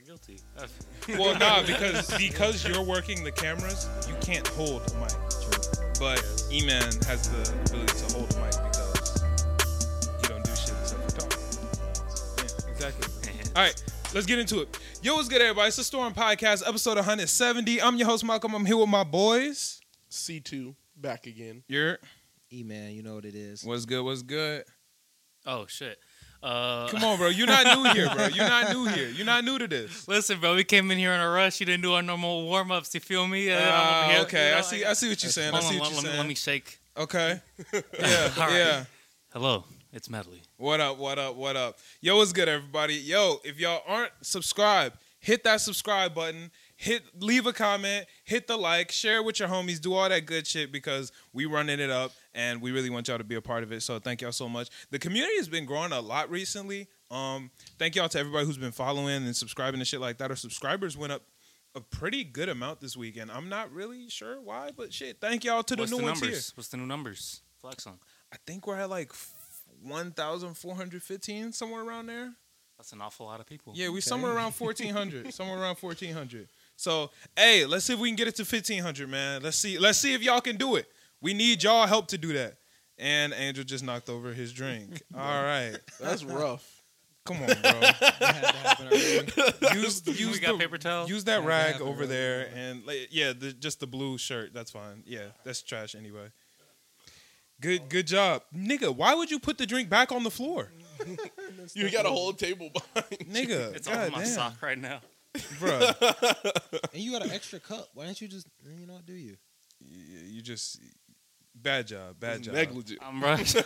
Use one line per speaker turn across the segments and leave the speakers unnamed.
guilty.
Well, nah, because because you're working the cameras, you can't hold a mic. But E-Man has the ability to hold a mic because you don't do shit except for talk. Yeah, exactly. All right, let's get into it. Yo, what's good, everybody? It's the Storm Podcast, episode 170. I'm your host, Malcolm. I'm here with my boys.
C2 back again.
You're
E man, you know what it is.
what's good? What's good?
oh shit. Uh,
Come on, bro. You're not new here, bro. You're not new here. You're not new to this.
Listen, bro, we came in here in a rush. You didn't do our normal warm ups. You feel me? Uh, I'm
Ah,
over here,
okay,
you know,
I see. I see what you're saying. I
Hold
see
on,
what
let,
you're
let me,
saying.
let me shake.
Okay. Yeah.
All right.
Yeah.
Hello, it's Medley.
What up? What up? What up? Yo, what's good, everybody? Yo, if y'all aren't subscribed, hit that subscribe button. Hit leave a comment. Hit the like. Share it with your homies. Do all that good shit because we running it up and we really want y'all to be a part of it. So thank y'all so much. The community has been growing a lot recently. Um, thank y'all to everybody who's been following and subscribing and shit like that. Our subscribers went up a pretty good amount this weekend. I'm not really sure why, but shit, thank y'all to the
What's
new
the
ones
numbers?
here.
What's the new numbers? Flex on.
I think we're at like f- 1,415, somewhere around there.
That's an awful lot of people.
Yeah, we're somewhere around 1,400. somewhere around 1,400. So, hey, let's see if we can get it to 1,500, man. Let's see. Let's see if y'all can do it. We need y'all help to do that. And Angel just knocked over his drink. All right,
That's rough.
come on, bro.
That had to happen earlier.
Use
we
use
got
the-
paper towel.
Use that
Yeah,
rag
yeah,
over
yeah.
there, and like, yeah, the, just the blue shirt. That's fine. Yeah, that's trash anyway. Good, good job, nigga. Why would you put the drink back on the floor,
You got a whole table behind.
nigga?
it's
God
on my
damn,
sock right now.
bro.
and you got an extra cup. Why don't you just you know what do you?
You just bad job, bad job,
Negligent.
I'm rushed.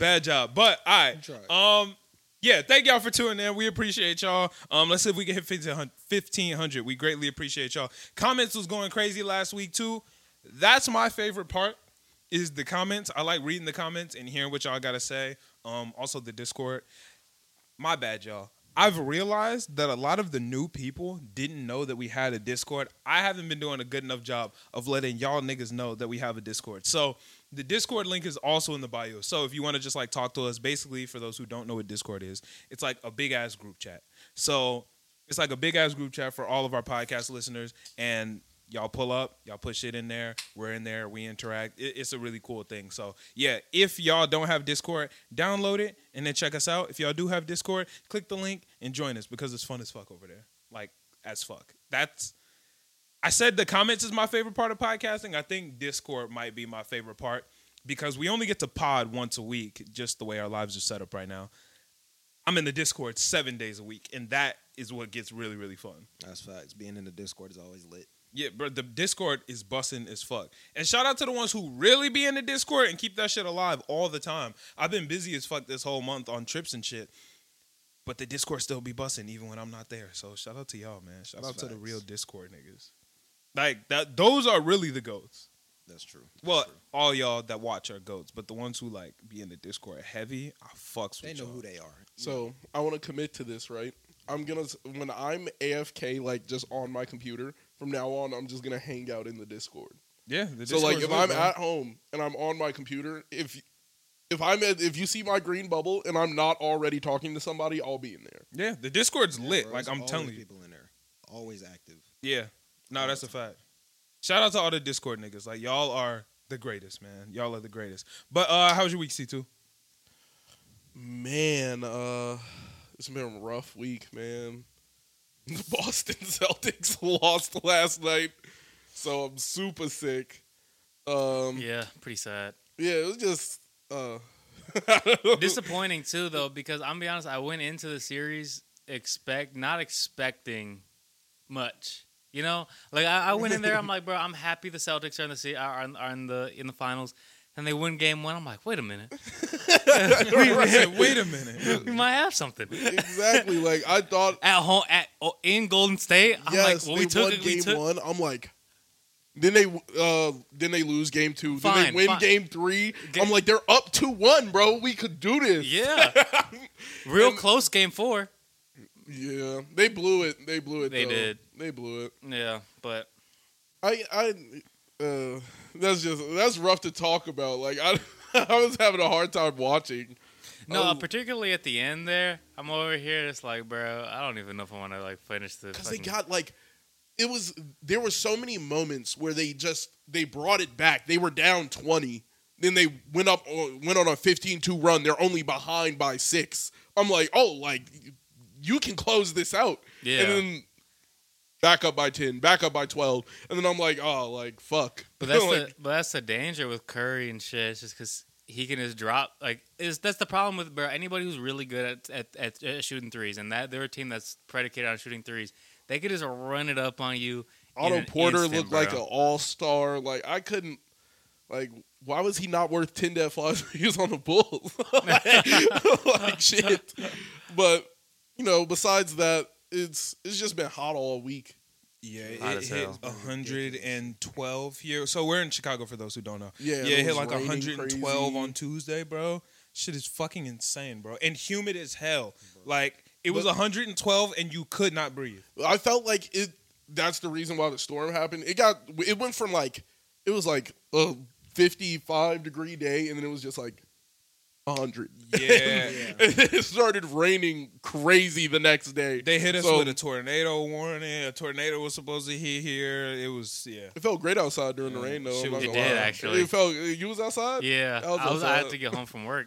bad job. But all
Try it.
right, um, yeah, thank y'all for tuning in. We appreciate y'all. Um, let's see if we can hit 1500 1500. We greatly appreciate y'all. Comments was going crazy last week too. That's my favorite part is the comments. I like reading the comments and hearing what y'all gotta say. Um, also the Discord. My bad, y'all. I've realized that a lot of the new people didn't know that we had a Discord. I haven't been doing a good enough job of letting y'all niggas know that we have a Discord. So the Discord link is also in the bio. So if you want to just like talk to us, basically for those who don't know what Discord is, it's like a big ass group chat. So it's like a big ass group chat for all of our podcast listeners and y'all pull up y'all put shit in there we're in there we interact it, it's a really cool thing so yeah if y'all don't have discord download it and then check us out if y'all do have discord click the link and join us because it's fun as fuck over there like as fuck that's i said the comments is my favorite part of podcasting i think discord might be my favorite part because we only get to pod once a week just the way our lives are set up right now i'm in the discord seven days a week and that is what gets really really fun
That's facts. Being in the Discord is always lit.
yeah, bro, the Discord is busting as fuck. And shout out to the ones who really be in the Discord and keep that shit alive all the time. I've been busy as fuck this whole month on trips and shit. But the Discord still be busting even when I'm not there. So shout out to y'all, man. Shout out
That's
to the
facts.
real Discord niggas. Like that those are really the goats.
That's true. That's
Well,
true.
all y'all that watch are goats, but the ones who like be in the Discord heavy, I fucks
they
with
know
y'all.
who they are.
So I want to commit to this, right? I'm gonna when I'm AFK, like just on my computer. From now on, I'm just gonna hang out in the Discord.
yeah, the
so like,
Discord's
if
lit,
I'm
bro.
at home and I'm on my computer, if if I'm at, if you see my green bubble and I'm not already talking to somebody, I'll be in there.
Yeah, the Discord's
Yeah,
lit.
bro,
like
there's
I'm
always
telling you.
people in there always active.
Yeah. No, that's a fact. Shout out to all the Discord niggas. Like y'all are the greatest, man. Y'all are the greatest. But uh how was your week, C2?
Man, uh, it's been a rough week, man. The Boston Celtics lost last night, so I'm super sick. Um, yeah,
yeah, pretty sad.
it was just uh, I don't know.
disappointing too though because i'm gonna be honest i went into the series expect not expecting much you know like i, I went in there i'm like bro i'm happy the celtics are in the se- are, in- are in the in the finals and they win game one i'm like wait a minute
I said, wait a minute.
we might have something
exactly like I thought.
at home at oh, in golden state i'm like
yes,
well
they
we took
won
it
game
we took
one. I'm like, then they uh, then they lose game two. then they
Fine,
win
fine.
game three.
Ga-
I'm like, they're up two one, bro. We could do this.
yeah real close game four
yeah. They blew it. They blew it.
They
though.
did.
They blew it.
yeah but
I I uh, that's just that's rough to talk about. Like I I was having a hard time watching.
No,
Oh.
particularly at the end there. I'm over here. It's like, bro, I don't even know if I want to like finish the.
because they
fucking-
got like it was there were so many moments where they just they brought it back they were down 20 then they went up uh, went on a 15-2 run they're only behind by six i'm like oh like you can close this out
Yeah.
and then back up by 10 back up by 12 and then i'm like oh like fuck
But that's
Like,
the but that's the danger with Curry and shit. It's just because he can just drop like is that's the problem with bro. Anybody who's really good at at, at at shooting threes and that they're a team that's predicated on shooting threes. They could just run it up on you. in
Otto
an
Porter
instant,
looked like an
bro.
all-star. Like I couldn't like why was he not worth 10 dead flies when he was on the Bulls? like, like, shit. But you know, besides that, it's it's just been hot all week.
Yeah,
Hot
it
as
hit
hell.
112 here. So we're in Chicago for those who don't know.
Yeah,
yeah,
it
it hit
was
like
raining
112 on
crazy.
Tuesday, bro. Shit is fucking insane, bro, and humid as hell. Like it was
But-
112 and you could not breathe.
I felt like it that's the reason why the storm happened. It got it went from like it was like a 55 degree day and then it was just like 100.
Yeah,
it started raining crazy the next day.
they hit us
So-
with a tornado warning. A tornado was supposed to hit here. It was yeah.
It felt great outside during the
Yeah,
rain, though.
shit
I'm not
was
gonna
It did,
lie.
actually.
It felt. You was outside.
Yeah,
That was
I was. I had
outside.
to get home from work.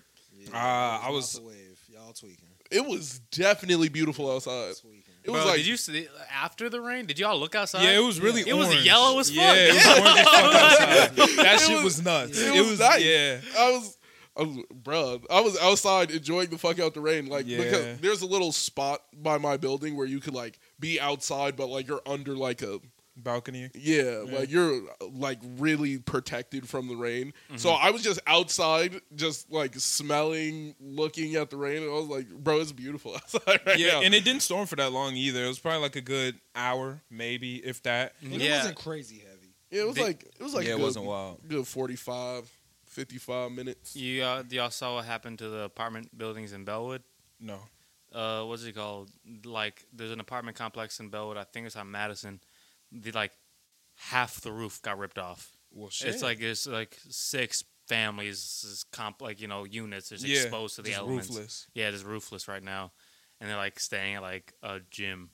Ah, I
it
was-
microwave. Y'all tweaking.
It was definitely beautiful
Uh,
outside.
tweaking.
It was
Bro,
like
did you see after the rain? Did y'all look outside?
Yeah, it was really.
It was
orange.
yellow as fuck.
Yeah, it was orange as fuck outside. That
It
shit
was-
was nuts.
it
It,
was
was
nice.
yeah.
I was, I was, bruh, I was outside enjoying the fuck out the rain. Like,
Yeah.
because there's a little spot by my building where you could like be outside, but like you're under like a
Balcony.
yeah,
Mm.
like you're like really protected from the rain. So
Mm-hmm.
I was just outside, just like smelling, looking at the rain, and I was like, bro, it's beautiful outside right
yeah,
now.
and it didn't storm for that long either. It was probably like a good hour, maybe if that.
And it
Yeah.
wasn't crazy heavy.
Yeah, it was
Did-
like it was like
yeah,
a
it
good-
wasn't wild.
good 45 55 minutes
You uh, y'all saw what happened to the apartment buildings in Bellwood.
No.
uh, what's it called? Like, there's an apartment complex in Bellwood. I think it's on Madison. The like half the roof got ripped off.
Well, shit.
It's like it's like six families, is comp like you know units, is
Yeah,
exposed to the
just
elements.
roofless,
Yeah, it's roofless right now, and they're like staying at like a gym,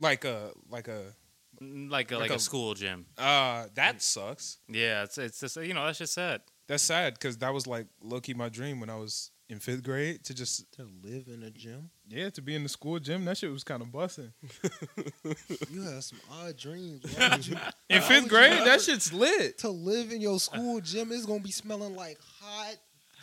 like a like a.
Mm, like a, like,
Like
a,
a-
school gym.
Uh, that sucks.
Yeah, it's it's just you know that's just sad.
That's sad because that was like low key my dream when I was in fifth grade to just
To live in a gym,
yeah to be in the school gym. That shit was kind of busting.
you have some odd dreams. Why would you-
In
why
fifth
would you
grade,
ever-
that shit's lit.
to live in your school gym is gonna be smelling like hot,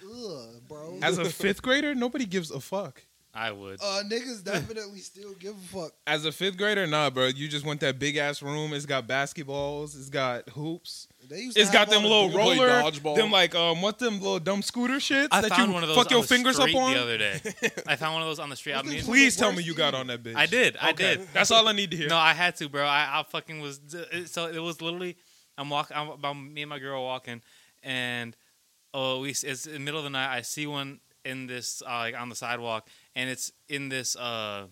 ugh, bro.
As a fifth grader, nobody gives a fuck.
I would.
uh, niggas definitely still give a fuck.
As a fifth grader, nah, bro. You just want that big ass room. It's got basketballs. It's got hoops.
They used to
It's
have
got them
all
little
the-
You play
roller,
dodgeball.
them like um, what them little dumb scooter shits
I
that
found
you
one of those
fuck
on
your
the
fingers up
street
on.
the other day. I found one of those on the street. I
What the
mean,
fuck?
Please tell me
Worst
you got
thing.
on that bitch.
I did. I
Okay.
did.
That's all I need to hear.
No, I had to, bro. I, I fucking was. So it was literally, I'm walking. I'm, I'm- me and my girl walking, and oh, we. It's in the middle of the night. I see one in this uh, like on the sidewalk, and it's in this. uh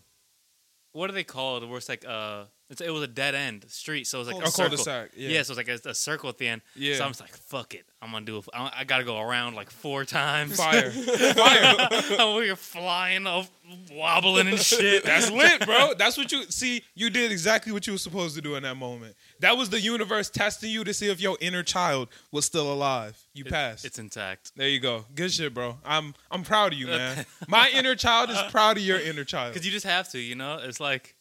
What do they call it? Where it's like uh, it's, it was a dead end street, so it was like
a
a circle.
cul-de-sac. Yeah.
Yeah. so it's like a, a circle at the end.
Yeah.
So I'm just like, fuck it. I'm gonna do. I, I gotta go around like four times.
Fire. Fire.
we were flying off, wobbling and shit.
That's lit, bro. That's what you see. You did exactly what you were supposed to do in that moment. That was the universe testing you to see if your inner child was still alive. You
It-
passed.
It's intact.
there you go. Good shit, bro. I'm I'm proud of you, man. My inner child is proud of your inner child.
Because you just have to, you know? It's like,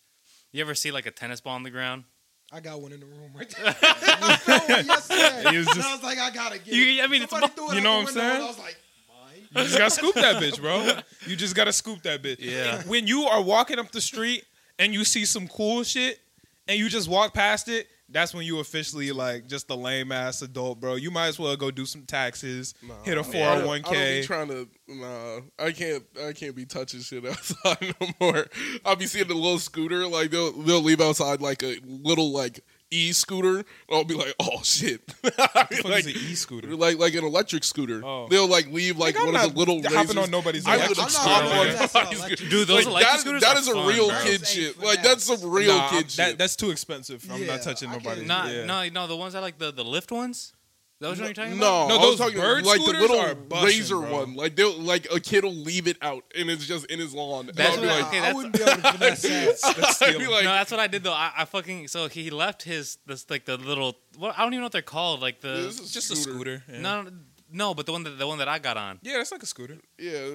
you ever see like a tennis ball on the ground?
I got one in the room right there. I got one yesterday.
He was
And
just-
I was like, I gotta get.
You-
it.
I mean, it's
Somebody
mo-
threw
you
it out
know
the
what I'm
window, and
saying?
I was like, mine.
You just gotta scoop that bitch, bro. You just gotta scoop that bitch.
Yeah.
When you are walking up the street and you see some cool shit and you just walk past it, that's when you officially like just a lame ass adult, bro. You might as well go do some taxes,
Nah,
hit a
I don't- I don't be
401k.
trying to. Nah, I can't. I can't be touching shit outside no more. I'll be seeing the little scooter. Like they'll they'll leave outside like a little like e scooter. I'll be like, oh shit. I'll be
What
like,
is an e-scooter?
like like an electric scooter.
Oh.
They'll like leave like
Like, I'm
one of
not
the little
hopping
razors.
on nobody's
I
electric
would
I'm not
hop
scooter,
on
man.
That's
nobody's
electric.
scooter.
Dude, those
Like,
electric
that-
scooters
That
are
is a
fun,
real
bro.
kid
Those ain't
shit.
for
Like
that.
that's some real
Nah,
kid
that-
shit.
that's too expensive. I'm
Yeah,
not touching
I
nobody.
can't-
Not,
yeah.
No, no, the ones that like the, the lift ones? that what you're talking about?
No,
No,
I
those
was talking
bird
like the
scooters
little
are bussin',
razor
bro.
one. Like they'll like a kid will leave it out and it's just in his lawn. And
That's
I'll be
what
like,
I- okay,
I
that's-
wouldn't be able to put myself.
That's
I'd be
stealing.
like,
no, that's what I did though. I, I fucking so he left his this like the little what I don't even know what they're called like
this
the
is
just a scooter. Yeah.
no no, no but the one that the one that I got on.
Yeah, that's like a scooter.
Yeah, uh,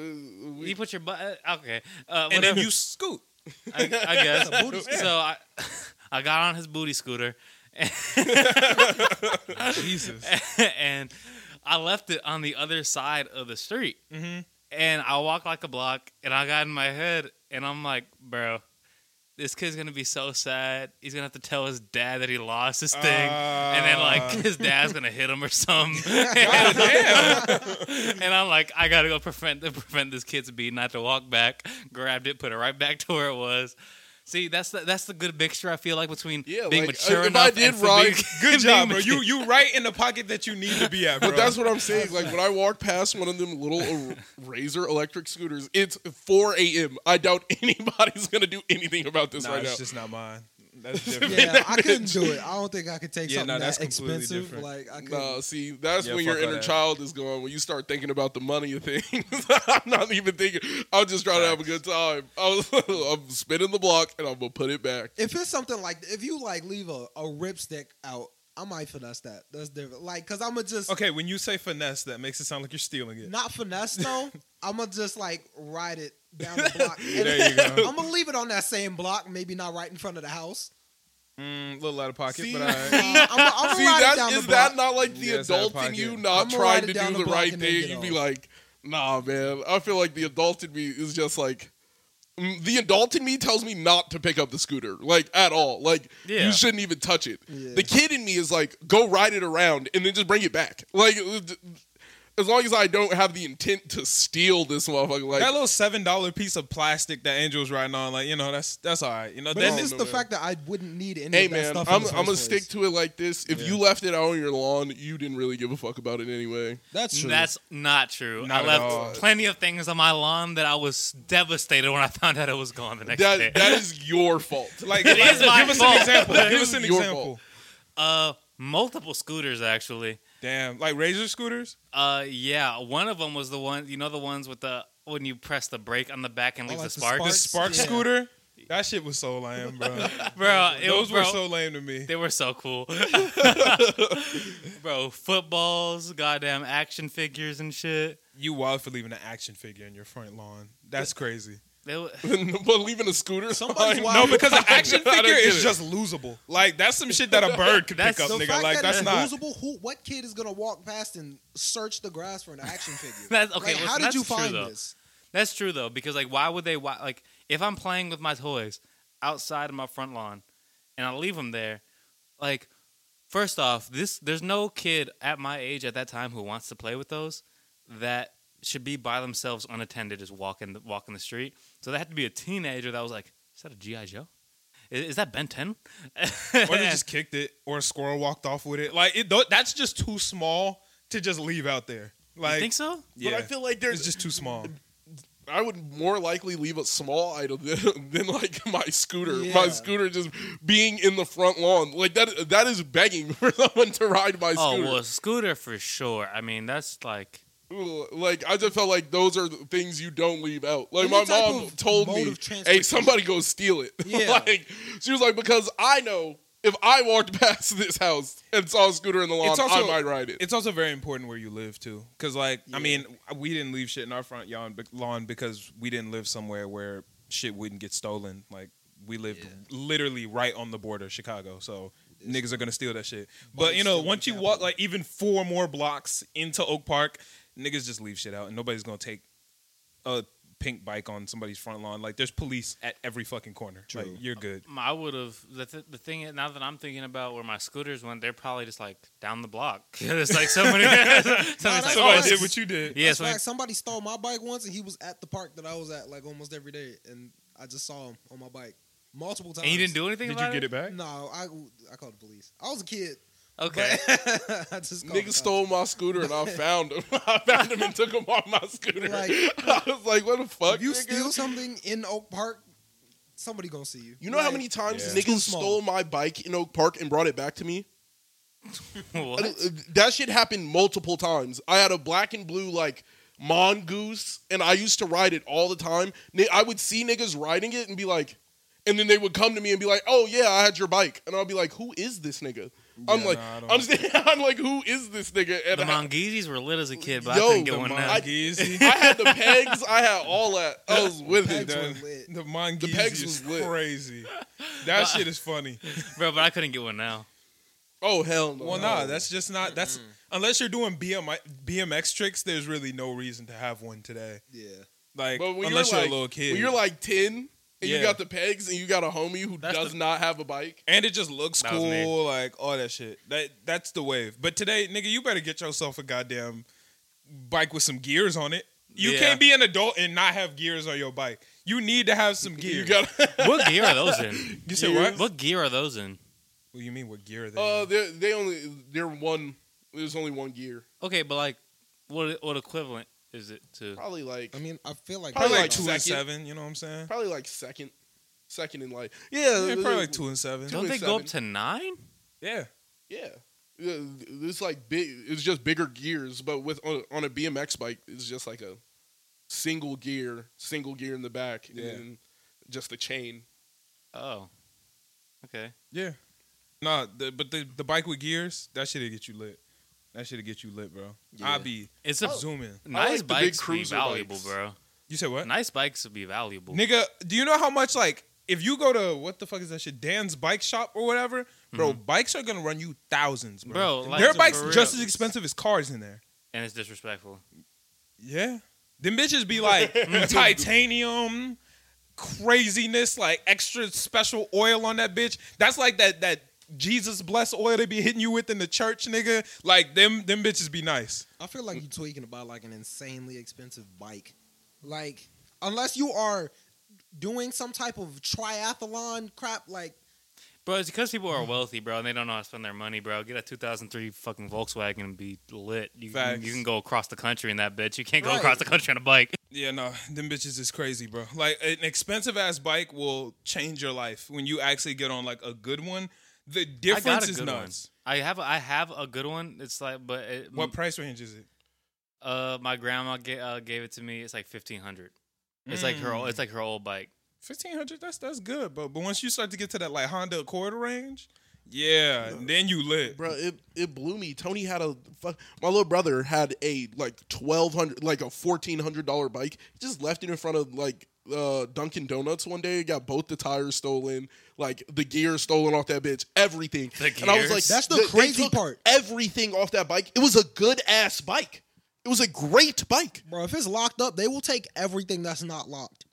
we-
You put your butt uh, okay, uh,
And then
whatever.
you scoot.
I, I guess so. I I got on his booty scooter
Jesus.
and I left it on the other side of the street.
Mm-hmm.
Mhm.
And I walked like a block, and I got in my head, and I'm like, bro, this kid's gonna be so sad. He's gonna have to tell his dad that he lost his thing, and then
Ah.
like his dad's gonna hit him or something. and, I'm like, I gotta go prevent prevent this kid's beating. I had to walk back, grabbed it, put it right back to where it was. See, that's the that's the good mixture I feel like between
Yeah,
being
like,
mature
if I
enough
did
and for
wrong,
being-
Good
being
job, bro.
mature.
You you right in the pocket that you need to be at, bro.
But that's what I'm saying. Like when I walk past one of them little er- razor electric scooters, it's 4 a.m. I doubt anybody's gonna do anything about this
nah,
right
it's
now.
just not mine. That's different.
yeah, I couldn't do it. I don't think I could take
Yeah,
something
no, that's
that's
completely
expensive.
different.
Like I could.
No, see, that's
Yeah,
when your
fuck all
inner
that.
child is going. When you start thinking about the money of things, I'm not even thinking. I'm just trying to have a good time. I was, I'm spinning the block and I'm gonna put it back.
If it's something like, if you like leave a, a ripstick out, I might finesse that. That's different. Like, cause I'ma just
Okay, when you say finesse, that makes it sound like you're stealing it.
not finesse though. I'ma just like ride it down the block.
There you go.
I'm gonna leave it on that same block, maybe not right in front of the house.
Mm, little out of pocket,
See?
but all right.
Uh, I'm gonna I'm
See,
ride it
that
down
is
the block.
that not like the
Yeah, it's out of
adult in you
pocket.
not
I'ma
trying
ride it
to
down
do
the
the,
block
right
and then
thing?
get
You'd be
off.
like, nah, man. I feel like the adult in me is just like. mm, The adult in me tells me not to pick up the scooter, like at all. Like
Yeah.
you shouldn't even touch it.
Yeah.
The kid in me is like, go ride it around and then just bring it back. Like uh, d- as long as I don't have the intent to steal this motherfucker, like
That little seven dollar piece of plastic that Angel's riding on, like you know, that's that's all right. You know,
But
then
it's
Then-
just the fact that I wouldn't need any
hey
of that
man,
stuff.
I'm,
in the
I'm gonna
first place.
stick to it like this. If
Yeah.
you left it out on your lawn, you didn't really give a fuck about it anyway.
That's true.
That's not true. I
Not at
left
all.
plenty of things on my lawn that I was devastated when I found out it was gone the next day.
That that is your fault.
like,
It
like,
is my
give us
fault.
an example.
That
give
is
us an
your
example.
fault.
uh, multiple scooters actually.
Damn, like razor scooters.
Uh, yeah, one of them was the one you know the ones with the when you press the brake on the back and
Oh,
leave
like
the
the
spark,
The
Sparks,
spark
yeah.
scooter. That shit was so lame, bro.
bro. It was
Those
bro,
were so lame to me.
they were so cool, bro. Footballs, goddamn action figures and shit.
You wild for leaving an action figure in your front lawn. That's crazy.
They wa-
but leaving a scooter.
Somebody's
behind-
wild.
No, because an action
I don't
figure
get
is
it.
just losable. Like that's some shit that a bird could
That's
pick up,
the
nigga. Like
that
that's
it's
not.
losable. Who? What kid is gonna walk past and search the grass for an action figure?
That's- okay,
Like,
listen,
how did
that's
you
true,
find
though.
this?
That's true though, because like, why would they? Why, like, if I'm playing with my toys outside of my front lawn, and I leave them there, like, first off, this there's no kid at my age at that time who wants to play with those that should be by themselves unattended, just walking the, walking the street. So that had to be a teenager that was like, is that a GI Joe? Is, is that Ben Ten?
Or they just kicked it, or a squirrel walked off with it. Like it, tho- that's just too small to just leave out there. Like
you think so?
yeah,
But I feel like
it's
there's
just too small.
I would more likely leave a small item than, than like my scooter. My
Yeah.
scooter just being in the front lawn. Like that that is begging for someone to ride my
Oh
scooter.
well, scooter for sure. I mean, that's like
Like I just felt like those are the things you don't leave out. Like
Any
my
type
mom
of
told
mode
me,
of
"Hey,
transportation.
somebody go steal it."
Yeah.
like she was like because I know if I walked past this house and saw a scooter in the lawn,
It's also-
I might ride it.
It's also very important where you live too, because like I
Yeah.
mean, we didn't leave shit in our front yawn- lawn because we didn't live somewhere where shit wouldn't get stolen. Like we lived literally right on the border of Chicago, so niggas are gonna steal that shit. But you know,
still
once you
gonna
walk
happen.
like even four more blocks into Oak Park, niggas just leave shit out, and nobody's gonna take a pink bike on somebody's front lawn. Like there's police at every fucking corner.
True.
Like you're good.
Mm, I would have the, th- the thing is, now that I'm thinking about where my scooters went, they're probably just like down the block. it's like somebody, somebody's
No,
like,
that's
So I
oh,
facts.
did what you did.
yeah,
That's
somebody-
why somebody stole my bike once, and he was at the park that I was at like almost every day, and I just saw him on my bike multiple times.
and you didn't do anything.
Did
about
you get it back?
No, I I called the police. I was a kid.
Okay,
but I just called the
Nigga
cops.
stole my scooter and I found him. I found him and took him off my scooter.
Like-
I was like, what the fuck?
If you
nigga?
steal something in Oak Park, somebody gonna see you.
you know how
Like,
many times
Yeah.
niggas
Too small.
stole my bike in Oak Park and brought it back to me? Uh,
what?
That shit happened multiple times. I had a black and blue like mongoose, and I used to ride it all the time. Ni- I would see niggas riding it and be like, and then they would come to me and be like, "Oh yeah, I had your bike," and I'll be like, "Who is this nigga?" I'm
Yeah,
like,
nah, I don't-
I'm, st- I'm like, who is this nigga? And
The
I-
Mongeezis were lit as a kid, but
Yo,
I couldn't
the
get one
Mon-
now.
I-
Mongeezy.
I had the pegs. I had all that. I was with
Pegs
it.
were
dog.
lit.
The Mongeezy
The pegs
is
was lit.
crazy. That shit is funny.
Bro, but I couldn't get one now.
Oh hell no.
Well, nah, that's just not. That's unless you're doing BMI, BMX tricks. There's really no reason to have one today.
Yeah.
Like
But when
unless
you're
you're,
like-
a little kid,
When you're like ten and
Yeah.
you got the pegs and you got a homie who
That's
does
the-
not have a bike.
and it just looks
That was me.
cool, like all that shit. That that's the wave. But today, nigga, you better get yourself a goddamn bike with some gears on it. You
Yeah.
can't be an adult and not have gears on your bike. You need to have some gear.
You got.
What gear are those in?
You said what? What
What gear are those in?
do you mean? What gear? Are they
Uh,
in?
they they only they're one. There's only one gear.
Okay, but like, what what equivalent is it to?
Probably like
I mean, I feel like
probably
probably
like
like
two and
second.
seven. You know what I'm saying?
probably like second, second in like
Yeah,
yeah,
probably like two and seven.
Don't
and
they go
seven.
up to nine?
Yeah,
Yeah, Yeah, it's like big. It's just bigger gears, but with on, on a BMX bike, it's just like a single gear, single gear in the back,
Yeah.
and then just a chain.
Oh, okay.
yeah. Nah, the, but the the bike with gears, that shit'll get you lit. That shit'll get you lit, bro.
Yeah.
i be
It's a
zooming.
nice
Oh. the big
bikes be
cruiser
valuable,
bikes.
bro.
You said what?
Nice bikes would be valuable.
Nigga, do you know how much like if you go to what the fuck is that shit? Dan's bike shop or whatever, bro, bikes are gonna run you thousands, bro.
Mm-hmm. Bro, like,
Their
for
bikes
real.
just as expensive as cars in there.
and it's disrespectful.
Yeah. Them bitches be like titanium, craziness, like extra special oil on that bitch. That's like that that Jesus bless oil they be hitting you with in the church, nigga. Like them them bitches be nice.
I feel like you tweaking about like an insanely expensive bike. Like unless you are doing some type of triathlon crap like
Bro, it's because people are wealthy, bro, and they don't know how to spend their money, bro. Get a 2003 fucking Volkswagen and be lit. You, can
Facts.
you can go across the country in that bitch. You can't go
Right.
across the country on a bike.
Yeah, no, them bitches is crazy, bro. Like an expensive ass bike will change your life when you actually get on like a good one. The difference
I got a
is
good
nuts.
one. I have a, I have a good one. It's like, but it,
What price range is it?
Uh, my grandma ga- uh, gave it to me. It's like 1500. It's like
Mm.
her. It's like her old bike.
Fifteen hundred. That's that's good, bro. But once you start to get to that like Honda Accord range, yeah, then you lit.
Bro, it it blew me. Tony had a fu- my little brother had a like twelve hundred, like a fourteen hundred dollar bike. He just left it in front of like uh, Dunkin' Donuts one day. Got both the tires stolen, like the gears stolen off that bitch, everything.
The
And I was
gears?
like,
That's the
they- they
crazy
took
part.
Everything off that bike. It was a good ass bike. It was a great bike.
bro, if it's locked up, they will take everything that's not locked.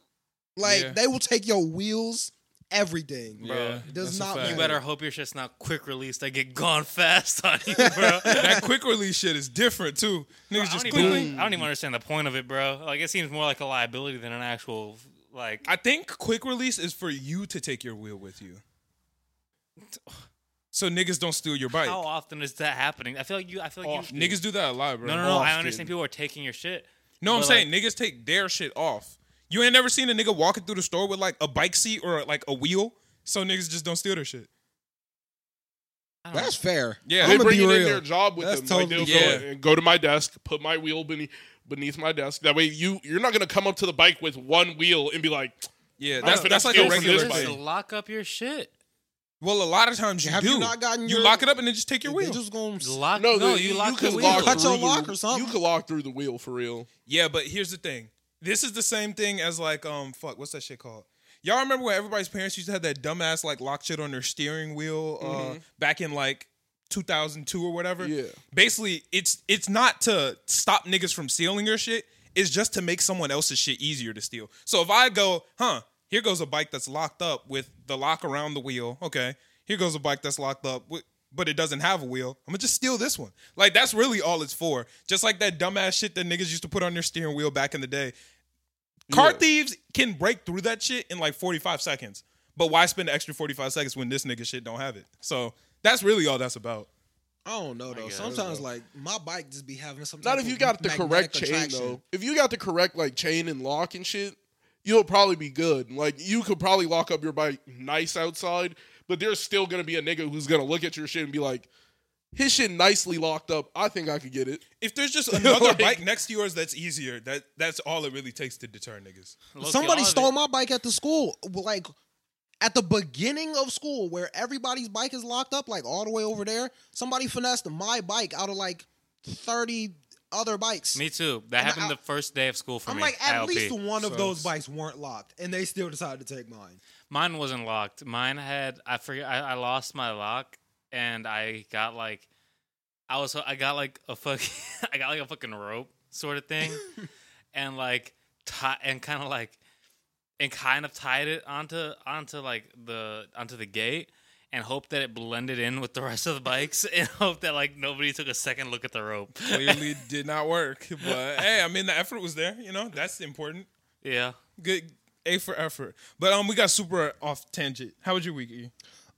Like
Yeah.
they will take your wheels, everything. Bro.
Yeah,
does
that's a
not
fact.
You
Yeah.
better hope your shit's not quick release. They get gone fast on you, bro.
that quick release shit is different too.
I,
Niggas
don't
just
even,
quickly.
I don't even understand the point of it, bro. Like it seems more like a liability than an actual like.
I think quick release is for you to take your wheel with you, so niggas don't steal your bike.
How often is that happening? I feel like you. I feel like you.
Often.
Niggas do that a lot, bro.
No, no, no. I
Often.
understand people are taking your shit.
No, I'm
But,
saying niggas take their shit off. You ain't never seen a nigga walking through the store with like a bike seat or like a wheel, so niggas just don't steal their shit.
I don't
That's fair.
Yeah.
I'm
they
gonna
bring
be
it
real.
in their job with
That's
them.
totally
like they'll
Yeah.
go, and go to my desk, put my wheel beneath beneath my desk. That way, you you're not gonna come up to the bike with one wheel and be like,
Yeah,
that's-
that's
but
that's like
know.
a
it's
Just-
still
regular
for
just
thing.
lock up your shit.
Well, a lot of times you
Have
do.
you not gotten
you
your-
lock it up and then just take your
They
wheel.
just gonna
Lock.
no,
No,
the-
you lock
could
the
lock
wheel.
Cut your
through the-
lock or something.
You could lock through the wheel for real.
Yeah, but here's the thing. This is the same thing as like um fuck, what's that shit called? Y'all remember when everybody's parents used to have that dumbass like lock shit on their steering wheel uh back in like 2002 or whatever?
Yeah.
Basically, it's it's not to stop niggas from stealing your shit, it's just to make someone else's shit easier to steal. So if I go, "Huh, here goes a bike that's locked up with the lock around the wheel." Okay. Here goes a bike that's locked up with but it doesn't have a wheel. I'm gonna just steal this one. Like that's really all it's for. Just like that dumbass shit that niggas used to put on their steering wheel back in the day. Car
Yeah.
thieves can break through that shit in like 45 seconds. But why spend the extra 45 seconds when this nigga shit don't have it? So that's really all that's about.
I don't know though.
guess.
Sometimes like my bike just be having some.
Not
type
if you
of
got the
magnetic
correct chain
attraction.
though. If you got the correct like chain and lock and shit, you'll probably be good. Like you could probably lock up your bike nice outside, but there's still gonna be a nigga who's gonna look at your shit and be like, His shit nicely locked up. I think I could get it.
If there's just another
Like-
bike next to yours that's easier, that that's all it really takes to deter niggas.
Low-key,
Somebody
all of
stole
it.
my bike at the school, like at the beginning of school where everybody's bike is locked up, like all the way over there. Somebody finessed my bike out of like thirty other bikes.
Me too. That
I'm
happened
out-
the first day of school for
I'm
me.
like, at
IOP.
least one of
So
those
it's-
bikes weren't locked, and they still decided to take mine.
Mine wasn't locked. Mine had I forget I, I lost my lock and I got like I was I got like a fuck I got like a fucking rope sort of thing and like tie and kind of like and kind of tied it onto onto like the onto the gate and hoped that it blended in with the rest of the bikes and hope that like nobody took a second look at the rope.
Clearly did not work, but hey, I mean the effort was there. You know that's important.
yeah.
Good A for effort. But um, we got super off tangent. How was your week? E?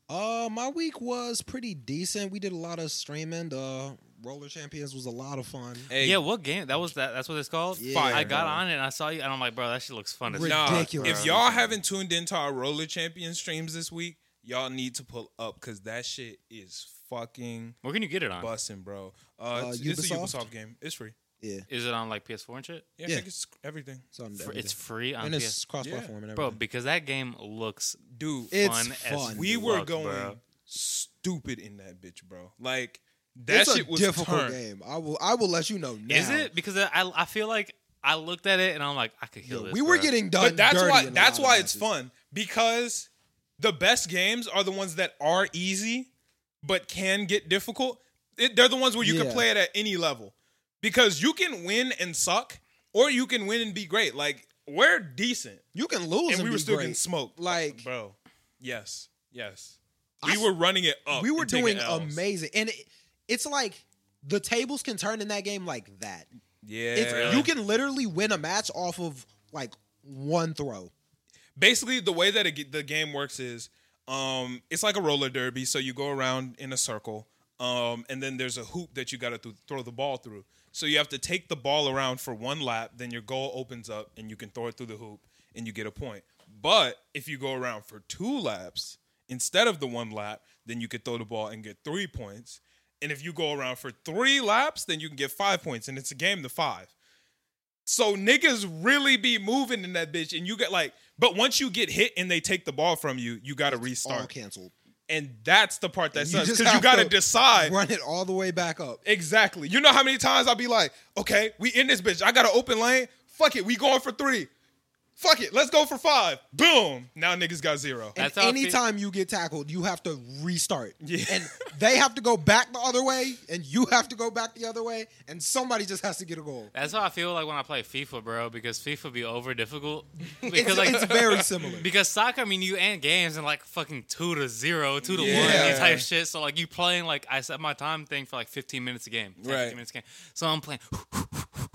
Uh, my week was pretty decent. We did a lot of streaming. Uh, Roller Champions was a lot of fun.
Hey,
Yeah, what game? That was that that's what it's called?
Yeah.
Fire,
I got
bro.
on it and I saw you and I'm like, bro, that shit looks fun as
Nah,
Ridiculous.
if y'all haven't tuned into our roller champion streams this week, y'all need to pull up because that shit is fucking
Where can you get it on?
busting, bro. Uh, it's, it's a
Ubisoft?
Ubisoft game. It's free.
Yeah,
Is it on like PS4 and shit?
Yeah,
Yeah.
I think it's everything,
it's on
Fr-
everything.
it's free on
and it's
PS4.
cross-platform and everything.
Bro, because that game looks
dude.
It's
fun,
fun.
as
we were
fuck,
going
bro.
stupid in that bitch, bro. Like that
it's
shit
a
was
difficult
turned.
game. I will. I will let you know. Now.
Is it? Because I I feel like I looked at it and I'm like, I could
Yeah,
kill this.
we were
bro.
getting done.
But that's
dirty
why
in a
that's
lot of
why it's
matches.
fun because the best games are the ones that are easy but can get difficult. It, they're the ones where you can
Yeah.
play it at any level because you can win and suck, or you can win and be great. Like we're decent,
You can lose,
and we were still getting smoked.
Like-
bro, yes, yes,
I
we were running it up.
we were
and taking
doing
Ls.
amazing, and it, it's like the tables can turn in that game like that.
Yeah,
It's, You can literally win a match off of like one throw.
basically the way that it, ge- the game works is um, it's like a roller derby so you go around in a circle um, and then there's a hoop that you got to th- throw the ball through so you have to take the ball around for one lap then your goal opens up and you can throw it through the hoop and you get a point but if you go around for two laps instead of the one lap then you could throw the ball and get three points and if you go around for three laps then you can get five points and it's a game to five so niggas really be moving in that bitch, and you get like, but once you get hit and they take the ball from you, you got to
All
restart,
canceled.
and that's the part that
You
sucks
just
because you
have
got to
to
decide
Run it all the way back up.
exactly. You know how many times I'll be like, okay, we in this bitch. I got an open lane. Fuck it, we going for three. Fuck it, let's go for five. Boom. Now niggas got zero.
That's how it
and
fe-
anytime you get tackled, you have to restart.
Yeah.
And they have to go back the other way, and you have to go back the other way, and somebody just has to get a goal.
That's how I feel like when I play FIFA, bro. Because FIFA be over difficult. Because like
It's very similar.
because soccer, I mean, you end games in like fucking two to zero, two to
Yeah.
one type shit. So like you playing like I set my time thing for like 15 minutes a game, 10,
Right.
15 minutes a game. So I'm playing.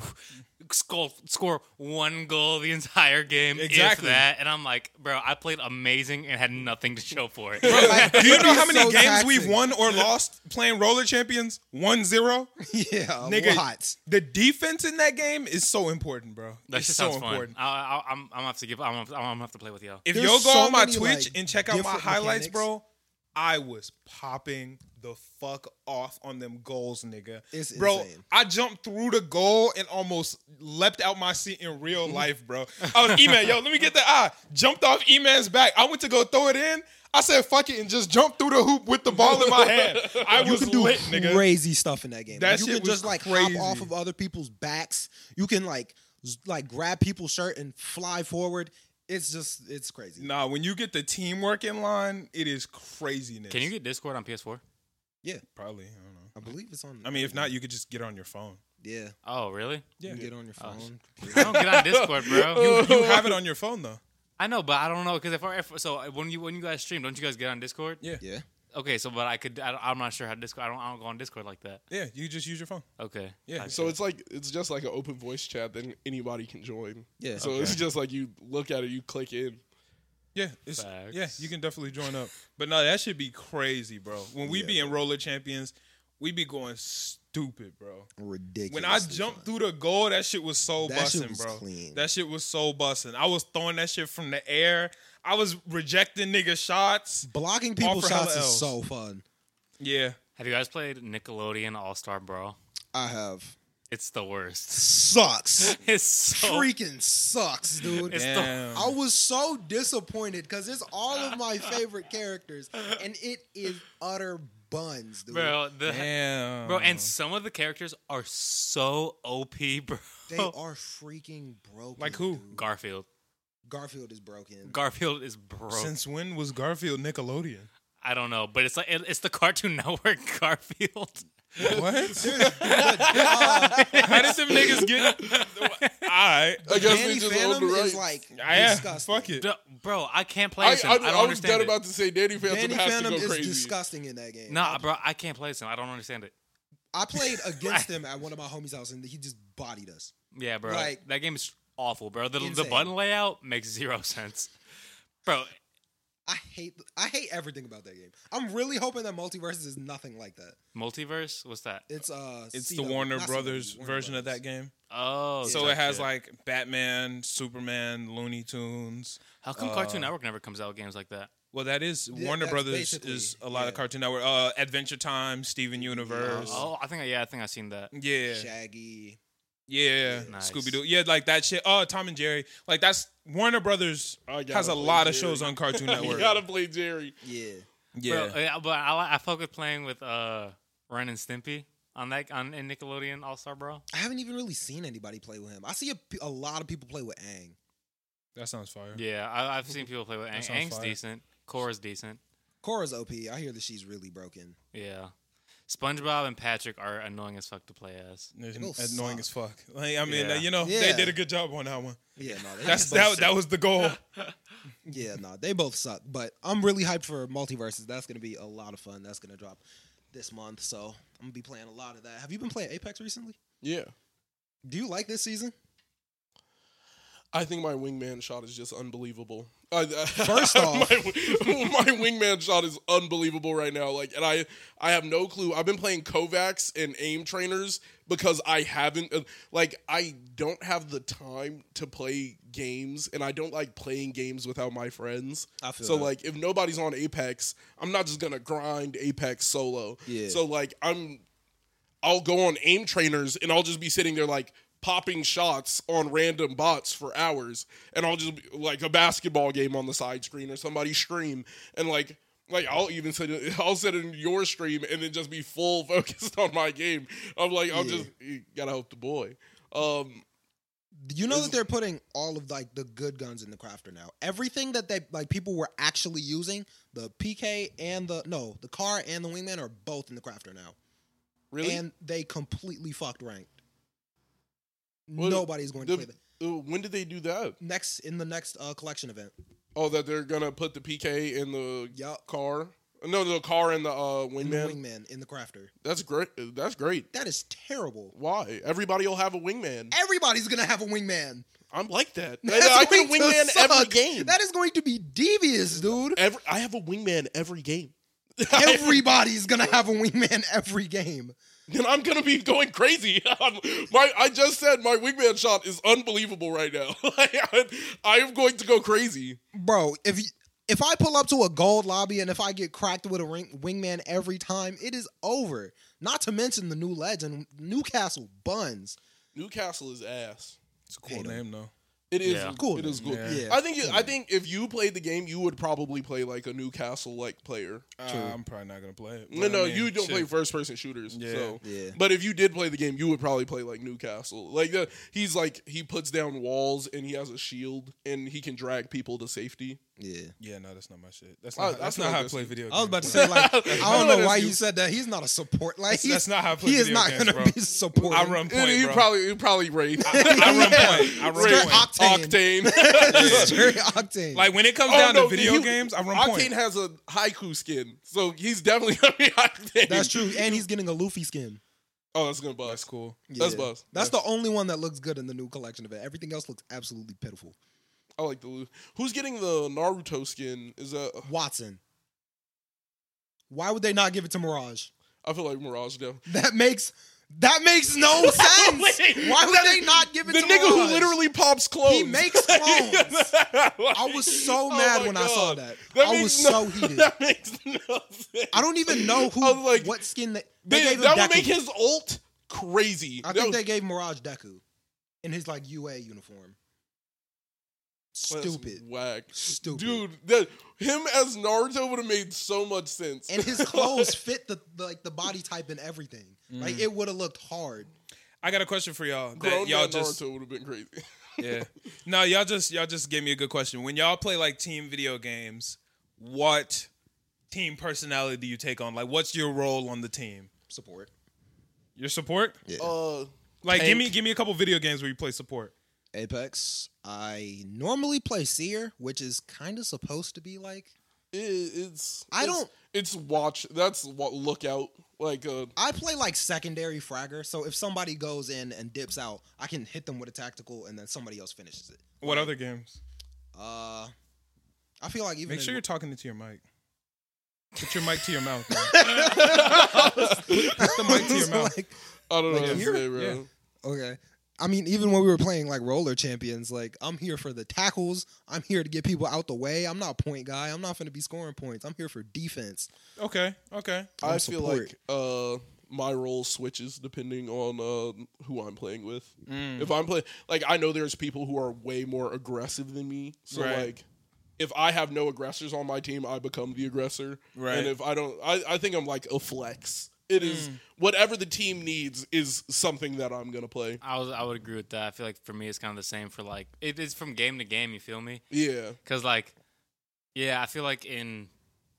Score, score one goal the entire game,
Exactly.
if that, and I'm like, bro, I played amazing and had nothing to show for it.
Like,
Do you
it'd
know
be
how many
so
games
taxing.
we've won or lost playing roller champions? One zero.
Yeah, a
Nigga,
lot.
the defense in that game is so important, bro.
That
it's
shit
so
sounds
important.
fun. I, I, I'm, I'm gonna have to give. I'm, gonna- I'm gonna have to play with y'all.
If
There's
y'all go
so
on my
many,
Twitch
like,
and check out my
different
highlights,
mechanics.
bro, I was popping the fuck off on them goals, nigga.
It's
bro,
insane.
I jumped through the goal and almost leapt out my seat in real life, bro. I was E-Man, yo, let me get the eye. Jumped off E-Man's back. I went to go throw it in. I said, fuck it, and just jumped through the hoop with the ball in my hand. I
You
was
can do
lit, nigga.
crazy stuff in that game.
That
Like, you
shit was
can just like
crazy.
hop off of other people's backs. You can like z- like grab people's shirt and fly forward. It's just it's crazy.
Nah, when you get the teamwork in line, it is craziness.
Can you get Discord on PS4?
Yeah,
probably? I don't know.
I believe it's on.
I mean, if not, you could just get on your phone.
yeah,
Oh, really?
you can
Yeah.
get on your phone.
I don't get on Discord, bro.
You have it on your phone though.
I know, but I don't know because if, I- if so, when you when you guys stream, don't you guys get on Discord?
Yeah.
Yeah,
Okay, so but I could. I, I'm not sure how Discord. I don't. I don't go on Discord like that.
Yeah, you just use your phone.
Okay.
Yeah.
I-
So it's like it's just like an open voice chat that anybody can join.
Yeah.
So it's just like you look at it, you click in.
Yeah, it's,
Facts.
yeah, you can definitely join up. But no, that should be crazy, bro. When we be in roller champions, we be going stupid, bro.
ridiculous.
When I jumped through the goal, that shit was so
That
busting,
shit was
bro.
clean.
That shit was so busting. I was throwing that shit from the air. I was rejecting nigga shots.
blocking people's
Offer hella
shots is
Ls.
so fun.
Yeah.
Have you guys played Nickelodeon All Star Brawl?
I have.
It's the worst.
Sucks.
It's so
Freaking sucks, dude.
It's
Damn.
I was so disappointed because it's all of my favorite characters, and it is utter buns, dude.
bro. The,
Damn.
Bro, and some of the characters are so OP, bro.
They are freaking broken.
Like who?
dude.
Garfield.
Garfield is broken.
Garfield is broke.
Since when was Garfield Nickelodeon?
I don't know, but it's like it, it's the Cartoon Network Garfield.
What?
Uh,
How did them niggas get?
I
I guess they
Danny
just own the
Phantom
rights.
is like
I
disgusting.
fuck it.
Bro, I can't play
I,
as him.
I,
I, don't
I was dead
understand it.
about to say Danny Phantom
Danny
has
Phantom
to go
is
crazy.
disgusting in that game.
Nah, bro, I can't play as him. I don't understand it.
I played against him at one of my homies' house, and he just bodied us.
Yeah, bro,
Like-
that game is awful, bro. The, the
Insane.
button layout makes zero sense, bro.
I hate, I hate everything about that game. I'm really hoping that Multiverses is nothing like that.
Multiverse, what's that?
It's uh,
It's the
CW
Warner
not CW,
Brothers
Warner
version of
Brothers.
that game.
Oh,
So
that
it has
shit.
like Batman, Superman, Looney Tunes.
How come Cartoon
uh,
Network never comes out with games like that?
Well, that is
Yeah,
Warner
that's
Brothers
basically-
is a lot of
yeah.
Cartoon Network. Uh, Adventure Time, Steven Universe.
Oh, I think yeah, I think I've seen that.
Yeah,
Shaggy.
yeah,
Nice.
Scooby Doo. Yeah, like that shit. Oh, Tom and Jerry. Like that's Warner Brothers
I gotta
has a
play
lot of
Jerry.
shows on Cartoon
You
Network.
gotta play Jerry.
Yeah.
yeah,
Bro, yeah, but I, li- I fuck with playing with uh Ren and Stimpy on that on in Nickelodeon All Star Brawl.
I haven't even really seen anybody play with him. I see a, p- a lot of people play with Aang.
that sounds fire.
Yeah, I, I've seen people play with Ang.
sounds
Ang's
fire.
decent. Cora's decent.
Korra's OP. I hear that she's really broken.
Yeah. SpongeBob and Patrick are annoying as fuck to play as.
It's
It'll
annoying
suck.
as fuck. Like, I mean,
Yeah.
uh, you know, they
Yeah.
did a good job on that one.
Yeah, no, they
That's
both
that,
suck.
that was the goal.
Yeah, no, they both suck. But I'm really hyped for multiverses. That's gonna be a lot of fun. That's gonna drop this month, so I'm gonna be playing a lot of that. Have you been playing Apex recently?
Yeah.
Do you like this season?
I think my wingman shot is just unbelievable. I, I-
First
my
off-
wi- my, wingman shot is unbelievable right now. Like, and I, I have no clue. I've been playing Kovacs and aim trainers because I haven't, uh, like, I don't have the time to play games, and I don't like playing games without my friends.
I feel
so,
that.
like, if nobody's on Apex, I'm not just gonna grind Apex solo.
Yeah.
So, like, I'm I'll go on aim trainers and I'll just be sitting there like popping shots on random bots for hours and I'll just be, like a basketball game on the side screen or somebody stream and like like I'll even sit in, I'll sit in your stream and then just be full focused on my game. I'm like I'll
Yeah.
just you gotta help the boy. Um
You know
Is-
that they're putting all of like the good guns in the crafter now. Everything that they like people were actually using, the PK and the no, the car and the wingman are both in the crafter now.
really
And they completely fucked ranked.
What-
Nobody's going
the-
to play that.
uh, when did they do that?
Next in the next uh, collection event.
Oh that they're gonna put the PK in the
Yup.
car. No, the car and the uh
In
wingman.
the wingman in the crafter.
That's great. That's great.
That is terrible.
Why? Everybody will have a wingman.
Everybody's gonna have a wingman.
I'm like that.
That's
I, I get a
going to
wingman every
suck.
game.
That is going to be devious, dude.
Every, I have a wingman every game.
Everybody's gonna have a wingman every game.
then I'm gonna be going crazy. I'm- my, I just said my wingman shot is unbelievable right now. Like, I, I am going to go crazy.
Bro, if you, if I pull up to a gold lobby and if I get cracked with a ring, wingman every time, it is over. Not to mention the new legend, Newcastle Buns.
Newcastle is ass.
It's a cool
Hate 'em.
name though.
It is
Yeah.
Cool.
It is cool.
Yeah.
Yeah.
I think you, I think if you played the game, you would probably play like a Newcastle like player.
Uh, I'm probably not gonna play it.
No,
But I
no,
mean,
you don't
shit.
play first person shooters.
Yeah.
So.
Yeah.
But if you did play the game, you would probably play like Newcastle. Like the, he's like he puts down walls and he has a shield and he can drag people to safety.
Yeah.
Yeah, no, that's not my shit. That's
I-
not,
I
that's
feel
not
like
how I
that's-
play video.
I was about
games,
to say,
bro.
like, I don't know why
That's-
you said that. He's not a support. Like, he's,
that's not how I play
He is
video
not
games,
gonna
bro.
be support.
I run point,
he
bro.
probably he probably rape.
I run point. I run
Straight
point.
up. Octane.
Octane. Octane.
Straight octane.
Like when it comes
Oh,
down to
no,
video
he-
games, I run
Octane
point.
has a haiku skin, so he's definitely gonna be Octane.
that's true. And he's getting a Luffy skin.
Oh, that's gonna bust.
That's cool.
That's buzz.
That's the only one that looks good in the new collection of it. Everything else looks absolutely pitiful.
I like the. lo- Who's getting the Naruto skin? Is that?
Watson. Why would they not give it to Mirage?
I feel like Mirage now.
That makes That makes no sense.
Wait,
Why would they not give it
The
to
nigga
us?
who literally pops clones.
he makes clones. I was so
Oh
mad
my
when I saw
God.
that.
That
I
makes
was
no-
so heated.
That makes no sense.
I don't even know who,
I was like,
what skin they, they
They-
gave him
that would
Deku.
make his ult crazy.
I
That
think
was-
they gave Mirage Deku in his like UA uniform.
Well, that's
Stupid,
Whack.
stupid,
Dude, that him as Naruto would have made so much sense.
And his clothes fit the the, like the body type and everything. Like it would have looked hard.
I got a question for y'all. That
Grown
y'all
man
just
Naruto would have been crazy.
yeah. No, y'all just y'all just gave me a good question. When y'all play like team video games, what team personality do you take on? Like, what's your role on the team?
Support.
Your support?
Yeah.
Uh,
Like, give
Tank.
me give me a couple video games where you play support.
Apex. I normally play Seer, which is kind of supposed to be like
it, it's
I
it's-
don't-
It's watch. That's what lookout. Like uh,
I play like secondary fragger, so if somebody goes in and dips out, I can hit them with a tactical, and then somebody else finishes it.
What other games?
Uh, I feel like even
Make
in-
sure you're talking into your mic. Put your mic to your mouth. man. Put the mic to your mouth.
Like,
I don't know.
Like
Like,
here?
bro.
Yeah.
okay. I mean, even when we were playing like roller champions, like I'm here for the tackles. I'm here to get people out the way. I'm not a point guy. I'm not going to be scoring points. I'm here for defense.
Okay, okay.
I'm
I feel
support.
like uh, my role switches depending on uh, who I'm playing with.
Mm.
If I'm playing, like I know there's people who are way more aggressive than me, so
Right.
like. If I have no aggressors on my team, I become the aggressor.
Right. Mm.
And if I don't, I, I think I'm like a flex. It is whatever the team needs is something that I'm gonna play.
I was I would agree with that. I feel like for me it's kind of the same for like it, it's from game to game. You feel me?
Yeah.
Because like, yeah, I feel like in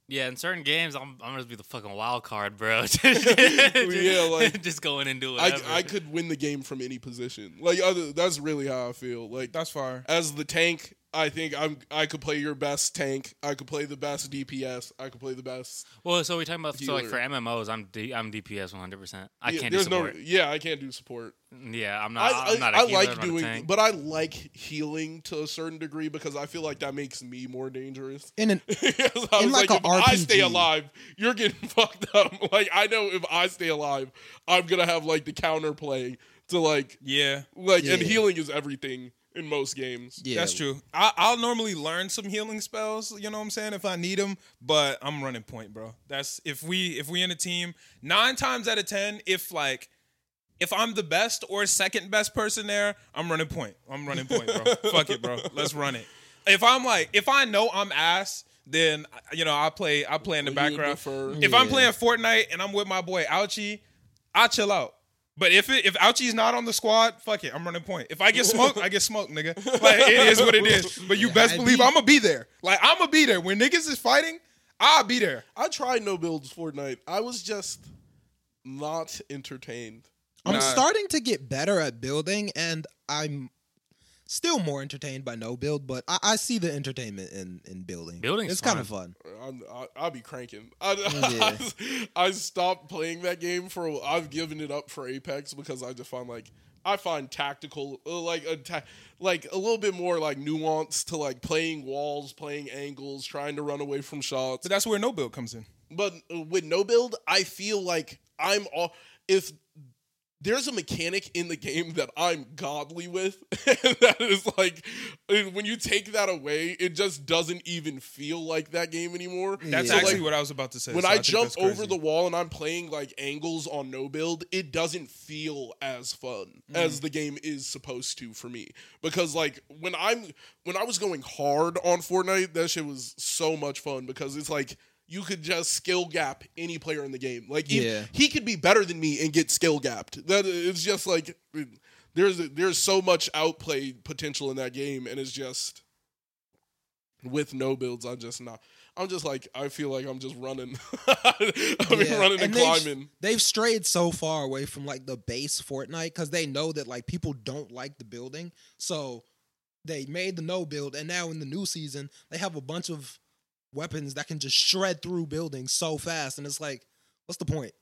yeah in certain games I'm I'm gonna be the fucking wild card, bro.
Yeah, like,
just go in and do
I,
whatever.
I could win the game from any position. Like other, that's really how I feel. Like
That's fire.
as the tank, I think I'm I could play your best tank. I could play the best DPS. I could play the best.
Well, so we talking about so like
Healer.
for MMOs, I'm D, I'm DPS 100. percent I
Yeah,
can't do
there's no.
support.
Yeah, I can't do support.
yeah, I'm not. I,
I
am
I,
not a
I
healer,
like
I'm not a
doing,
tank.
but I like healing to a certain degree because I feel like that makes me more dangerous.
In an
'Cause I
In
was like,
like a
if I stay
RPG.
alive, you're getting fucked up. Like I know if I stay alive, I'm gonna have like the counterplay to like
Yeah.
like and
Yeah.
healing is everything in most games.
yeah,
That's true. I, I'll normally learn some healing spells. You know what I'm saying? If I need them, but I'm running point, bro. That's if we if we in a team nine times out of ten. If like if I'm the best or second best person there, I'm running point. I'm running point, bro. Fuck it, bro. Let's run it. If I'm like if I know I'm ass, then you know I play I play in the
You would
background.
prefer-
If I'm
Yeah.
playing Fortnite and I'm with my boy Ouchie, I chill out. But if it, if Ouchie's not on the squad, fuck it, I'm running point. If I get smoked, I get smoked, nigga. Like it is what it is. But you best
I
believe
be-
I'm gonna be there. Like I'm gonna be there when niggas is fighting. I'll be there.
I tried no builds Fortnite. I was just not entertained.
I'm
Nah.
starting to get better at building, and I'm still more entertained by no build. But I, I see the entertainment in in building.
Building's
it's kind
fun.
of fun.
I'm, I, I'll be cranking. I,
Yeah.
I, stopped playing that game for. a- I've given it up for Apex because I just find like I find tactical, uh, like a ta- like a little bit more like nuance to like playing walls, playing angles, trying to run away from shots.
So that's where no build comes in.
But with no build, I feel like I'm all if there's a mechanic in the game that I'm godly with, and that is like when you take that away, it just doesn't even feel like that game anymore.
That's
Yeah.
So,
actually
like,
what I was about to say.
when
so
I
think
jump
that's
over
crazy.
the wall and I'm playing like angles on no build, it doesn't feel as fun as the game is supposed to for me. Because like when I'm when I was going hard on Fortnite, that shit was so much fun because it's like you could just skill gap any player in the game. Like if-
Yeah.
he could be better than me and get skill gapped. That it's just like there's there's so much outplay potential in that game, and it's just with no builds, I'm just not. I'm just like I feel like I'm just running. I've been
Yeah,
running and,
they've-
climbing.
They've, strayed so far away from like the base Fortnite because they know that like people don't like the building, so they made the no build, and now in the new season they have a bunch of weapons that can just shred through buildings so fast, and it's like, what's the point?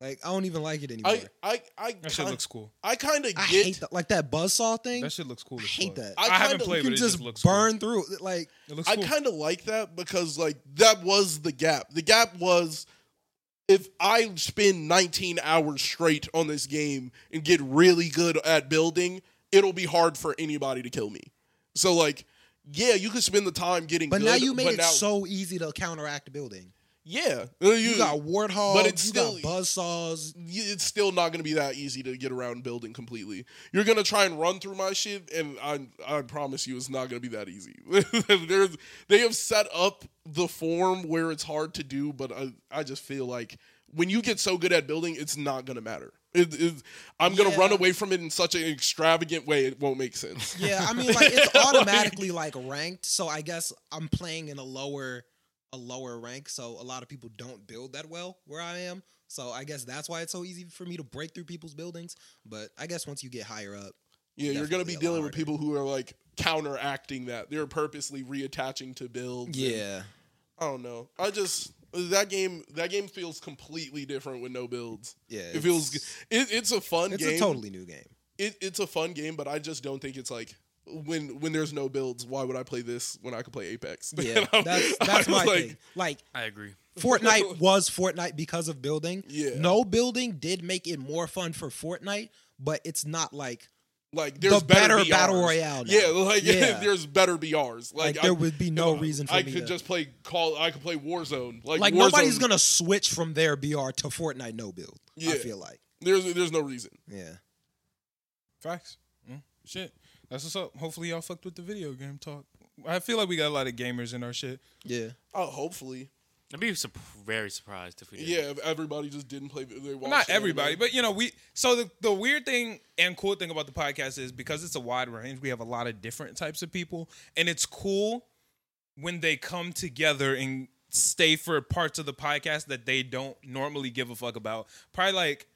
Like I don't even like it anymore.
I I I
that shit
kin-
looks cool.
I kind of
I hate
get
that, like that buzzsaw thing.
That shit looks cool.
I
as
hate
fuck.
that.
I,
I
haven't
kinda-
played,
you
but
can
it
just,
just looks
burn through. it, Like
Cool. It looks
I
cool.
kind of like that because like that was the gap. The gap was if I spend 19 hours straight on this game and get really good at building, it'll be hard for anybody to kill me. So like, yeah, you could spend the time getting.
But
good,
now you made
but
it
now-
so easy to counteract building.
yeah.
You got warthogs,
but it's
you
still-
got buzzsaws.
y- it's still not going to be that easy to get around building completely. You're going to try and run through my shit, and I I promise you, it's not going to be that easy. There's, they have set up the form where it's hard to do, but I, I just feel like when you get so good at building, it's not going to matter. It, it, I'm going to
Yeah.
run away from it in such an extravagant way; it won't make sense.
Yeah, I mean, like it's automatically like ranked. So I guess I'm playing in a lower, a lower rank. So a lot of people don't build that well where I am. So I guess that's why it's so easy for me to break through people's buildings. But I guess once you get higher up,
Yeah, you're going to be
Definitely a lot
dealing with
harder.
people who are like counteracting that; they're purposely reattaching to builds. and- I don't know. I just that game that game feels completely different with no builds.
yeah,
It feels
it's-
it, it's a fun
It's
game.
a totally new game.
it, it's a fun game, but I just don't think it's like when when there's no builds. Why would I play this when I could play Apex?
Yeah,
And I-
that's
I
that's
was
my
like,
thing. Like
I agree.
Fortnite was Fortnite because of building.
Yeah.
No building did make it more fun for Fortnite, but it's not like
Like there's
the better,
BRs.
battle royale. now.
Yeah, like
Yeah.
there's better BRs.
like,
Like,
there
I,
would be no reason for
I
me
could
to,
just play call. I could play Warzone. Like,
like
Warzone,
nobody's gonna switch from their BR to Fortnite no build.
Yeah.
I feel like
There's there's no reason.
yeah.
Facts. Mm, shit. That's what's up. Hopefully y'all fucked with the video game talk. I feel like we got a lot of gamers in our shit.
Yeah,
Oh, hopefully.
I'd be sup- very surprised if we did.
Yeah. if everybody just didn't play. They watched
Not
anime.
everybody, but you know, we so the, the weird thing and cool thing about the podcast is because it's a wide range, we have a lot of different types of people, and it's cool when they come together and stay for parts of the podcast that they don't normally give a fuck about. Probably like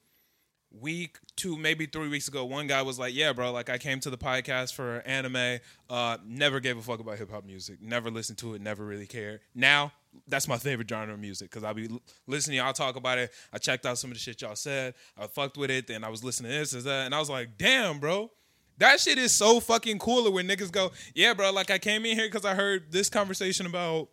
week two, maybe three weeks ago, one guy was like, "Yeah, bro, like I came to the podcast for anime. Uh, never gave a fuck about hip hop music. Never listened to it. Never really cared. Now that's my favorite genre of music because I'll be l- listening. I'll talk about it. I checked out some of the shit y'all said. I fucked with it. Then I was listening to this and that, and I was like, "Damn, bro." That shit is so fucking cooler when niggas go, yeah, bro. Like I came in here because I heard this conversation about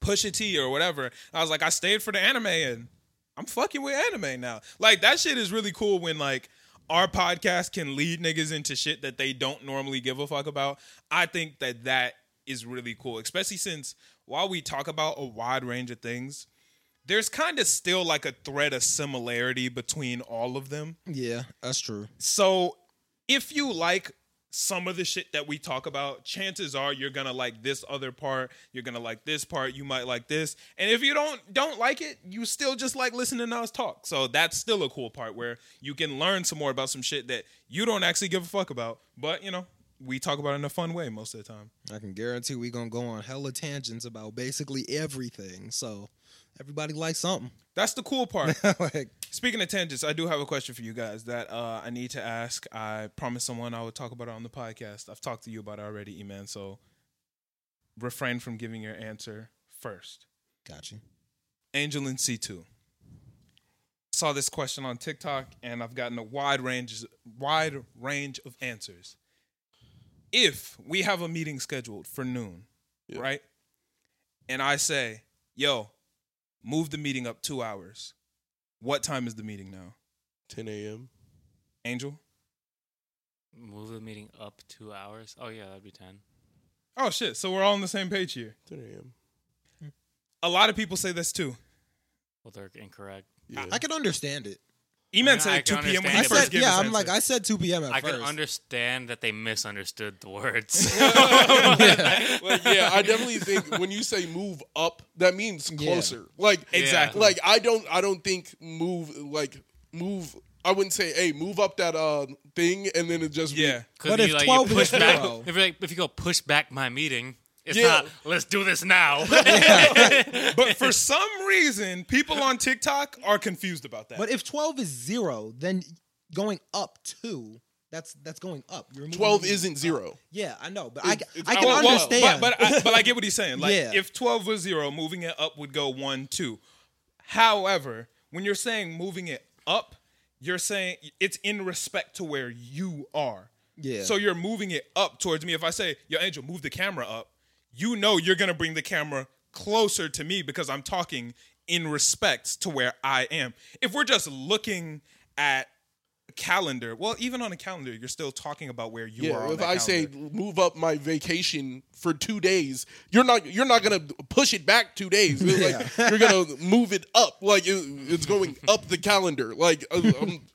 Pusha T or whatever. I was like, I stayed for the anime and I'm fucking with anime now. Like that shit is really cool when like our podcast can lead niggas into shit that they don't normally give a fuck about. I think that that is really cool, especially since while we talk about a wide range of things, there's kind of still like a thread of similarity between all of them.
yeah, that's true.
So if you like some of the shit that we talk about, chances are you're gonna like this other part, you're gonna like this part, you might like this. And if you don't don't like it, you still just like listening to us talk. So that's still a cool part where you can learn some more about some shit that you don't actually give a fuck about. But you know, we talk about it in a fun way most of the time.
I can guarantee we gonna go on hella tangents about basically everything. So everybody likes something.
That's the cool part.
like
Speaking of tangents, I do have a question for you guys that uh, I need to ask. I promised someone I would talk about it on the podcast. I've talked to you about it already, Eman, so refrain from giving your answer first.
got you.
Angel in C2. Saw this question on TikTok and I've gotten a wide range wide range of answers. If we have a meeting scheduled for noon,
Yeah.
right? And I say, "Yo, move the meeting up 2 hours." What time is the meeting now?
10 a.m.
Angel?
Move the meeting up two hours. Oh yeah, that'd be ten.
Oh shit, so we're all on the same page here.
10 a.m.
A lot of people say this too.
Well, they're incorrect.
Yeah.
I can understand it.
Eman
Yeah, I
said
can
2 p.m.
understand
when he
I
And it.
first
said,
gave
yeah,
his
I'm
answer.
like, I said 2 p.m. at
I
first.
can understand that they misunderstood the words.
like yeah, I definitely think when you say move up, that means closer. Like
Exactly.
Like I don't I don't think move like move I wouldn't say hey, move up that uh thing and then it just be-
yeah.
Because
But
you,
if
like,
12
you
is
push back,
zero.
if, you like, if you go push back my meeting, it's
Yeah.
not let's do this now.
But for some reason, people on TikTok are confused about that.
But if 12 is zero, then going up two, that's that's going up. You're moving
12
the-
isn't zero.
Yeah, I know, but I,
It's- it's
I can
our
Well,
wall,
well,
understand.
But, but, I, but I get what he's saying. Like,
Yeah.
if 12 was zero, moving it up would go one, two. However, when you're saying moving it up, you're saying it's in respect to where you are.
Yeah.
So you're moving it up towards me. If I say, yo, Angel, move the camera up, you know you're going to bring the camera closer to me because I'm talking in respect to where I am. If we're just looking at calendar, well, even on a calendar, you're still talking about where you are.
Yeah,
on
if
that
I say
calendar.
move up my vacation for two days, you're not you're not gonna push it back two days. It's like, you're gonna move it up. Like it, it's going up the calendar. Like uh, um,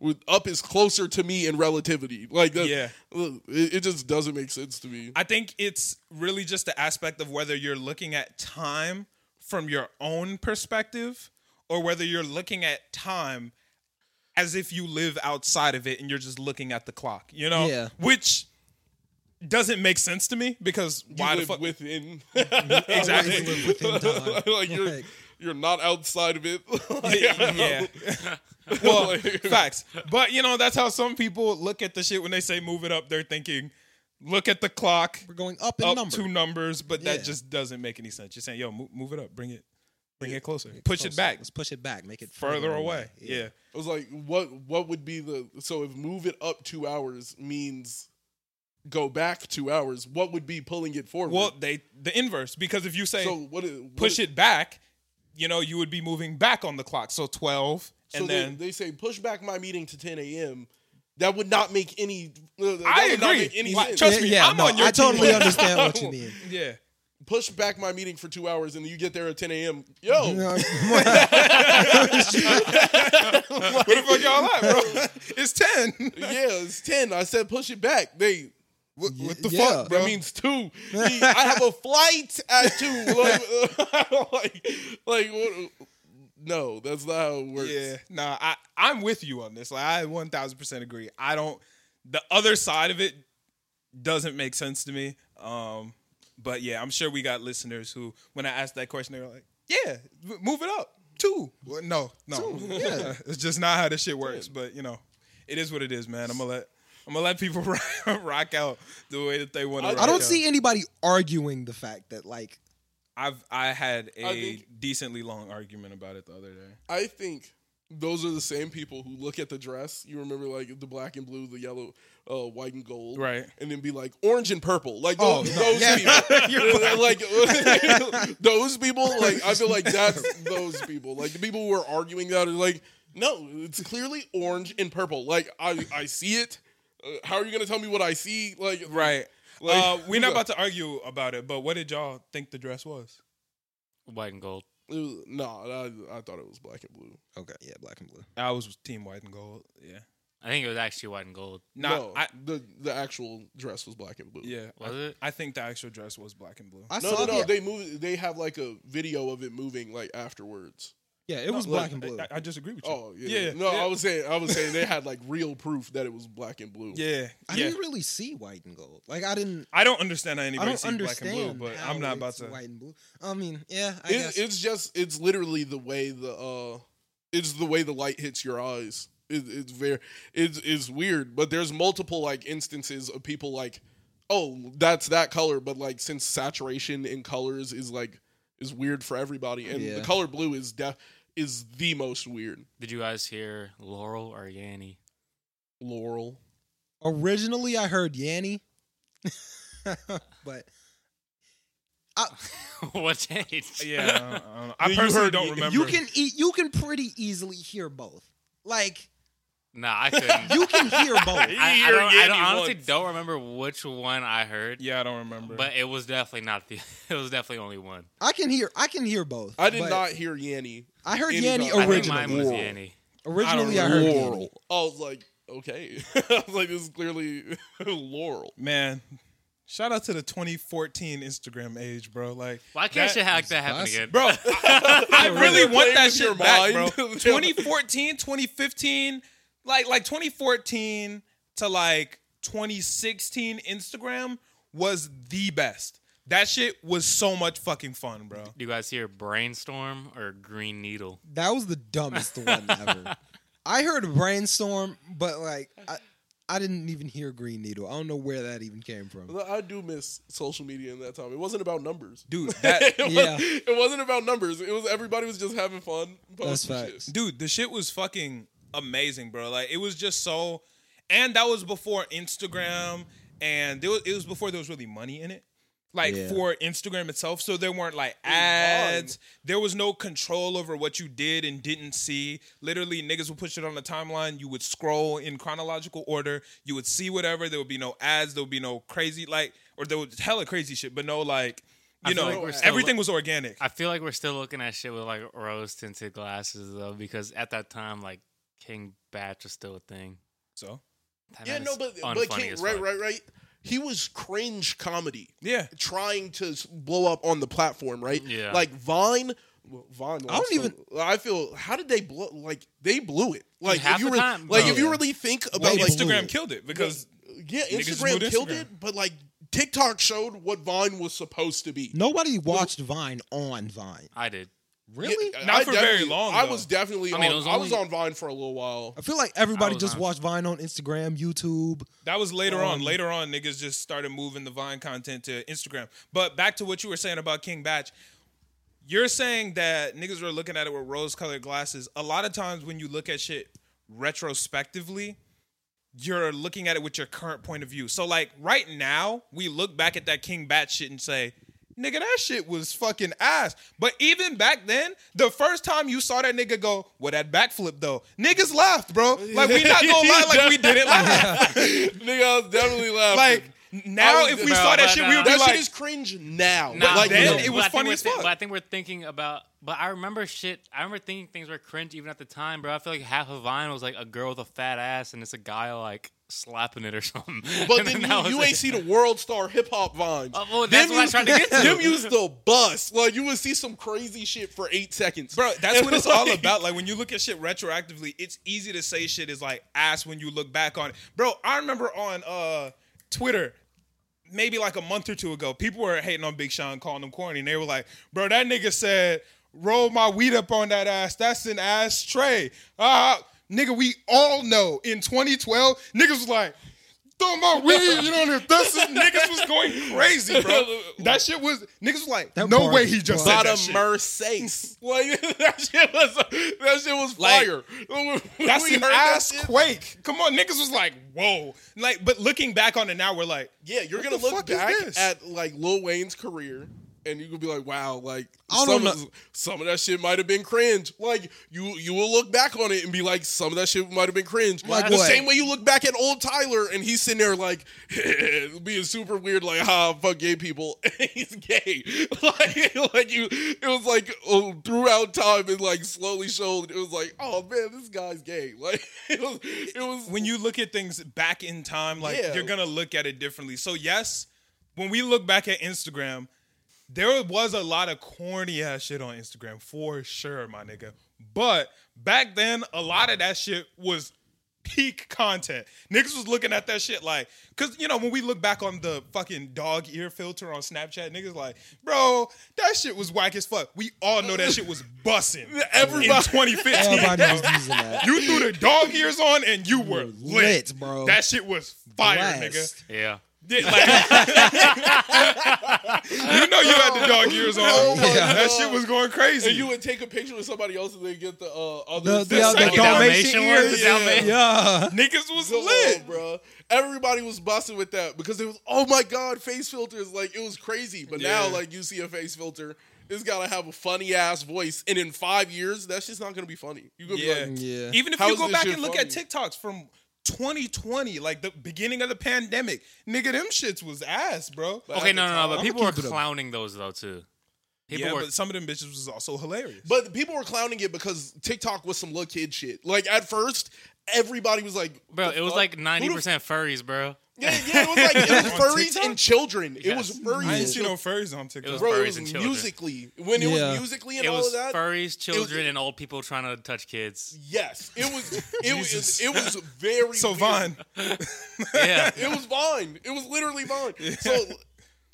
with- up is closer to me in relativity. Like that,
Yeah.
it, it just doesn't make sense to me.
I think it's really just the aspect of whether you're looking at time from your own perspective or whether you're looking at time as if you live outside of it and you're just looking at the clock, you know?
Yeah.
Which doesn't make sense to me because
You
why the
live
fuck
within
Exactly.
Always live within time.
like you're
Like-
you're not outside of it.
yeah. well, facts. But you know, that's how some people look at the shit when they say move it up, they're thinking look at the clock
We're going up in
up
number.
two numbers, but
Yeah.
that just doesn't make any sense. You're saying, "Yo, move, move it up, bring it, bring it closer,
Get
push
closer.
it back,
Let's Oh, push it back. Make it
further away." Yeah.
I was like, what what would be the so if move it up two hours means go back two hours, what would be pulling it forward?
Well, they the inverse because if you say
so what i- what-
push it back, you know, you would be moving back on the clock. So twelve,
So
and
they,
then
they say push back my meeting to ten a.m. That would not make any. uh, that
I
would not
agree.
make any
Like,
sense.
trust
Yeah,
me,
yeah,
I'm
no,
on your
I totally
team.
understand what you mean.
yeah,
Push back my meeting for two hours, and you get there at ten a.m. Yo,
where the fuck y'all at, bro? it's ten.
yeah, it's ten. I said push it back. They. What, what the
Yeah.
fuck? That means two. Me, I have a flight at two. Like, like, like, what? No, that's not how it works.
Yeah, nah, I I'm with you on this. Like I 1000 percent agree. I don't. The other side of it doesn't make sense to me. Um, but yeah, I'm sure we got listeners who, when I asked that question, they were like, "Yeah, m- move it up two. Well, no, no,
yeah.
it's just not how this shit works. But you know, it is what it is, man. I'm gonna let I'm gonna let people rock out the way that they want to.
I- I
I don't
out.
see anybody arguing the fact that like
I've I had a
I think-
decently long argument about it the other day.
I think those are the same people who look at the dress. You remember, like the black and blue, the yellow, uh, white and gold,
Right.
And then be like orange and purple, like
Oh,
those,
no,
those
yeah.
people, like those people. Like I feel like that's those people, like the people who are arguing that are like, no, it's clearly orange and purple. Like I, I see it. Uh, how are you gonna tell me what I see? Like
Right.
Like-
uh, we're not about to argue about it, but what did y'all think the dress was?
White and gold.
it was- no, uh, I, I thought it was black and blue.
okay, yeah, black and blue.
I was team white and gold. Yeah.
I think it was actually white and gold.
Nah,
no,
I,
the the actual dress was black and blue.
yeah.
Was
I,
it?
I think the actual dress was black and blue.
I
No,
saw
no, no.
the-
They move. They have like a video of it moving like afterwards.
yeah, it was
No,
black
look,
and blue.
I, I disagree with you.
Oh yeah. no, I was saying. I was saying they had like real proof that it was black and blue.
Yeah.
I
yeah.
didn't really see white and gold. Like I didn't.
I don't understand how
I
anybody
don't
sees black
understand.
and blue, but
how
I'm not about
it's
to.
White and blue. I mean, yeah, I
It,
guess.
it's just. It's literally the way the. uh It's the way the light hits your eyes. It, it's very. It's it's weird, but there's multiple like instances of people like, oh, that's that color, but like since saturation in colors is like is weird for everybody, and the
Yeah.
color blue is def is the most weird.
Did you guys hear Laurel or Yanny?
Laurel.
Originally, I heard Yanny, but
what changed?
Yeah. I don't- I, don't know. I
You
personally
heard-
don't
you
remember.
you can e- you can pretty easily hear both. Like
Nah, I couldn't.
you can hear both.
I, I
hear
don't, I
Yanny
don't- honestly
once.
don't remember which one I heard,
Yeah, I don't remember.
but it was definitely not the. It was definitely only one.
I can hear I can hear both.
I did
but
not hear Yanny.
I heard
any
Yanny
of- I
I think
Original.
mine was
originally.
Laurel.
Yanny.
Originally, I, heard Yanny.
Laurel. I was like, okay. I was like, this is clearly Laurel.
Man, shout out to the 2014 Instagram age, bro. Like,
Why can't
that-
shit have that happen
classic.
again?
Bro, I, I really
They're
want
playing
that
with your
shit back,
mind.
bro. 2014, 2015, like like 2014 to like 2016 Instagram was the best. That shit was so much fucking fun, bro.
Do you guys hear brainstorm or green needle?
That was the dumbest one ever. I heard brainstorm, but like I, I didn't even hear Green Needle. I don't know where that even came from.
I do miss social media in that time. It wasn't about numbers.
Dude, that
It,
Yeah.
was, it wasn't about numbers. It was everybody was just having fun.
That's
posting shit.
facts.
dude, the shit was fucking amazing, bro. Like it was just so and that was before Instagram and there was, it was before there was really money in it. like
Yeah.
for Instagram itself. So there weren't like ads. There was no control over what you did and didn't see. Literally, niggas would push it on the timeline. You would scroll in chronological order. You would see whatever. There would be no ads. There would be no crazy like or there was hella crazy shit, but no like
I
you
feel
know
like we're still-
everything was organic.
I feel like we're still looking at shit with like rose tinted glasses though, because at that time, like King Batch was still a thing.
so
That
yeah,
man
no,
is
but
unfunny
but King,
as
right,
fuck.
right, right. He was cringe comedy.
yeah,
trying to s- blow up on the platform, right?
Yeah.
Like Vine, well, Vine.
I don't
lost
even-
the- I feel. How did they blow? Like they blew it. Like
half
if you
the
re-
time,
like
bro.
if you
Yeah.
really think about
Well,
like
Instagram
blew it.
killed it because
yeah,
Niggas just
Instagram
moved
killed
Instagram.
it, but like TikTok showed what Vine was supposed to be.
Nobody watched Vine on Vine.
I did.
Really?
Yeah, uh,
Not
I
for very
definitely-
long,
I
though.
was definitely.
I mean,
on,
it was
I was
only-
on Vine for a little while.
I feel like everybody
was
just
on-
watched Vine on Instagram, YouTube.
That was later on.
Um,
Later on, niggas just started moving the Vine content to Instagram. But back to what you were saying about King Batch. You're saying that niggas were looking at it with rose colored glasses. A lot of times when you look at shit retrospectively, you're looking at it with your current point of view. So, like, right now, we look back at that King Bat shit and say, nigga, that shit was fucking ass. But even back then, the first time you saw that nigga go, well, that backflip though, niggas laughed, bro. Like, we not gonna lie, like, we didn't laugh.
Nigga, I was definitely laughing.
Like now,
I was-
if we
Nah,
saw that
nah,
shit,
nah,
we
nah.
would be
that
like,
shit is cringe now.
Nah,
like
then
no.
it was
but I think
funny
we're
as
thi-
fuck.
But I think we're thinking about. But I remember shit. I remember thinking things were cringe even at the time, bro. I feel like half of Vine was like a girl with a fat ass, and it's a guy like slapping it or something.
But
And
then
that was
you, you
it.
ain't see the world star hip hop vines.
Oh, well, that's
them
what I
used
tried to get to.
Them used to bust. Like you would see some crazy shit for eight seconds,
bro, that's
And
what it's
like-
all about. Like when you look at shit retroactively, it's easy to say shit is like ass when you look back on it. Bro, I remember on uh Twitter. Maybe like a month or two ago, people were hating on Big Sean, calling him corny. And they were like, "Bro, that nigga said roll my weed up on that ass. That's an ass tray." Ah, nigga, we all know in 2012, niggas was like, "Throw my weed on it." That's an-" niggas was going crazy, bro. That shit was niggas was like,
That
"No
bar
way, he just
was-
said
Bada
that shit."
Mercedes. Like that shit was that shit was
Like,
fire.
That's
We
an
heard that
ass
shit.
quake. Come on, niggas was like, whoa. Like, but looking back on it now, we're like,
Yeah, you're
What
gonna
the
look
fuck is
back
this?
at like Lil Wayne's career. And you could be like, wow, like
I
some
don't
of,
know.
some of that shit might have been cringe. Like you, you will look back on it and be like, some of that shit might have been cringe.
Like
the
what?
same way you look back at old Tyler and he's sitting there like being super weird, like, ha, fuck gay people. And he's gay. Like, like you, it was like oh, throughout time and like slowly showed. It was like, oh man, this guy's gay. Like it was, it was
when you look at things back in time, like
Yeah.
you're gonna look at it differently. So yes, when we look back at Instagram, there was a lot of corny ass shit on Instagram for sure, my nigga. But back then, a lot of that shit was peak content. Niggas was looking at that shit like, cause you know when we look back on the fucking dog ear filter on Snapchat, niggas like, bro, that shit was whack as fuck. We all know that shit was bussing. in
Everybody-
2015.
Everybody
bro.
was using that.
You threw the dog ears on and you were lit,
lit, bro.
That shit was fire, nigga.
Blast.
Yeah.
Yeah, like- you know you had the dog ears on.
Oh my
that
God.
shit was going crazy.
And you would take a picture with somebody else and then get the uh, other.
The, the, the,
second
Dalmatian
Dalmatian ears.
ones, the
Yeah.
Dalmatian-
yeah.
Niggas was
Come
lit.
on, bro. Everybody was busting with that because it was oh my god, face filters like it was crazy. But now
Yeah.
like you see a face filter, it's gotta have a funny ass voice, and in five years that's just not gonna be funny. You gonna
Yeah.
be like,
Yeah.
Even if
How
you
is
go
this
back
shit
and look at
funny?
TikToks from 2020, like the beginning of the pandemic, nigga, them shits was ass, bro.
Okay, no, no, no. But
I'ma
people were
keep it up.
clowning those though too. People
yeah,
were.
but some of them bitches was also hilarious.
but people were clowning it because TikTok was some little kid shit. Like at first, everybody was like,
Bro,
"The
it was
fuck?
like
Who the
ninety percent furries, bro.
Yeah, yeah, it was like it was
On
furries
TikTok?
and children. It
Yes.
was furries.
I
and
ain't seen
chil-
no furries on TikTok.
was
Bro,
Furries
it was
and children.
musically when it
Yeah.
was musically and
It
all
was
of that.
furries, children, and old people trying to touch kids.
Yes, it was. It
Jesus.
was. It was very.
so
weird.
Vaughn,
Yeah.
It was Vine. It was literally Vine. So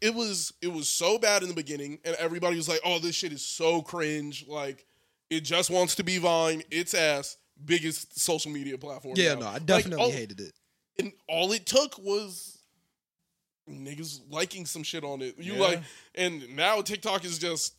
it was. It was so bad in the beginning, and everybody was like, "Oh, this shit is so cringe. Like, it just wants to be Vine. It's ass." Biggest social media platform.
Yeah,
now.
no, I
Like, oh.
definitely
all-
hated it.
And all it took was niggas liking some shit on it. You
Yeah.
like, and now TikTok is just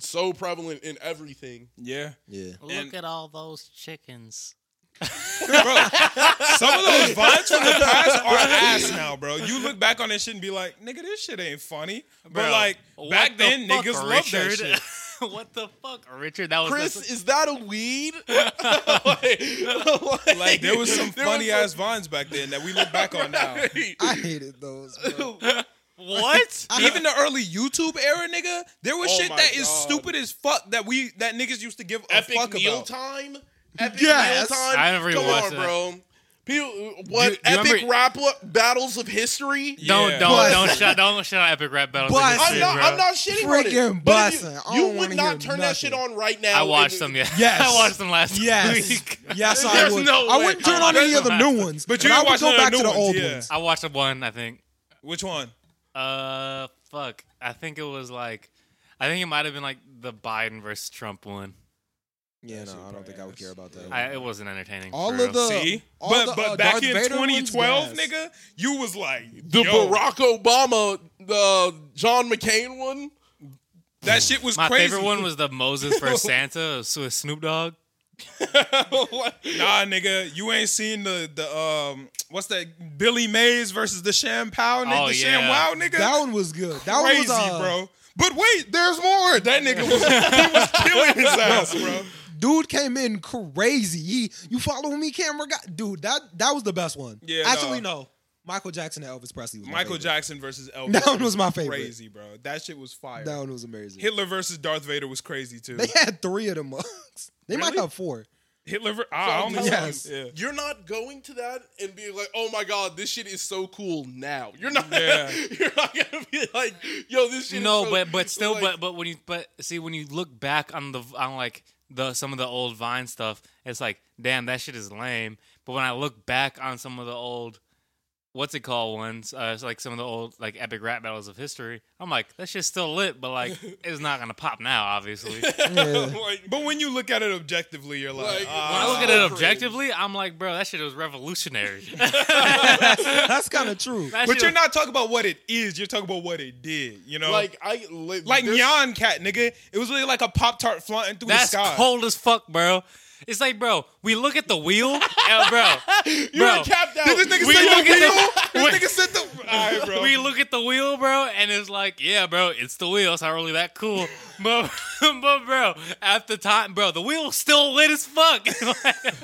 so prevalent in everything.
yeah.
Yeah.
Look at all those chickens.
bro. Some of those vines from the past are ass now, bro. You look back on this shit and be like, nigga, this shit ain't funny. But
Bro,
like
what
back
the
then,
fuck,
niggas loved that
Richard?
shit.
what the fuck, Richard? That was
Chris,
the-
is that a weed? like,
Like there was some
there
funny
was
ass vines back then that we look back on now.
I hated those. Bro.
what?
Even the early YouTube era, nigga, there was
Oh
shit
my
that is
God.
stupid as fuck that we that niggas used to give a
epic
fuck
meal
about.
time. Epic
Yes.
meal time.
I never
Come
rewatched
on,
that.
bro. People, what
Do- do you
epic
remember-
rap battles of history?
Don't
Yeah.
don't
But-
don't shut don't shut out epic rap battles.
But-
Like
I'm
this,
not.
bro.
I'm not shitting on it.
Freaking
But if you-
bussin'. I
You,
don't
would
wanna
not
hear
turn that shit
nothing.
on right now.
I watched
and-
them. Yeah,
Yes.
I watched them last
Yes,
week.
yes, I
There's
would.
no
I
way.
wouldn't turn on any of the new ones,
But you
I
can
would
watch
go
none of
back
the
to the
new
old
ones, yeah.
ones.
I watched one. I think.
Which one?
Uh, fuck. I think it was like, I think it might have been like the Biden versus Trump one.
Yeah, no,
shit
I don't think I
probably
would care about that.
I, it wasn't entertaining.
all
for
of
real.
the
See,
all
but
the,
but
uh,
back
Darth
in
Vader ones,
2012,
yes.
nigga, you was like
The
yo,
Barack Obama, the John McCain one.
That shit was
My
crazy.
favorite one was the Moses versus Santa with Snoop Dogg.
Nah, nigga, you ain't seen the the um what's that Billy Mays versus the Sham Pow nigga,
Oh,
the
yeah.
Sham Wow nigga.
That one was good. That
crazy,
one was uh,
bro. But wait, there's more. That nigga was he was killing his ass, bro.
Dude came in crazy. He, you following me, camera guy? Dude, that that was the best one.
Yeah,
actually,
no.
no. Michael Jackson and Elvis Presley. Was my
Michael
favorite.
Jackson versus Elvis.
That one was my favorite.
Crazy, bro. That shit was fire.
That one was amazing.
Hitler versus Darth Vader was crazy too.
They had three of them mugs. They might
Really?
have four.
Hitler, ver- ah, I
So I'm
only saw-
telling you.
yeah.
You're not going to that and being like, "Oh my god, this shit is so cool now." You're not.
Yeah.
you're not gonna be like, "Yo, this shit."
No,
is so,
but but still,
like,
but but when you but see when you look back on the on like the some of the old Vine stuff, it's like damn that shit is lame. But when I look back on some of the old, what's it called ones, uh, it's like some of the old like epic rap battles of history, I'm like that shit's still lit, but like it's not gonna pop now, obviously. when
Yeah.
like,
But when you look at it objectively, you're like,
Like,
ah,
I look at
Oh,
it
cringe.
objectively, I'm like, bro, that shit was revolutionary.
That's kind of true.
That
but
shit
you're
was-
not talking about what it is. You're talking about what it did. You know,
like I li-
like
there's-
Nyan Cat, nigga. It was really like a Pop Tart flying through
That's
the sky.
cold as fuck, bro. It's like, bro, we look at the wheel, and, bro.
You
bro,
were capped out.
Did this nigga
We
say
look
the wheel?
at the-
This nigga said the. All right, bro.
we look at the wheel, bro, and it's like, yeah, bro, it's the wheel. It's not really that cool. But, but bro, at the time, bro, the wheel's still lit as fuck.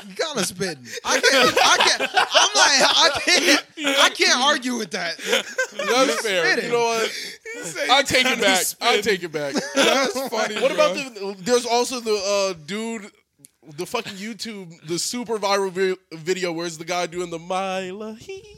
Like,
You kind of spitting. I can't. I can't. I'm like, I can't. I can't argue with that.
That's fair. You
spitting.
know what? I take it back. I take it back.
That's funny.
What about the? There's also the uh, dude, the fucking YouTube, the super viral vi- video. Where's the guy doing the Mila he?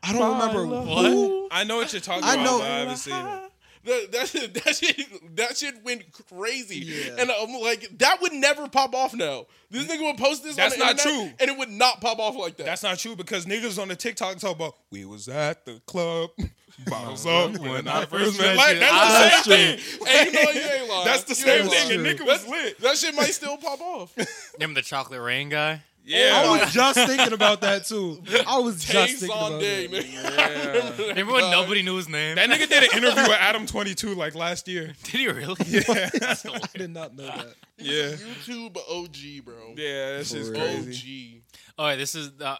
I don't remember
What?
who.
I know what you're talking
I
about.
know-
but I haven't seen it.
That, that, shit, that shit, that shit went crazy,
Yeah.
and I'm like, that would never pop off now. This nigga would post this.
That's
on the
not true.
internet, and it would not pop off like that.
That's not true because niggas on the TikTok talk about we was at the club, bottles up when I first met you. Like, that's the same thing.
Hey, you know what? You ain't lying.
That's the
You
same
ain't
that's
thing.
lying.
And
true.
nigga was lit.
That shit might still pop off.
Him, the chocolate rain guy.
I
Yeah.
was just thinking about that too. I was
Days
just thinking
on
about
day,
it.
man.
Remember when nobody knew his name?
That nigga did an interview with Adam 22 like last year.
Did he really? That's hilarious.
I did not know that.
Yeah.
YouTube OG, bro.
Yeah, that shit's
For real.
crazy.
OG.
All right, this is. Uh,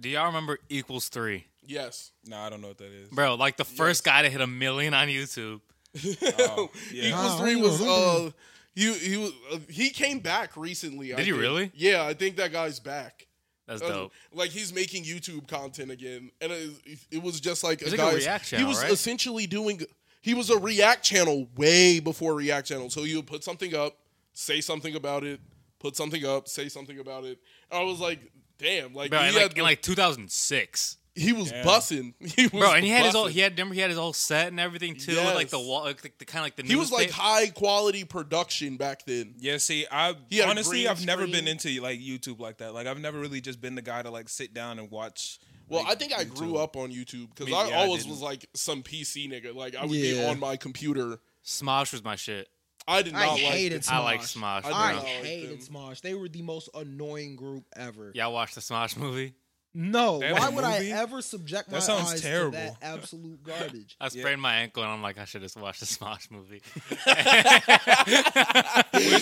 do y'all remember equals three,
Yes.
Nah, I don't know what that is.
bro? Like the first guy to hit a million on YouTube.
Oh, yeah.
Equals
Nah,
three
I
was
remember.
uh, he he was- uh, he came back recently. I
Did he
think.
really?
Yeah, I think that guy's back.
That's
Uh,
dope.
Like he's making YouTube content again, and it, it was just like a
It's like a
guy's.
React
he
channel,
was
right?
essentially doing. He was a React channel way before React channel, so he would put something up, say something about it, put something up, say something about it. And I was like, damn, like
Bro,
he,
in
had
like,
the-
in like 2006.
he was
Yeah.
bussing. He was
Bro, and he had his
bussin'.
old. He had remember he had his whole set and everything too, with like the
Yes.
wall, like the, the kind of like the.
He was like
newspa-
high quality production back then.
Yeah, see, I
He had a
honestly
green
I've never
screen.
been into like YouTube like that. Like I've never really just been the guy to like sit down and watch.
Well,
like,
I think I grew
YouTube.
up on YouTube because
Me-
I
yeah, I
always
didn't.
was like some PC nigga. Like I would be
Yeah.
on my computer.
Smosh was my shit.
I did not
I
like
hated
it.
Smosh.
I like Smosh.
I
bro.
I
don't like
hated
them.
Smosh. They were the most annoying group ever.
Y'all watched the Smosh movie?
No,
They had
why
a
would
movie?
I ever subject my
That sounds
eyes
terrible.
to that absolute garbage?
I sprained my ankle and I'm like, I should just watch the Smosh movie.
Where's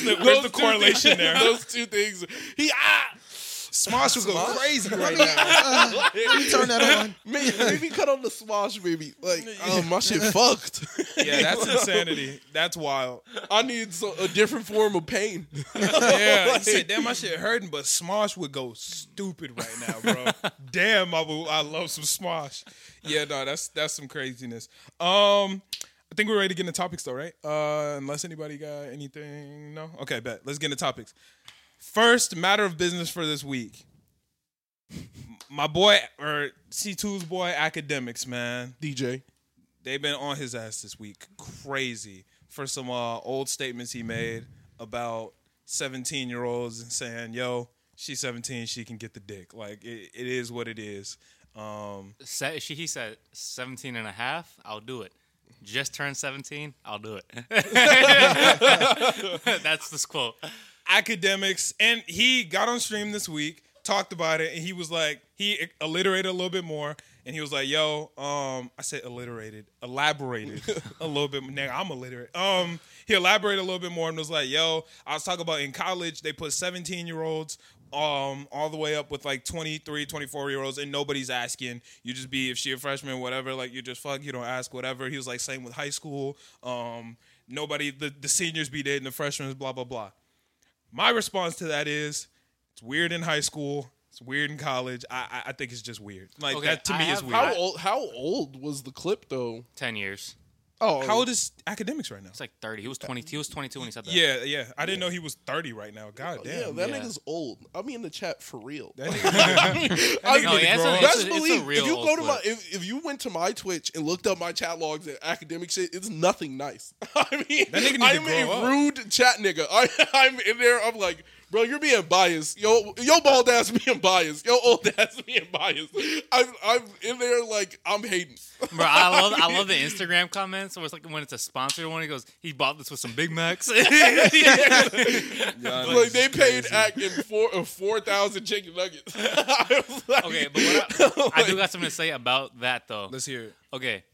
the,
Those
where's the
two
correlation
things-
there?
Those two things. He ah.
Smosh would go
Smosh?
crazy
Let
right
me,
now.
uh, let me turn that on.
Maybe, maybe cut on the smosh, baby. Like, oh, my shit fucked.
Yeah, that's insanity. That's wild.
I need so, a different form of pain.
Yeah, he said, "Damn, my shit hurting," but Smosh would go stupid right now, bro. Damn, I would, I love some Smosh. Yeah, no, that's that's some craziness. Um, I think we're ready to get into topics though, right? Uh, unless anybody got anything, no. Okay, bet. Let's get into topics. First matter of business for this week. My boy or C2's boy academics, man
DJ.
they've been on his ass this week, crazy for some uh, old statements he made about 17 year olds and saying, "Yo, she's 17, she can get the dick." Like it, it is what it is. Um,
Se- she, he said 17 and a half, I'll do it. Just turned 17, I'll do it. That's this quote.
academics, and he got on stream this week, talked about it, and he was like, he alliterated a little bit more. And he was like, "Yo, um, I said alliterated, elaborated a little bit. Nigga, I'm illiterate. Um, he elaborated a little bit more and was like, "Yo, I was talking about in college they put 17 year olds um all the way up with like 23 24 year olds and nobody's asking you just be if she a freshman whatever like you just fuck you don't ask whatever he was like same with high school um nobody the, the seniors be dating the freshmen blah blah blah my response to that is it's weird in high school it's weird in college i i, I think it's just weird like
Okay,
that to
I
me is
have-
weird
How
how,
old? How old was the clip though?
10 years.
Oh,
old is academics right now
It's like 30. He was 20. He was 22 when he said that.
yeah yeah i didn't know he was 30 right now god damn
Oh, yeah, that
yeah.
nigga's old. I mean, the chat for real.
That nigga-
I-
that
No,
nigga
yeah, it's
grow
a-
up.
it's
Best
a
believe
real
if you go
old
to my if, if you went to my Twitch and looked up my chat logs and academic shit, it's nothing nice. I mean,
That nigga need to
I'm a
grow up.
rude chat nigga. I, I'm in there. I'm like, bro, you're being biased. Yo, yo, bald ass being biased. Yo, old ass being biased. I'm I'm in there like I'm hating.
Bro, I love I love the Instagram comments where it's like when it's a sponsored one, he goes, he bought this with some Big Macs.
Yeah,
like they
it's
paid
crazy.
Act in four uh, four thousand chicken nuggets. I was like-
okay, but
Oh
what I, I do got something to say about that though.
let's hear it
Okay,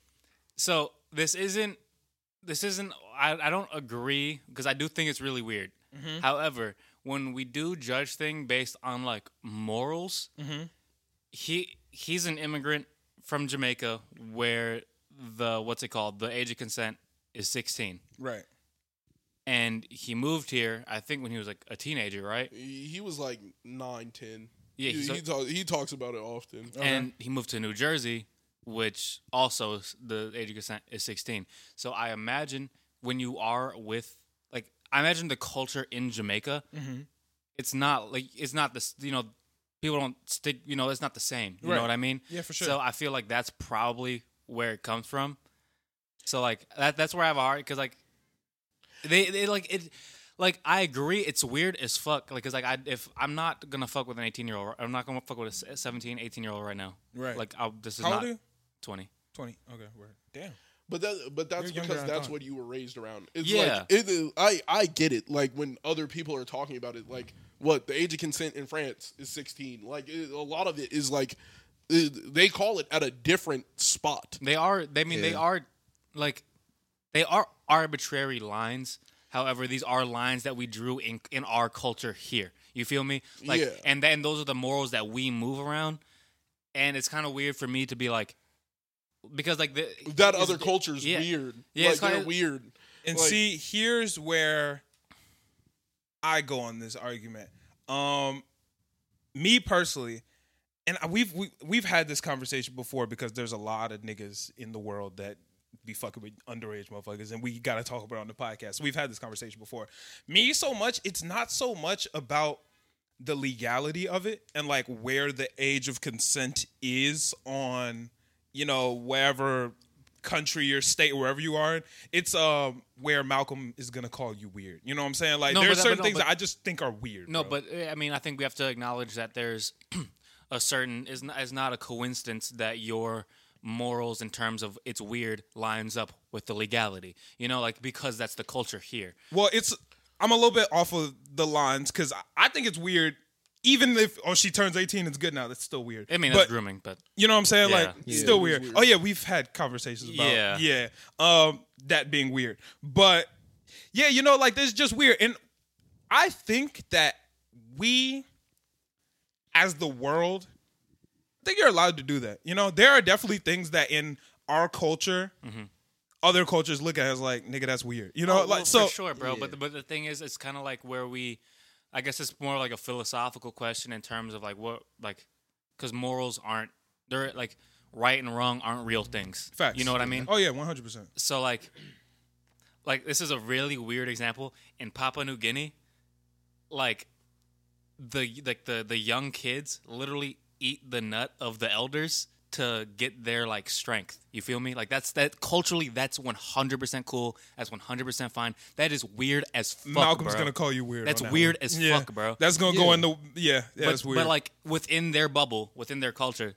so this isn't this isn't. I, I don't agree because I do think it's really weird. However, when we do judge thing based on like morals, he he's an immigrant from Jamaica where the what's it called the age of consent is sixteen,
right
and he moved here. I think when he was like a teenager, right?
He he was like nine, ten.
Yeah,
he,
he's a-
he, talk, he talks about it often.
and he moved to New Jersey, which also is- the age of consent is 16. So I imagine when you are with, like, I imagine the culture in Jamaica, it's not like it's not this, you know, people don't stick, you know, it's not the same. You
Right.
know what I mean?
Yeah, for sure.
So I feel like that's probably where it comes from. So like that, that's where I have a heart because like they, they like it. Like I agree, it's weird as fuck. Like, cause like I, if I'm not gonna fuck with an 18 year old, I'm not gonna fuck with a s- 17, 18 year old right now.
Right.
Like, I'll, this is
how old
not
are you
20.
20 okay word damn
But that, but that's
You're younger
because
than I
that's
thought.
what you were raised around. It's
Yeah.
like it is, I I get it. Like when other people are talking about it, like what the age of consent in France is sixteen. Like it, a lot of it is like it, they call it at a different spot.
They are. They I mean they
Yeah.
are like they are arbitrary lines. However, these are lines that we drew in in our culture here. You feel me? Like
Yeah.
and then those are the morals that we move around. And it's kind of weird for me to be like because like the
That
it's-
other culture's
yeah.
weird.
Yeah,
like
it's
they're
kinda-
weird.
And
Like-
see, here's where I go on this argument. Um, me personally, and I- we've we, we've had this conversation before because there's a lot of niggas in the world that be fucking with underage motherfuckers, and we got to talk about it on the podcast. we've had this conversation before. Me so much, it's not so much about the legality of it and like where the age of consent is on you know wherever country or state wherever you are in, it's um where malcolm is gonna call you weird you know what i'm saying like
No,
there are
but that-
certain
but no,
things
but-
that i just think are weird
No,
bro.
but eh, I mean, I think we have to acknowledge that there's a certain is not is not a coincidence that your morals in terms of it's weird lines up with the legality. You know, like because that's the culture here.
Well, it's I'm a little bit off of the lines because I think it's weird. Even if oh she turns 18, it's good now. That's still weird.
I mean,
but
that's grooming, but
you know what I'm saying?
Yeah.
Like
Yeah,
still
it was
weird.
weird.
Oh yeah, we've had conversations about yeah,
Yeah.
um that being weird. But yeah, you know, like this is just weird. And I think that we as the world, I think you're allowed to do that. You know, there are definitely things that in our culture,
Mm-hmm.
other cultures look at as like, nigga, that's weird. You know,
Oh, well,
like so.
for sure, bro.
yeah.
But the, but the thing is, it's kind of like where we, I guess it's more like a philosophical question in terms of like what like, because morals aren't they're like right and wrong aren't real things.
Facts.
You know what I mean?
Oh yeah, one hundred percent.
So like, like this is a really weird example in Papua New Guinea. Like, the like the the young kids literally eat the nut of the elders to get their like strength. You feel me? Like that's that culturally that's one hundred percent cool. That's one hundred percent fine. That is weird as fuck.
Malcolm's
bro.
gonna call you weird.
That's
on that
weird
one.
as
Yeah.
fuck, bro.
That's gonna go
Yeah.
in the yeah. yeah
but,
that's weird.
But like within their bubble, within their culture,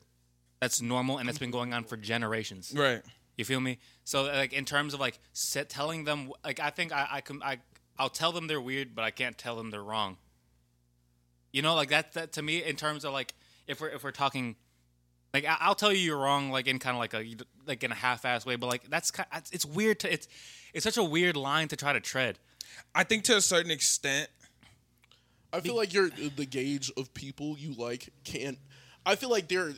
that's normal and that's been going on for generations.
right.
You feel me? So like in terms of like set, telling them like I think I I can I I'll tell them they're weird, but I can't tell them they're wrong. You know, like that that to me in terms of like if we're if we're talking like I, I'll tell you you're wrong like in kind of like a like in a half-ass way, but like that's kind it's weird to it's it's such a weird line to try to tread.
I think to a certain extent,
I feel like you're uh, the gauge of people you like can't. I feel like there,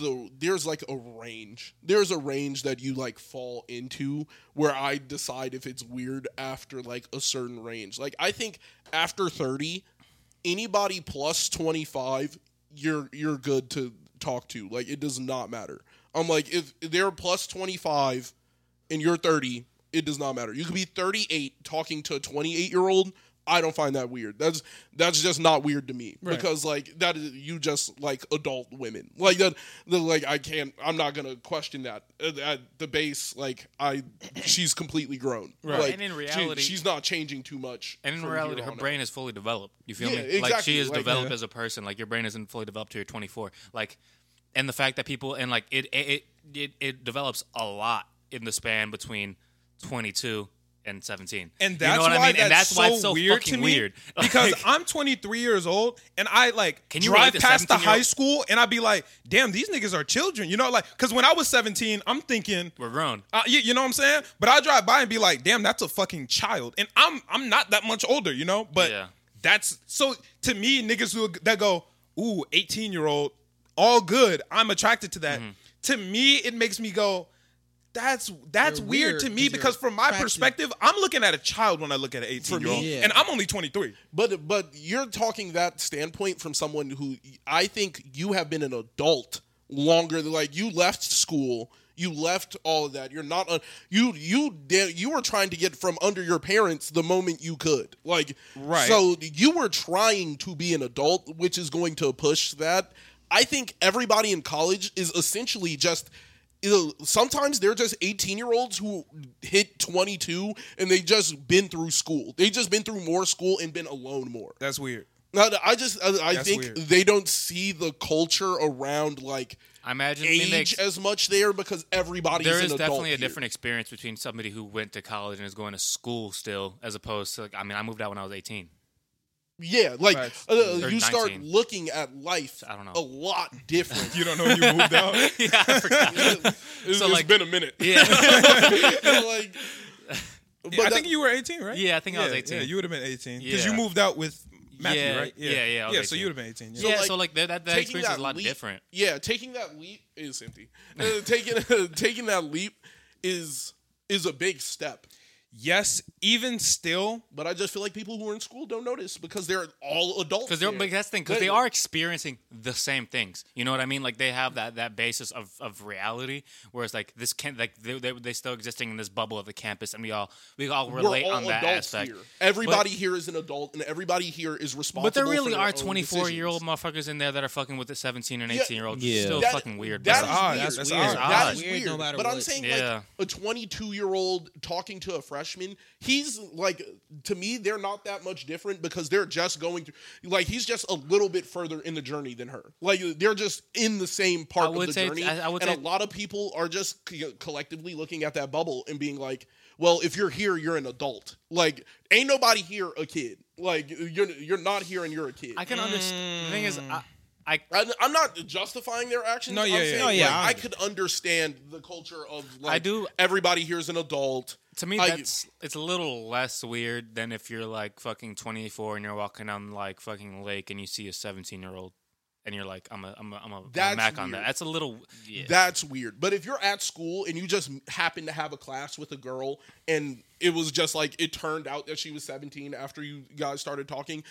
the there's like a range. There's a range that you like fall into where I decide if it's weird after like a certain range. Like I think after thirty, anybody plus twenty five, you're you're good to talk to. Like it does not matter. I'm like if they're plus twenty five, and you're 30, it does not matter. You could be 38 talking to a 28 year old. I don't find that weird. That's that's just not weird to me because like that is you just like adult women like that. the- Like I can't. I'm not gonna question that Uh, at the base. Like I, she's completely grown.
Right.
Like,
And in
she-
reality-
she's not changing too much.
And in
from
reality,
here
her
on out.
brain is fully developed. You feel
Yeah,
me? Like
exactly,
she is
like,
developed
yeah.
as a person. Like your brain isn't fully developed till you're 24. Like, and the fact that people and like it it it, it, it develops a lot in the span between 22 and 17.
and
you
that's
know what
why
I mean?
that's,
and that's
so
why it's so
weird
fucking
to me.
weird.
Because
Like,
I'm 23 years old, and I like
Can you
drive
relate to
past the
17-year-old?
high school, and I'd be like, "Damn, these niggas are children," you know? Like, because when I was 17, I'm thinking,
we're grown.
uh, you, you know what I'm saying? But I drive by and be like, "Damn, that's a fucking child," and I'm I'm not that much older, you know. But
Yeah.
that's so to me, niggas who that go, "Ooh, 18 year old, all good," I'm attracted to
Mm-hmm.
that. To me, it makes me go. That's that's
They're
weird,
weird
to me
'cause you're
because from my
attracted-
perspective, I'm looking at a child when I look at an 18 year old,
me, yeah.
and I'm only 23.
But but you're talking that standpoint from someone who I think you have been an adult longer than like you left school, you left all of that. You're not a, you you did you were trying to get from under your parents the moment you could. Like
Right.
So you were trying to be an adult, which is going to push that. I think everybody in college is essentially just you know, sometimes they're just 18 year olds who hit 22 and they just been through school. They just been through more school and been alone more.
That's weird.
Now, I just I, I
That's
think
weird.
they don't see the culture around like
I imagine I mean, they
age as much there because everybody's
there
an
is
adult
definitely a
here.
different experience between somebody who went to college and is going to school still, as opposed to like I mean, I moved out when I was 18.
Yeah, like
Right.
uh,
Or
you start
19.
looking at life
I don't know.
a lot different.
You don't know when you moved
Oh.
out.
yeah, I forgot.
It's-
So,
it's
like-
been a minute.
yeah.
like, but
I
that-
think you were 18, right?
Yeah, I think I was 18.
Yeah, you would have been 18 because
Yeah.
you moved out with Matthew,
Yeah,
right?
yeah, yeah, I was
Yeah, so
18.
you would have been 18. Yeah.
yeah,
like,
so like that that, that
taking
experience is
that
a lot
leap-
different.
Yeah, taking that leap is empty. Uh, taking taking that leap is is a big step.
Yes, even still,
But I just feel like people who are in school don't notice because they're all adults.
Because they're
there.
but that's the thing because they
They-
are experiencing the same things. You know what I mean? Like they have that that basis of of reality, whereas like this can like they they they still existing in this bubble of the campus, and we all we all relate
We're all
on that
adults
aspect.
here. Everybody here is an adult, and everybody here is responsible.
But there really
for their
are
own
twenty four year old
decisions.
motherfuckers in there that are fucking with the seventeen and
Yeah,
eighteen year olds.
yeah.
still
That-
fucking weird.
That
bro.
is
odd.
weird.
That's That's odd.
odd.
That is
Weird
weird.
no matter
but I'm
what.
saying,
Yeah.
like, a 22 year old talking to a freshman, he's like, to me, they're not that much different because they're just going through, like, he's just a little bit further in the journey than her. Like, they're just in the same part
I would
of the
say-
journey.
I- I would
and
say-
a lot of people are just co- collectively looking at that bubble and being like, well, if you're here, you're an adult. Like, ain't nobody here a kid. Like, you're you're not here and you're a kid.
I can understand. The thing is, I, I
I- I'm not justifying their actions.
No, yeah,
I'm
yeah,
saying,
no,
yeah,
like,
I
I could understand the culture of like
I do-
Everybody here is an adult.
to me
I-
that's it's a little less weird than if you're like fucking twenty four and you're walking on like fucking lake and you see a seventeen year old. and you're like, I'm a, I'm a, I'm a, I'm a
That's
Mac on
weird.
that. That's a little. Yeah.
That's weird. But if you're at school and you just happen to have a class with a girl and it was just like it turned out that she was 17 after you guys started talking,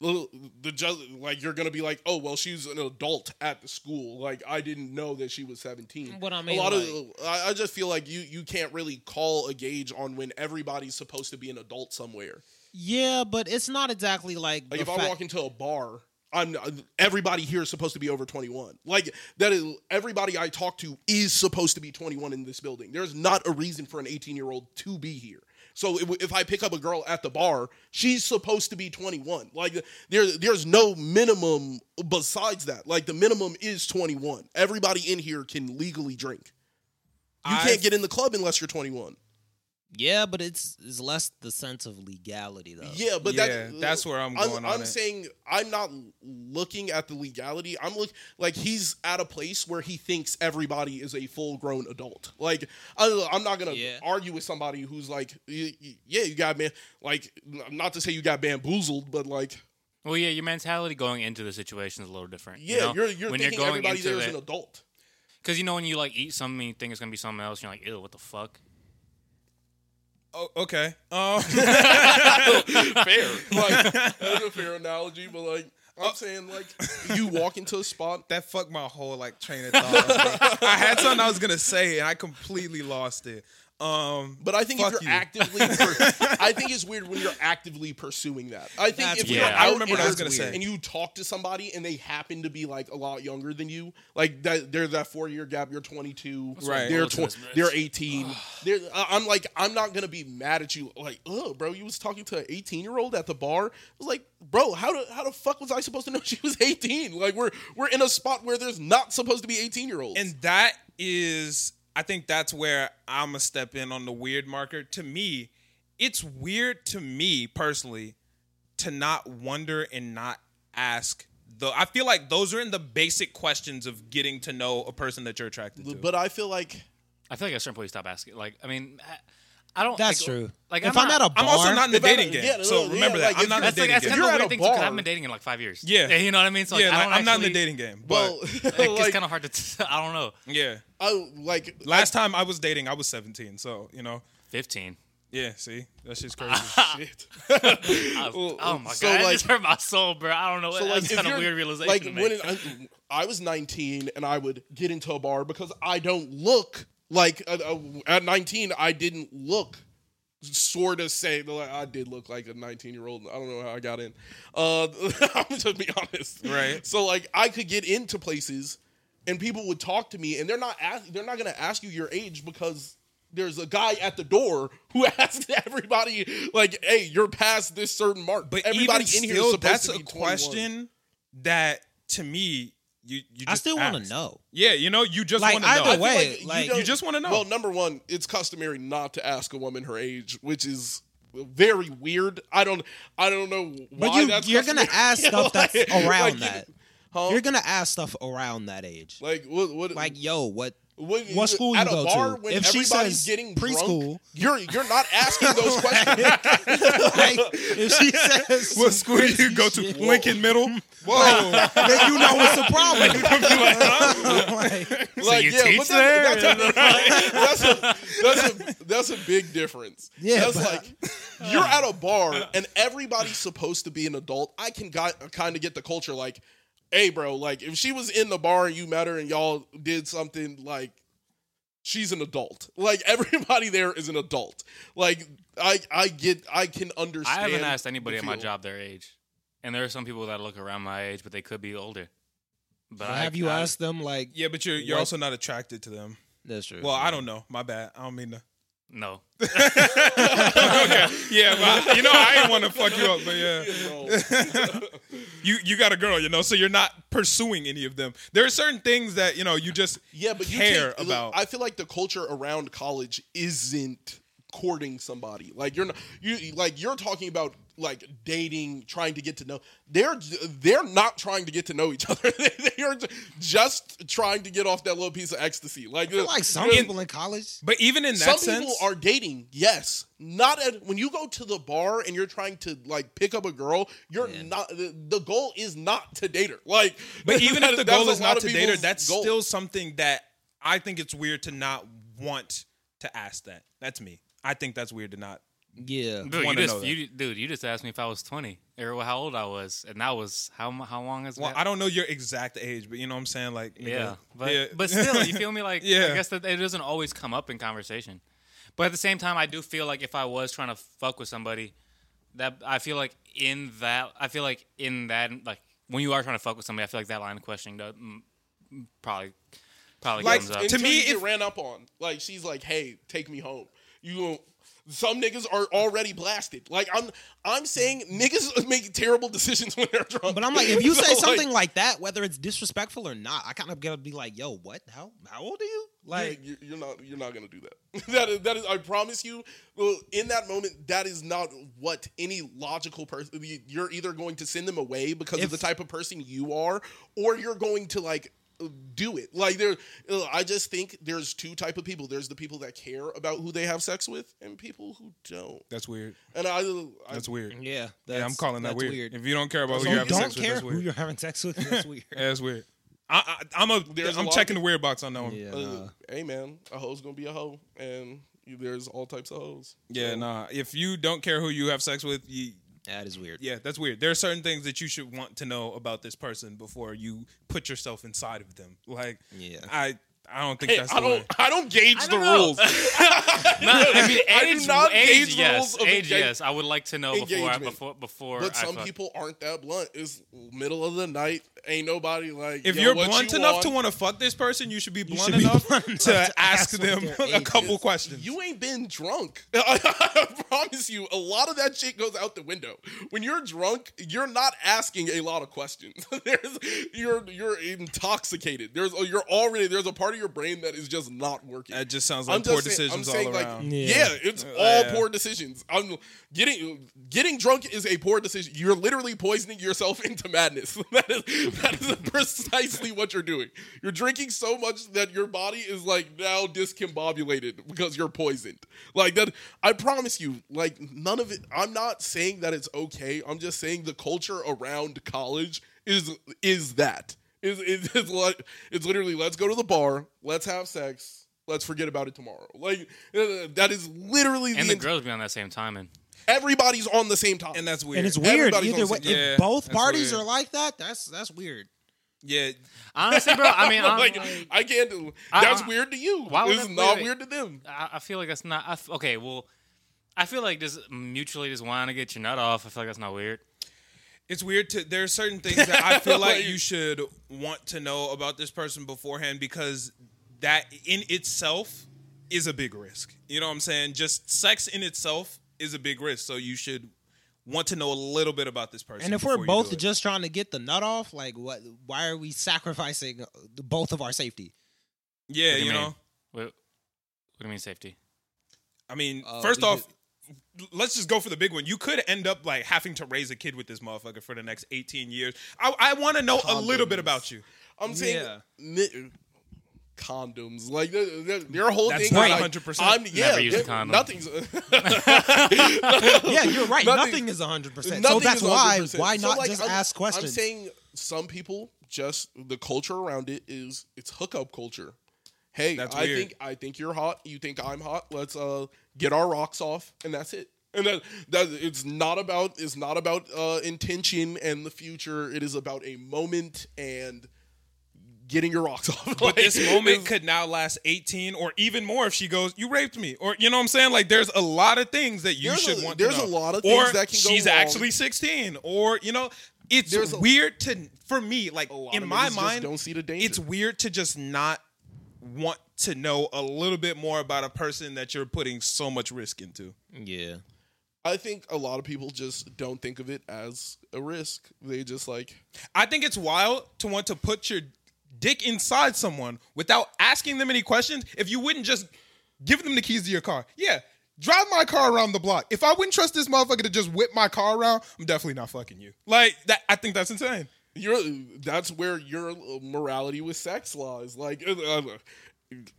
l- the ju- like you're going to be like, "Oh, well, she's an adult at the school. Like I didn't know that she was 17."
What I mean,
a lot of I, I just feel like you you can't really call a gauge on when everybody's supposed to be an adult somewhere.
Yeah, but it's not exactly like.
Like
the
if I
fact-
walk into a bar, I'm everybody here is supposed to be over 21. Like that is everybody I talk to is supposed to be 21 in this building. There's not a reason for an 18 year old to be here. So if, if I pick up a girl at the bar, she's supposed to be 21. Like there, there's no minimum besides that. Like the minimum is 21. Everybody in here can legally drink. You
I-
can't get in the club unless you're 21.
yeah, but it's it's less the sense of legality though.
Yeah, but
Yeah,
that,
that's where I'm going
I'm,
on
I'm
it.
saying I'm not looking at the legality. I'm look like he's at a place where he thinks everybody is a full grown adult. Like I, I'm not gonna
Yeah.
argue with somebody who's like, y- y- yeah, you got man. Like not to say you got bamboozled, but like,
Well, yeah, your mentality going into the situation is a little different. you
yeah,
know?
you're you're
when
thinking
you're going
everybody there
into
is an
it,
adult.
because you know when you like eat something, you think it's gonna be something else. You're like, ew, what the fuck?
Oh, okay. Um,
fair. Like that's a fair analogy, but like I'm saying like you walk into a spot.
that fucked my whole like train of thought. up, bro. I had something I was gonna say and I completely lost it. Um,
But I think
Fuck
if you're
you.
actively, per- I think it's weird when you're actively pursuing that. I think
That's
if
weird.
you're
Yeah, I
out
remember what
and
I was
you're-
gonna say.
and you talk to somebody and they happen to be like a lot younger than you, like that, there's that four year gap. You're 22,
Right.
They're
Old to
tw-
this bitch.
they're 18. they're, I- I'm like, I'm not gonna be mad at you. Like, oh, bro, you was talking to an 18 year old at the bar. I was like, bro, how do, how the fuck was I supposed to know she was 18? Like, we're we're in a spot where there's not supposed to be 18 year olds.
and that is i think that's where i'm gonna step in on the weird marker to me it's weird to me personally to not wonder and not ask though i feel like those are in the basic questions of getting to know a person that you're attracted to
but I feel like
I feel like at a certain point you stop asking. Like, I mean, I, I don't.
That's
like,
true.
Like,
if I'm, at a bar,
i'm also not in the
If I-
dating game
yeah, no,
so
yeah,
remember
like,
that i'm
if
not in
you're-
the
That's like
dating
that's
game
kind of
You're
the
at a
weird thing because
bar.
I've been dating in like five years.
Yeah.
you know what I mean. So like,
yeah
I
like,
don't
i'm not in the
actually-
dating game but
well,
Like, it's
like,
kind of hard to. I I don't know.
yeah
I, like
last time i was dating i was 17 so you know
Fifteen.
yeah see that's just crazy
shit.
I-
Well,
oh my
so,
god! that
like-
just hurt my soul, bro. I don't know.
So like,
that's
if
kind of
you're-
weird realization.
Like
to me.
when it, I, I was 19 and I would get into a bar because I don't look like uh, uh, at 19 I didn't look sort of say like, I did look like a 19 year old. I don't know how I got in. Uh, I'm just be honest,
Right.
So like I could get into places and people would talk to me and they're not ask, they're not gonna ask you your age because. There's a guy at the door who asks everybody, like, "Hey, you're past this certain mark."
But
everybody
even
in here is
still,
supposed
that's
to be
a
21.
question that to me you you just
I still want
ask.
to know.
Yeah, you know, you just
Like,
want to know.
either
I feel
way,
like,
like, like-
you just want to know.
Well, number one, it's customary not to ask a woman her age, which is very weird. I don't, I don't know why
But you
that's.
you're gonna
customary.
ask stuff that's
Like-
around
like, you-
that.
huh?
You're gonna ask stuff around that age.
like what? What?
Like, yo, what?
what,
what school
at
you go
a bar
to?
when
If she
everybody's
says
getting drunk,
preschool-
you're you're not asking those questions.
Like, if she says
what school do you go to?
Shit.
Lincoln Middle.
Whoa. then you know what's the problem. Like,
like,
you
yeah,
teach
but that-
there?
That's, a, that's, a, that's, a, that's a big difference.
Yeah,
that's
but-
like you're at a bar and everybody's supposed to be an adult. I can kind of get the culture like, hey, bro, like if she was in the bar and you met her and y'all did something like. She's an adult. Like everybody there is an adult. Like I, I get, I can
I
understand.
haven't asked anybody
the
at my
feel.
job their age, and there are some people that look around my age, but they could be older. But I,
have you
I-
asked them? Like,
Yeah, but you're you're
What?
also not attracted to them.
that's true.
Well, I don't know. My bad. I don't mean to.
No.
okay. Yeah, but I- you know, I didn't want to fuck you up, but yeah.
Bro,
You you got a girl, you know, so you're not pursuing any of them. There are certain things that, you know, you just
Yeah, but
care
you take,
about.
I feel like the culture around college isn't courting somebody. Like you're not you like you're talking about like dating, trying to get to know. They're they're not trying to get to know each other. they, they are just trying to get off that little piece of ecstasy. Like
I feel like some people in college.
But even in
some
that
people
sense,
are dating, yes. Not at when you go to the bar and you're trying to like pick up a girl. You're not. The, the goal is not to date her. Like,
but even
that-
if the
that's
goal
a
is
lot
not
of
to date her,
people's
that's
goal.
still something that I think it's weird to not want to ask that. That's me. I think that's weird to not.
Yeah.
Dude, you
wanna know
just,
that.
you, dude, you just asked me if I was 20 or how old I was, and that was how mu- how long is
Well,
that?
I don't know your exact age, but you know what I'm saying? Like, nigga,
Yeah, but
yeah.
but still, you feel me? Like,
Yeah.
I guess that it doesn't always come up in conversation. But at the same time, I do feel like if I was trying to fuck with somebody, that I feel like in that, I feel like in that, like when you are trying to fuck with somebody, I feel like that line of questioning does, mm, mm, probably probably
Like,
comes up.
in-
to me,
me,
you get
if-
ran up on. Like she's like, "Hey, take me home." You gon- some niggas are already blasted. Like I'm, I'm saying niggas make terrible decisions when they're drunk.
But I'm like, if you
So,
say
like,
something like, that, whether it's disrespectful or not, I kind of gotta be like, yo, what? How? How old are you? Like,
you, you're not, you're not gonna do that. that is, that is, I promise you. well, In that moment, that is not what any logical person. you- You're either going to send them away because
If-
of the type of person you are, or you're going to like do it. Like there, uh, I just think there's two type of people. There's the people that care about who they have sex with, and people who don't.
that's weird.
And I, I
That's weird.
yeah, that's,
Yeah, I'm calling that
that's
weird. If you don't care about
So
who you're
you
having
don't
sex with,
care
that's
who
weird.
you're having sex with. That's weird.
Yeah, that's weird. I, I, I'm a.
There's a
am
lot
checking
of-
the weird box on that one.
Yeah,
uh,
nah.
hey man, a hoe's gonna be a hoe, and you- there's all types of hoes.
Yeah, nah. If you don't care who you have sex with, you,
that is weird.
yeah, that's weird. There are certain things that you should want to know about this person before you put yourself inside of them. Like,
Yeah.
I, I don't think
Hey,
that's.
I
the way.
don't, I don't gauge
I
the
don't know.
rules.
Not- I mean,
I do
age,
not gauge
age,
the rules
yes,
of
age,
engage-
yes. I would like to know before, I,
engagement.
before, before.
But
I
some
fuck.
people aren't that blunt. It's middle of the night. Ain't nobody like.
If
"Yo,
you're
what
blunt
you
enough
on?"
to want to fuck this person, you should be blunt
should be
enough
blunt
to,
enough to
ask
ask what
them
their
a
age
couple questions.
You ain't been drunk. I promise you, a lot of that shit goes out the window. When you're drunk, you're not asking a lot of questions. there's, you're you're intoxicated. There's you're already there's a part of your brain that is just not working.
that just sounds like poor decisions all around.
Like, yeah.
Yeah.
it's
Uh,
all
yeah.
poor decisions. I'm getting getting drunk is a poor decision. You're literally poisoning yourself into madness. that is that is precisely what you're doing. You're drinking so much that your body is like now discombobulated because you're poisoned. Like that I promise you, like none of it I'm not saying that it's okay. I'm just saying the culture around college is is that. Is is it's, like, it's literally let's go to the bar, let's have sex, let's forget about it tomorrow. Like uh, that is literally
and
the,
the girls be on that same timing.
everybody's on the same time.
And that's weird.
And it's weird
Everybody's
either
on
way.
the
same- Yeah,
if both
that's
parties
weird.
are like that, that's that's weird.
yeah,
Honestly, bro, I mean, I'm,
like, I can't. do- That's
I-
weird to you.
Why would
it's
I- wait,
not
wait.
weird to them.
I, I feel like that's not I f okay. Well, I feel like just mutually just wanting to get your nut off. I feel like that's not weird.
it's weird to. There are certain things that I feel like
Like-
you should want to know about this person beforehand because that in itself is a big risk. You know what I'm saying? Just sex in itself is a big risk, so you should want to know a little bit about this person.
And if
before
we're
you do
both
it.
just trying to get the nut off, like what? Why are we sacrificing uh, both of our safety?
yeah,
What do
you
mean?
know,
What, what do you mean safety?
I mean,
Uh,
first
we
off, let's just go for the big one. You could end up like having to raise a kid with this motherfucker for the next 18 years. I, I want to know a little bit
Condoms.
about you.
I'm saying
Yeah.
ni- condoms. Like their- their their whole
That's
thing.
not
is like,
100%.
I'm yeah.
Never use a
they're-
condom.
Nothing's.
yeah, you're right.
Nothing-
Nothing, is 100%. so
Nothing
that's
is
why
100%.
why
So,
not
like,
just
I'm-
ask questions?
I'm saying some people just the culture around it is it's hookup culture. Hey,
That's
I
weird.
think I think you're hot. You think I'm hot. Let's uh get our rocks off, and that's it. And that, that it's not about it's not about uh, intention and the future. It is about a moment and getting your rocks off.
But this moment could now last 18 or even more if she goes, You raped me. Or, you know what I'm saying? Like, there's a lot of things that you
There's
should
a-
want
there's
to know.
a lot of
or
things that can go
She's
wrong.
actually 16. Or, you know, it's
There's a-
weird to, for me, like,
lot
in
of niggas
my
just
mind,
don't see the danger.
it's weird to just not want to know a little bit more about a person that you're putting so much risk into.
yeah.
I think a lot of people just don't think of it as a risk. They just like
I think it's wild to want to put your dick inside someone without asking them any questions. If you wouldn't just give them the keys to your car, yeah, Drive my car around the block. If I wouldn't trust this motherfucker to just whip my car around, I'm definitely not fucking you. Like that, I think that's insane.
You're, that's where your morality with sex lies. Like, uh, uh,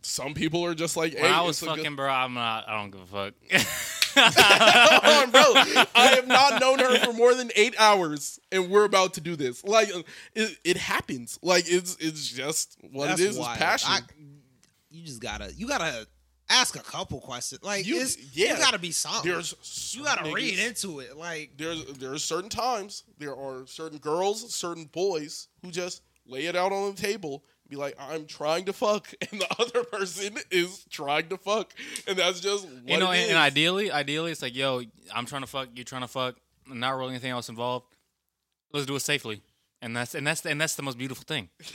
some people are just like, hey,
When I was
it's a good-
fucking, bro, I'm not. I don't give a fuck.
Hold on, bro. I have not known her for more than eight hours, and we're about to do this. Like, uh, it, it happens. Like, it's it's just what
That's
it is.
wild.
Is passion.
I- you just gotta you gotta ask a couple questions. Like
You-
it's,
yeah.
you gotta be solid.
there's
you gotta
some
read
niggas-
into it. Like
There's there's certain times there are certain girls, certain boys who just lay it out on the table. Be like, I'm trying to fuck, and the other person is trying to fuck, and that's just what
you know,
it
and,
is.
and ideally, ideally, it's like, yo, I'm trying to fuck, you're trying to fuck, not really anything else involved. Let's do it safely, and that's and that's and that's the most beautiful thing.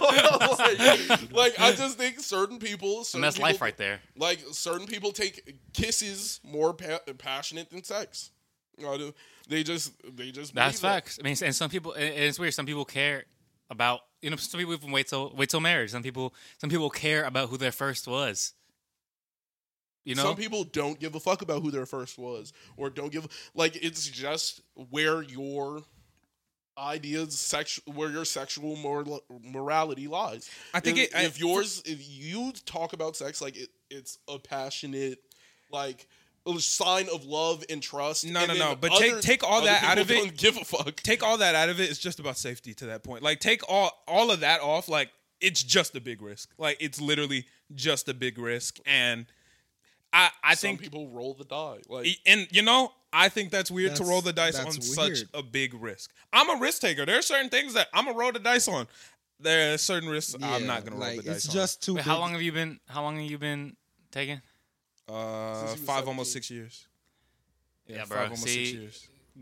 like, like, I just think certain people, certain
and that's life
people-
right there.
Like certain people take kisses more pa- passionate than sex. You know, They just they just
That's
believe that.
facts. I mean, and some people, and and it's weird. Some people care about you know. Some people even wait till wait till marriage. Some people, some people care about who their first was. You know,
Some people don't give a fuck about who their first was, or don't give like it's just where your ideas, sex, where your sexual moral, morality lies.
I think
if,
it- I-
if yours, if you talk about sex like it, it's a passionate, like a sign of love and trust.
No,
and
no,
then
no, but take- take all
other
that out
people
of it.
Don't give a fuck.
Take all that out of it. It's just about safety to that point. Like take all all of that off. Like it's just a big risk. Like it's literally just a big risk. And I I
Some
think E,
people roll the die. Like
Uh, and you know I think that's weird to
That's-
roll the dice on
that's
such
weird.
a big risk. I'm a risk taker. There are certain things that I'm gonna roll the dice on. There are certain risks I'm
yeah,
not gonna roll
like,
the dice
It's
on.
just too
Wait, how
big-
long have you been? How long have you been taking?
Uh,
Since he was
five almost
17.
six years.
Yeah, bro. See,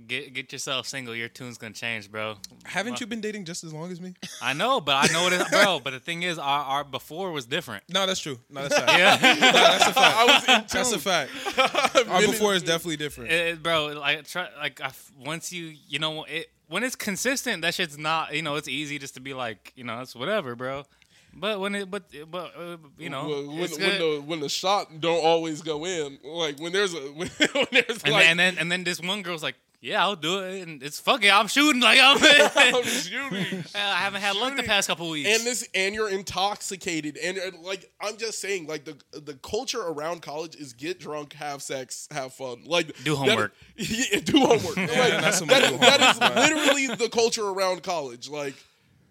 Get get yourself single. Your tune's gonna change, bro.
Haven't
Well-
you been dating just as long as me?
I know, but I know what it, bro. But the thing is, our, our before was different.
No, that's true. No, that's fact.
Yeah,
No, that's a
I
fact.
was in
That's a
tune.
fact. Our before is definitely different.
It- it- bro. Like try, like I f once you you know it when it's consistent, that shit's not you know it's easy just to be like you know it's whatever, bro. But when it but but uh, you know
Well, when,
it's
when
good.
the when the shot don't always go in, like when there's a when, there's
and, then,
like
and then and then this one girl's like, yeah, I'll do it, and it's fuck it, I'm shooting like I'm. Uh,
I'm
I
shooting,
haven't had luck the past couple weeks.
and this and you're intoxicated, and uh, like I'm just saying, like the the culture around college is get drunk, have sex, have fun, like
Do
that-
homework.
yeah, do homework. Like,
not so much
that
do
is, that
homework,
is
but-
literally the culture around college. Like,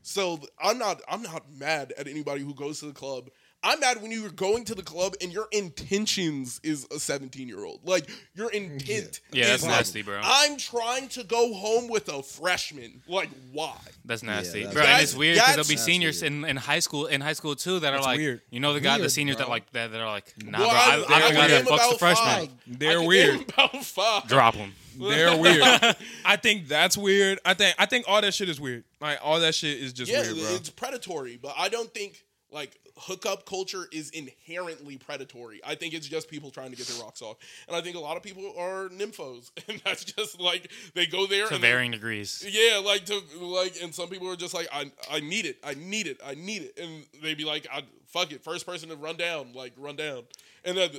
so I'm not I'm not mad at anybody who goes to the club. I'm mad when you're going to the club and your intentions is a 17 year old. Like your intent.
Yeah,
is
that's
like,
nasty, bro.
I'm trying to go home with a freshman. Like why?
That's nasty,
that's-
bro. and
That's-
it's weird because there'll be
that's
seniors in, in high school in high school too that are like,
weird.
you know, the guy, the
Weird,
seniors that
bro.
like that, that are like, nah,
Well,
bro.
I-
I,
I
I'm the guy
came
that fucks the
about
freshman.
five.
They're
I
weird.
think About five.
Drop him.
They're weird. I think that's weird. I think I think all that shit is weird. Like all that shit is just
Yeah,
weird, bro.
it's predatory, but I don't think like hookup culture is inherently predatory. I think it's just people trying to get their rocks off, and I think a lot of people are nymphos, and that's just like they go there.
to
and they-
varying degrees.
yeah, like to like, and some people are just like, I I need it, I need it, I need it, and they be like, I fuck it, first person to run down, like run down, and then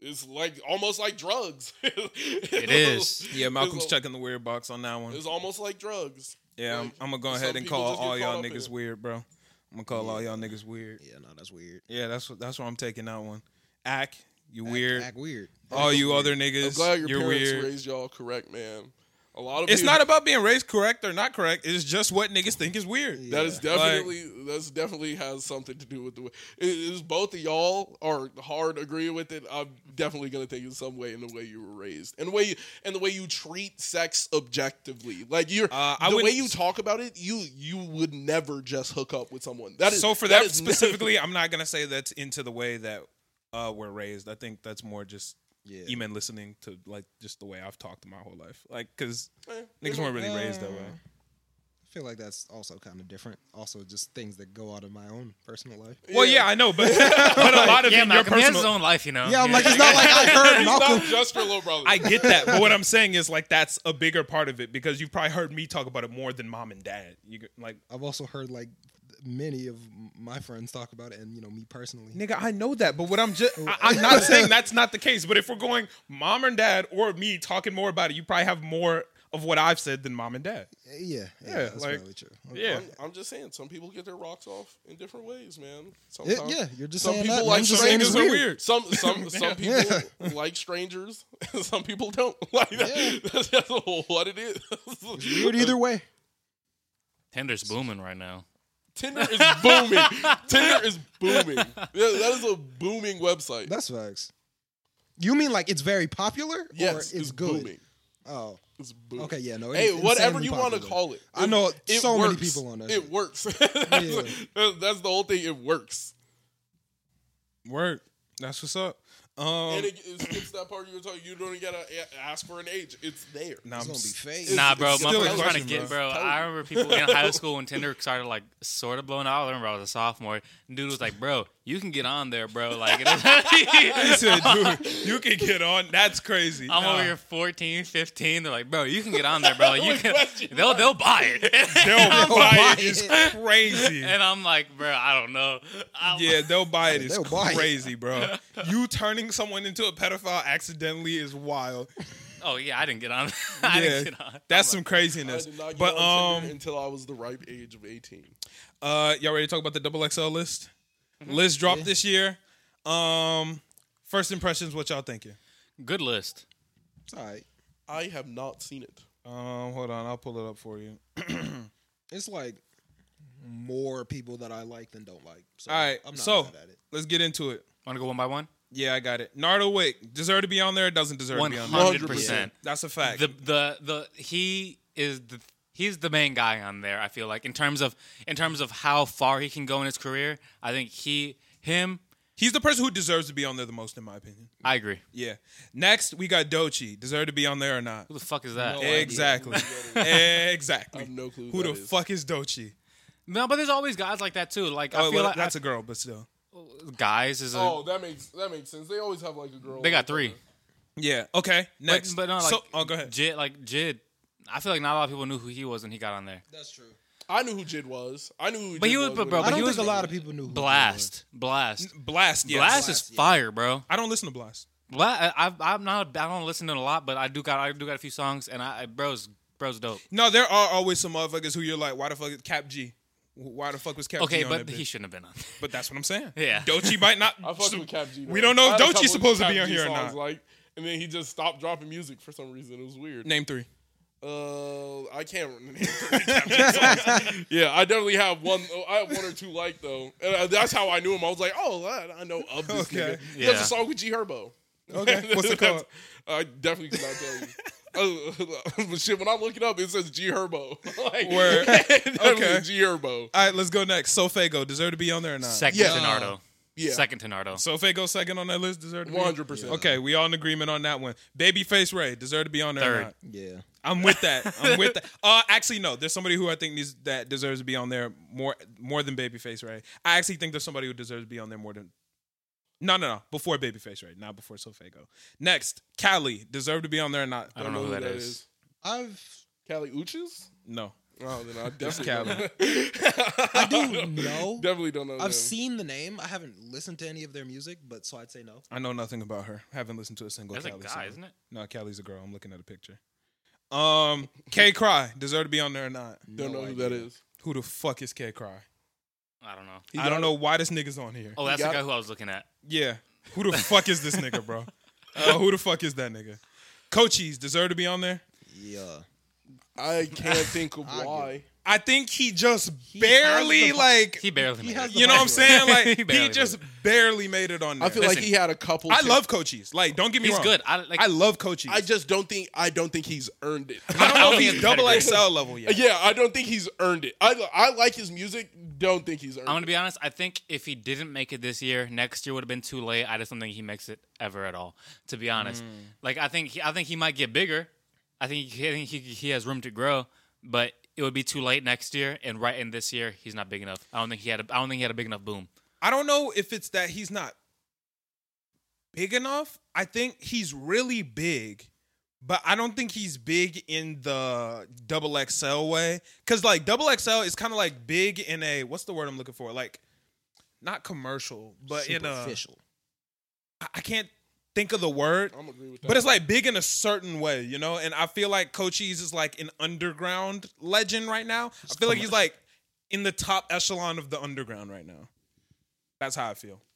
it's like almost like drugs.
It is.
yeah, Malcolm's
It's al-
checking the weird box on that one.
It's almost like drugs.
Yeah, I'm,
like,
I'm gonna go
some
ahead and
people
call
just get
all y'all
caught up in
niggas
it.
weird, bro. I'm gonna call all y'all niggas weird.
Yeah, no, that's weird.
Yeah, that's what that's where I'm taking that one. Ack, you weird.
Act weird. Oh,
all you
Weird.
other
I'm
niggas,
glad your
you're
parents
weird.
raised y'all correct, man. A lot of
It's
people,
not about being raised correct or not correct. It's just what niggas think is weird.
That is
Like-
definitely that's definitely has something to do with the way it is both of y'all are hard agree with it. I'm definitely gonna think in some way in the way you were raised and the way you and the way you treat sex objectively. Like you're
Uh, I
the way
wouldn't-
you talk about it, you you would never just hook up with someone. That is
so for that,
is never-
specifically, I'm not gonna say that's into the way that uh, we're raised. I think that's more just
Yeah.
you men listening to like just the way I've talked my whole life. Like because
Eh,
niggas weren't really raised that
Uh,
way.
I feel like that's also kind of different. Also, just things that go out of my own personal life.
Well, yeah, I know, but but a lot of
yeah,
in your
Malcolm, he has his
personal.
own life, you know.
Yeah, I'm like, it's not like I heard
it's
Malcolm.
not just for little brother.
I get that, but what I'm saying is like that's a bigger part of it because you've probably heard me talk about it more than mom and dad. You g- like
I've also heard like many of my friends talk about it, and you know me personally.
Nigga, I know that, but what I'm just I, am not saying that's not the case, but if we're going mom and dad or me talking more about it, you probably have more of what I've said than mom and dad.
Eh, Yeah, yeah,
Yeah,
that's
like-
probably true.
Yeah.
I'm, I'm just saying, some people get their rocks off in different ways, man.
It-
Sometimes,
Eh, yeah, you're just
some
saying
people
that.
like
I'm just
some
saying
niggas
it's
are
weird.
weird.
Some some some people like strangers, some people don't. Like
Yeah.
that's, that's what it is.
It's weird either way.
Tinder's booming right now.
Tinder is booming. Tinder is booming. Yeah, that is a booming website.
That's facts. You mean like it's very popular? or
yes,
it's,
it's
good.
booming.
Oh,
It's booming.
okay, yeah, no.
Hey,
it's
whatever
insanely
you want to
popular.
call it.
I
It-
know
it
so many
works.
people on that
It
shit.
works. that's, that's the whole thing. It works.
Work. That's what's up. Um
and it, it skips that part you were talking. You don't gotta a- ask for an age. It's there.
nah,
It's
I'm
gonna be
s-
fake.
Nah, bro,
it's
my
still a
friends trying to
question,
get,
bro.
bro. I remember people in high school when Tinder started like sort of blowing out. I remember I was a sophomore. and Dude was like, "Bro, you can get on there, bro." Like, it
He
was-
said, dude, you can get on. That's crazy.
I'm
Nah.
over here 14, 15. They're like, "Bro, you can get on there, bro. You
Only
can."
question
They'll they'll buy it,
They'll buy
buy
it. It's
it.
crazy.
and I'm like, "Bro, I don't know." I'm-
Yeah, they'll buy it. It's
They'll buy it.
crazy, bro. You turning someone into a pedophile accidentally is wild.
Oh yeah, I didn't get on. I
Yeah,
didn't get on.
that's
I'm
some
I
craziness.
did not get
But
on Tinder
um,
until I was the ripe age of eighteen.
uh, y'all ready to talk about the double XL list? List dropped this year. Um, first impressions. What y'all thinking?
like, good list.
It's all right.
I have not seen it.
Um, hold on, I'll pull it up for you.
It's like more people that I like than don't like. So
All right,
I'm not
so
mad at it.
let's get into it.
Want to go one by one?
Yeah, I got it. Nardo Wick deserve to be on there. Doesn't deserve
One
to be on there.
hundred percent.
That's a fact.
The the the he is the he's the main guy on there. I feel like in terms of in terms of how far he can go in his career. I think he him.
He's the person who deserves to be on there the most, in my opinion.
I agree.
Yeah. Next, we got Dochi. Deserve to be on there or not?
Who the fuck is that?
Oh,
No. idea.
Exactly.
I
exactly.
have no clue
Who
that
the
is.
fuck is Dochi?
No, but there's always guys like that too. Like I
Oh,
feel
well,
like
that's a girl, but still.
guys is a
Oh, that makes that makes sense. They always have like a girl.
they got three.
Yeah. Okay. Next.
But, but no, like
So- oh, go ahead.
Jid, like Jid. I feel like not a lot of people knew who he was when he got on there.
That's true.
I knew who Jid was. I knew. Who
But
Jid
he was-
was
but
when
bro,
I
but
I
he
don't
was
think a
a-
lot of people knew. who he
Blast, blast,
Blast. Yes.
blast is
Blast, yeah.
fire, bro.
I don't listen to Blast.
Well, I, I, I'm not. I don't listen to it a lot, but I do got. I do got a few songs, and I, I bros, bros, dope.
No, there are always some motherfuckers who you're like, why the fuck is Cap G? Why the fuck was Cap
Okay,
G on
but
that
he
bitch?
shouldn't have been on. there.
But that's what I'm saying.
Yeah.
Dochi might not.
I fucked with Cap G.
We
man.
don't know
I
if
had a
Dochi's
couple of
supposed to be
Cap
on
G
here or not.
songs, Like, and then he just stopped dropping music for some reason. It was weird.
Name three.
Uh, I can't remember. yeah, I definitely have one. uh, I have one or two like though, and uh, that's how I knew him. I was like, oh, I I know of this
Okay.
nigga. He has
Yeah.
a song with G Herbo.
Okay, what's it
That's-
called?
I definitely could not tell you. Uh, but shit, when I look it up, it says G Herbo. like,
Word.
definitely
Okay.
G Herbo.
All right, let's go next. Sofago, deserve to be on there or not?
Second
Yeah.
to Nardo.
Yeah,
Second to Nardo.
Sofago second on that list, deserve to be
one
on
hundred percent.
Okay, we all in agreement on that one. Babyface Ray deserve to be on there. Or
Third.
not.
was. Yeah.
I'm with that. I'm with that. Uh, actually, no. There's somebody who I think needs, that deserves to be on there more more than Babyface Ray. I actually think there's somebody who deserves to be on there more than. No, no, no. Before Babyface Ray, not before Sofago. Next, Cali deserve to be on there or not?
I don't know who that is.
I've
Cali Uchis?
No.
Oh, then I definitely
Cali.
I do know.
Definitely don't know. them.
I've seen the name. I haven't listened to any of their music, but so I'd say no.
I know nothing about her. Haven't listened to a single
That's a
Cali
guy,
song.
isn't it?
No, Cali's a girl. I'm looking at a picture. Um, K Cry deserve to be on there or not?
Don't
No
know who
idea.
that is.
Who the fuck is K Cry?
I don't know.
He
I don't
got
know why this nigga's on here.
Oh, that's the
got
guy
it.
who I was looking at.
Yeah. Who the fuck is this nigga, bro? Uh, who the fuck is that nigga? Coaches deserve to be on there.
Yeah.
I can't think of
I get
why.
I think he just
has
barely
the-
like
He barely.
He
made
has
it.
the
you know what I'm saying? Like
He
he,
barely
just barely made it on there.
I feel
Listen.
like he had a couple.
I
ch-
love Coaches. Like don't get me
He's
wrong.
good. I like.
I love Coaches.
I just don't think. I don't think he's earned it.
I don't know
I
if
don't
he's
think
double
it's
XL level yet.
yeah, I don't think he's earned it. I I like his music. Don't think he's earned.
I'm gonna
it.
be honest. I think if he didn't make it this year, next year would have been too late. I just don't think he makes it ever at all. To be honest,
Hmm.
like I think he, I think he might get bigger. I think he, I think he he has room to grow, but it would be too late next year. And right in this year, he's not big enough. I don't think he had. A, I don't think he had a big enough boom.
I don't know if it's that he's not big enough. I think he's really big, but I don't think he's big in the double XL way. Cause like double XL is kind of like big in a what's the word I'm looking for? Like not commercial, but in uh, a
Superficial.
I- I can't think of the word.
I'm agree with that.
But it's like big in a certain way, you know? And I feel like Cochise is like an underground legend right now. I feel like he's like in the top echelon of the underground right now. That's how I feel.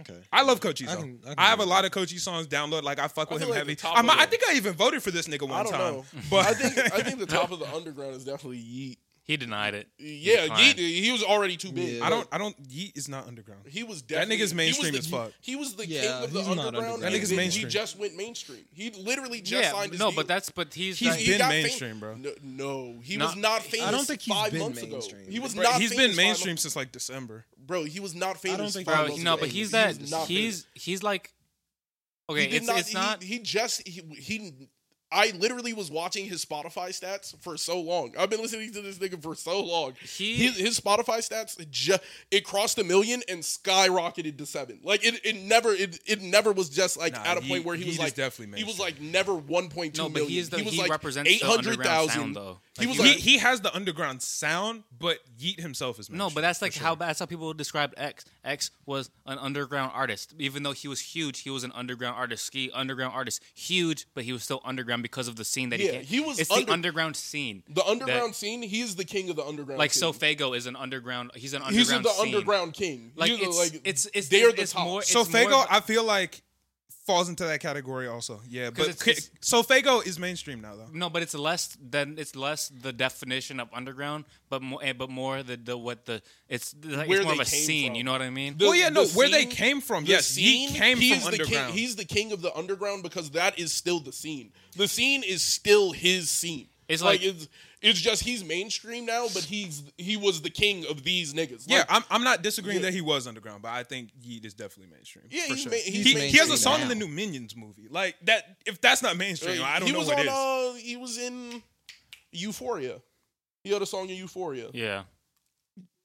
Okay.
I love Cochise.
I
though. I,
can- I can
have a
agree
lot of Cochise songs downloaded. Like I fuck
I
with
feel
him
like
heavy.
the top
I,
of
might- I
the-
think I even voted for this nigga one
I don't
time.
know.
But
I think I think the top of the underground is definitely Yeet.
He denied it.
Yeah,
Fine.
Yeet. He was already too big.
Yeah.
I don't. I don't. Yeet is not underground.
He was
That
definitely
nigga's
he was
mainstream
the-
as fuck.
He was the
Yeah,
king of the
he's not
underground.
underground.
That
and
nigga's
then
mainstream.
He just went mainstream. He literally just
yeah,
signed his
no,
deal.
but that's but he's,
He's
not-
been
got fam-
mainstream, bro.
No, no, he
Not-
was not famous.
I don't think he's
five
been
months
mainstream.
Ago. He was
Bro,
not.
he's
famous
been
five
mainstream
months-
since like December.
bro. He was not famous.
think
five
that
bro,
was
months
he- no,
ago.
but
He
he's
was
that
not famous.
he's he's like okay,
He did
it's
not.
it's not
He, he just he, he. I literally was watching his Spotify stats for so long. I've been listening to this nigga for so long.
He-
his, his Spotify stats ju- it crossed a million and skyrocketed to seven. Like it, it never it, it never was just like
Nah,
at a
he-
point where he
he
was
is
like
definitely
he was
mainstream.
like never one point two
No,
million.
but he is the-
was
he
like
represents the underground
800,000.
sound, though.
He
Like,
was
he-
like
He he has the underground sound, but Yeet himself is mainstream.
No, but that's
for
like
sure.
how that's how people described X. X was an underground artist, even though he was huge. He was an underground artist, ski underground artist, huge, but he was still underground because of the scene that
Yeah,
he. Came.
he was
It's
under-
the underground scene.
the underground
that-
scene. He is the king of the underground.
like
scene.
so, Fago is an underground. He's an
He's
underground.
the
scene.
underground king.
Like,
He's the,
it's-
like
it's- it's-
they are the
it's
top.
more-
So
it's more
Fago,
of a-
I feel like falls into that category also. Yeah,
'Cause
but
it's-
ki-
it's-
so Fago is mainstream now though.
No, but it's less than it's less the definition of underground, but more but more the, the what the it's like,
Where
it's more of
they
a
came
scene.
from.
You know what I mean?
The-
well, yeah,
the
no, where they
scene-
came from.
the
Yes,
scene,
Yeet came
he's
from
the
underground.
King, he's the king of the underground because that is still the scene. The scene is still his scene.
It's like-
it's it's just he's mainstream now, but he's he was the king of these niggas.
yeah,
Like,
I'm, I'm not disagreeing
Yeah.
that he was underground, but I think Yeet is definitely mainstream.
Yeah,
for
he's
sure.
ma-
he,
he's
he has a
mainstream
song in
now.
the new Minions movie. Like that, if that's not mainstream, I don't
he
know
was
what
on
is.
uh he was in Euphoria. He had a song in Euphoria.
Yeah,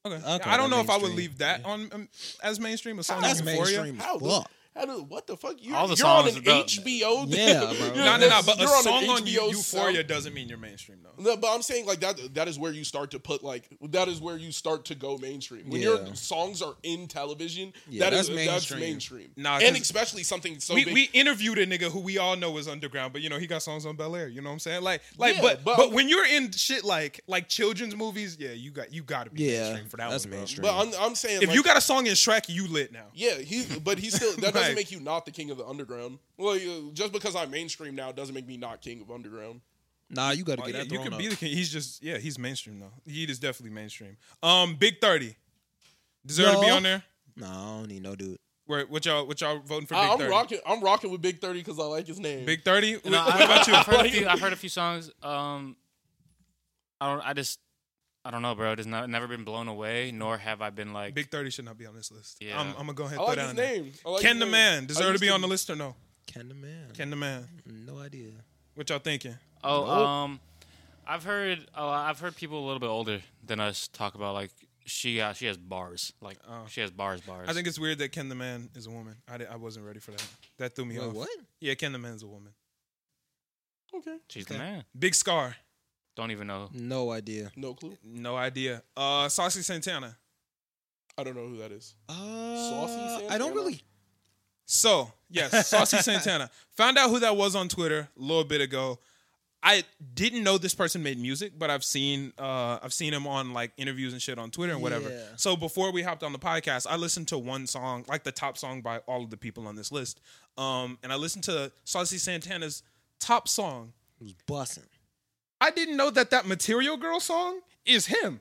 okay.
Okay,
I don't know
then
if I would
mainstream.
leave that on um, as mainstream. A song
That's
like Euphoria.
mainstream. as
How the,
fuck.
how the, what the fuck? You're,
All the
you're on
songs
an
about-
HBO.
Yeah, bro.
No, no, no.
That's-
But a
you're on an
song on
HBO
Euphoria
sound-
doesn't mean you're mainstream though.
No, but I'm saying like that. That is where you start to put like that is where you start to go mainstream. When
Yeah.
your songs are in television,
Yeah,
that is
that's
that's
mainstream.
mainstream.
Nah,
and
'cause-
especially something so
we,
big.
we interviewed a nigga who we all know is underground, but you know he got songs on Bel Air. You know what I'm saying? Like, like,
Yeah,
but, but
but-
when you're in shit like like children's movies, yeah, you got you got to be
Yeah,
mainstream for that
that's
one. bro.
mainstream.
but I'm, I'm saying
If
like,
you got a song in Shrek, you lit now.
yeah, he but he still that
Like-
doesn't make you not the king of the underground. Well, you, just because I'm mainstream now doesn't make me not king of underground.
Nah, you got to
Oh,
get
yeah,
that
you
thrown
could
up.
be the king. He's just yeah, he's mainstream though. He is definitely mainstream. Um, Big Thirty deserve to be
No.
on there.
Nah, I don't need no dude.
Where what y'all what y'all voting for? Big
I, I'm
30?
rocking. I'm rocking with Big Thirty because I like his name.
Big Thirty. What,
No, I,
what about you?
I've heard, a few, I've heard a few songs. Um, I don't. I just. I don't know, bro. It's not never been blown away, nor have I been like.
Big Thirty should not be on this list.
Yeah.
I'm, I'm gonna go ahead and
I
throw
like
that
his
on there.
name. I like
Ken
his
the
name.
Man
I
deserve to
used
be on the list or no?
Ken the man.
Ken the Man.
No idea.
What y'all thinking?
oh, um, I've heard. Oh, I've heard people a little bit older than us talk about like she. Uh, she has bars. Like she has bars. Bars.
Oh. I think it's weird that Ken the Man is a woman. I, di- I wasn't ready for that. That threw me
Wait,
off.
what?
Yeah, Ken the Man's a woman.
Okay,
she's the man.
Big Scar.
Don't even know.
No idea.
no clue.
No idea. Uh, Saucy Santana.
I don't know who that is.
Uh,
Saucy
I don't
Santana?
really.
So yes, Saucy Santana. Found out who that was on Twitter a little bit ago. I didn't know this person made music, but I've seen uh, I've seen him on like interviews and shit on Twitter and whatever.
Yeah.
So before we hopped on the podcast, I listened to one song, like the top song by all of the people on this list, um, and I listened to Saucy Santana's top song.
It was bussing.
I didn't know that that Material Girl song is him.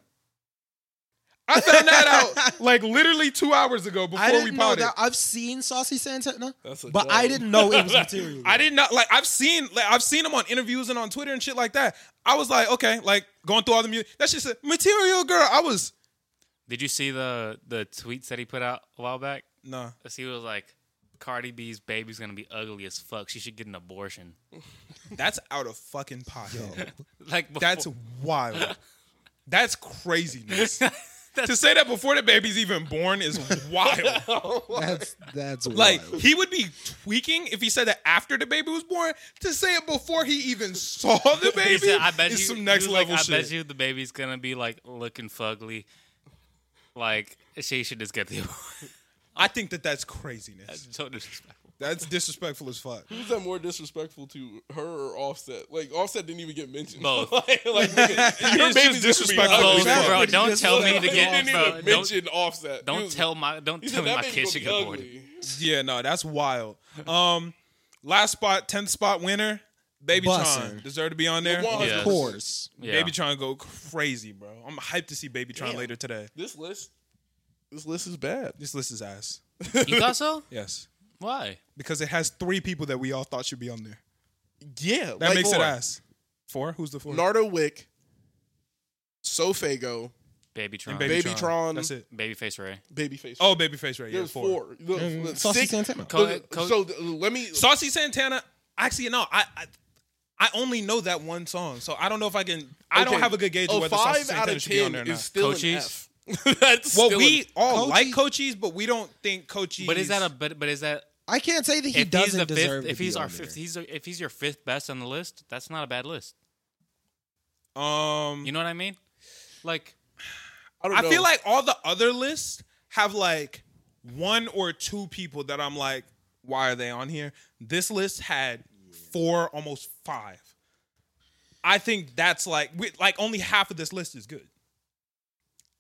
I found that out like literally two hours ago before
I
we
didn't know
potted.
that. I've seen Saucy Santana,
That's a
but
dub.
I didn't know it was material.
I did not like. I've seen like I've seen him on interviews and on Twitter and shit like that. I was like, okay, like going through all the music. That's just a Material Girl. I was
Did you see the the tweets that he put out a while back?
nah.
As he was like, Cardi B's baby's gonna be ugly as fuck. She should get an abortion.
That's out of fucking pocket.
Yo,
Like before,
That's wild. That's craziness. to say that before the baby's even born is wild.
Oh
That's that's
Like
wild.
he would be tweaking if he said that after the baby was born. To say it before he even saw the baby
He said, I bet
is
you,
some next
he was like,
level shit.
I bet you the baby's gonna be like looking fugly. Like she should just get the award.
I think that that's craziness.
so disrespectful.
That's disrespectful as fuck.
Who's that more disrespectful to her or Offset? Like Offset didn't even get mentioned.
Both.
like, like, your
just disrespectful.
baby's disrespectful.
Both,
Both,
Like,
bro,
bro.
don't tell me to
he
get
didn't
bro,
even
don't,
mention Offset. He
don't
was-
tell my don't
he
tell
said,
me
"That
my
baby's
kid
gonna
should
be
get
ugly."
awarded.
Yeah, no, that's wild. Um, last spot, tenth spot winner, Baby Tron
Bussin'.
deserve to be on there.
The one-
Yeah.
of course.
Yeah.
Baby Tron go crazy, bro. I'm hyped to see Baby Tron later today.
This list, this list is bad.
This list is ass.
You thought so?
Yes,
Why?
because it has three people that we all thought should be on there.
Yeah,
That
like-
makes it
Four.
ass. Four? Who's the four?
Nardo Wick, Sofago,
Baby Tron.
Baby-
Baby,
Tron.
That's it.
Face Ray.
Babyface.
Oh, Babyface Mm-hmm. Ray. Yeah,
there's
four.
four. Look,
And
look,
Saucy
six-
Santana.
Co-
look,
co-
so uh, let me.
Saucy Santana. Actually, no. I, I I only know that one song, so I don't know if I can. I
okay,
don't have a good gauge
a
of whether Saucy
five out
Santana
of
should be on
ten
there or
is
not.
still an
Cochise?
F. That's
Well,
still
we
an-
all
Cochise?
like Cochise, but we don't think Cochise.
But is that a but, but is that
I can't say that he
if he's
doesn't
the
deserve
fifth
to
if he's
be
our
on there.
fifth he's if he's your fifth best on the list, that's not a bad list.
um?
You know what I mean? Like
I, don't
I
know.
feel like all the other lists have like one or two people that I'm like, why are they on here? This list had four, almost five. I think that's like, we, like only half of this list is good.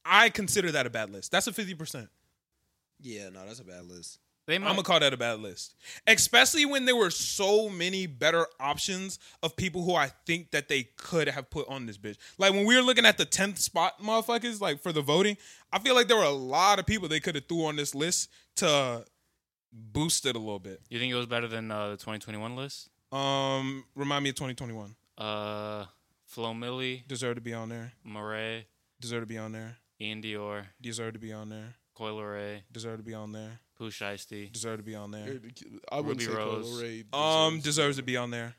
I consider that a bad list. That's a fifty percent.
Yeah, no, that's a bad list.
they
I'm
might
gonna call that a bad list, especially when there were so many better options of people who I think that they could have put on this bitch. Like when we were looking at the tenth spot, motherfuckers, like for the voting, I feel like there were a lot of people they could have threw on this list to boost it a little bit.
you think it was better than uh, the 2021 list?
Um, remind me of 2021.
Uh Flo Milli,
Deserve to be on there.
Murray,
Deserve to be on there.
Ian Dior,
Deserve to be on there.
Coil Ray,
Deserve to be on there.
Pooh Shiesty.
Deserve to be on there.
I wouldn't
Ruby
say Coil
Rose.
Ray
Um,
deserves-
deserves to be on there.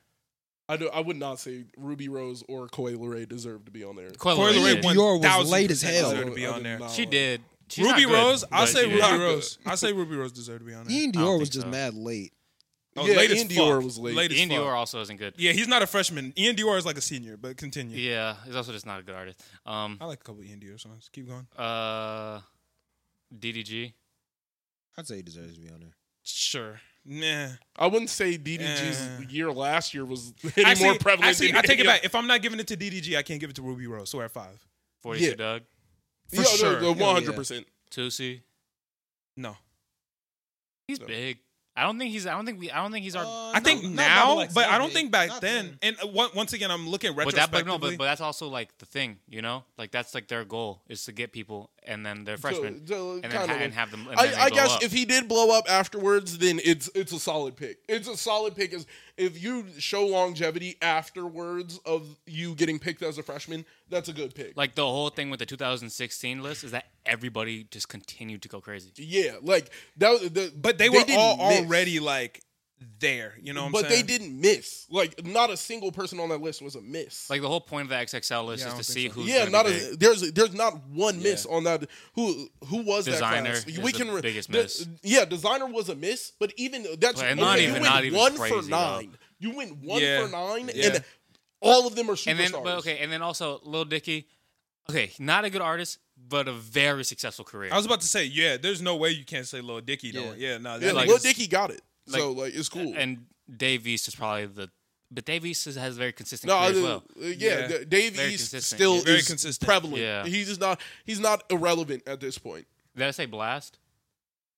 I do. I would not say Ruby Rose or Coil Ray deserve to be on there.
Coil
Coil
Ray
Ray
did.
won.
Dior was
1000%
late as hell.
Deserve to be
I
on
did
there.
not
She
like-
did. She's
Ruby
not good,
Rose. I
but
say
she did.
Ruby
Not good.
Rose. I say Ruby Rose deserved to be on there.
Ian
I don't
Dior was
think
just
so.
mad late.
Oh,
Yeah,
late as
Ian Dior
fuck.
was late.
Late as
Ian
fuck.
Dior also isn't good.
Yeah, he's not a freshman. Ian Dior is like a senior, but continue.
Yeah, he's also just not a good artist. Um,
I like a couple of Ian Dior songs. Keep going.
uh, DDG.
I'd say he deserves to be on there.
Sure. Nah.
I wouldn't say DDG's
Yeah.
year last year was any
actually,
more prevalent.
actually,
than
I take it
any
back. If I'm not giving it to DDG, I can't give it to Ruby Rose. So at five.
42
Yeah.
Doug.
For
other- yeah,
sure.
no,
Yeah, yeah.
100%.
Tusi.
No.
He's
So-
big. I don't think he's. I don't think we. I don't think he's our.
Uh,
I
no,
think
not
now,
double X,
but
not
I don't
big,
think back
not
then.
big.
And uh, on- once again, I'm looking
but that, but no,
retrospectively.
but, but that's also like the thing, you know, like that's like their goal is to get people, and then they're freshmen,
So- so
and then
kinda
ha-
like-
and have them. And then
I,
they
I
blow
guess
up.
if he did blow up afterwards, then it's it's a solid pick. It's a solid pick. Is if you show longevity afterwards of you getting picked as a freshman, that's a good pick.
like the whole thing with the 2016 list is that everybody just continued to go crazy.
yeah, like that. was- The,
But they, were
didn't
all
miss.
already like there. You know what I'm
but
saying?
they didn't miss. Like not a single person on that list was a miss.
Like the whole point of the XXL list
Yeah, I
is
don't
to
think
see
so.
who's
yeah,
gonna
not
be
a,
big.
there's there's not one
Yeah.
miss on that. Who who was
Designer
that class?
is
we
the
can re-
biggest
the-
miss.
Yeah, designer was a miss, but even that's
Like, not
okay, you
even-
went
not even
one
crazy,
for
though.
nine. You went one
Yeah.
for nine,
Yeah.
and all of them are superstars.
and then but okay, and then also Lil Dicky, okay, not a good artist, but a very successful career.
I was about to say, yeah. There's no way you can't say Lil Dicky. though. Yeah. No.
yeah,
That
like,
like,
Lil Dicky got it, so
like-
like it's cool.
and Dave East is probably the, but Dave East is, has a very consistent
no,
career
I-
as well.
uh, yeah,
Yeah.
D- Dave
Very
East
consistent.
still
Yeah.
Very
is
consistent.
prevalent.
Yeah.
He's just not he's not irrelevant at this point.
Did I say Blast?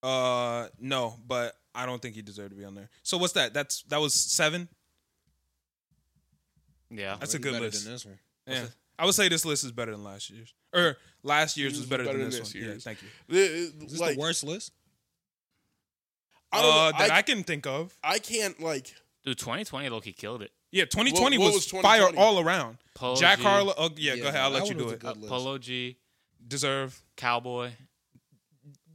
Uh, no, but I don't think he deserved to be on there. So what's that? That's that was seven.
Yeah,
That's a
Way
good
better
list.
Than this one.
Yeah, I would say this list is better than last year's, or last year's
Yours
was better, than, this, one. Yeah,
year's.
thank you.
Uh,
Is this
like,
the worst list?
I don't
Uh,
know,
that I,
I,
can think of.
I can't like
dude, 2020 Loki killed it.
Yeah, 2020
What- what
was,
was
fire
2020?
all around.
Polo
Jack
G,
Harlow. Oh, yeah, go ahead. I'll
that
let you do
one was a
it.
good
uh,
list.
Polo G,
Deserve.
Cowboy.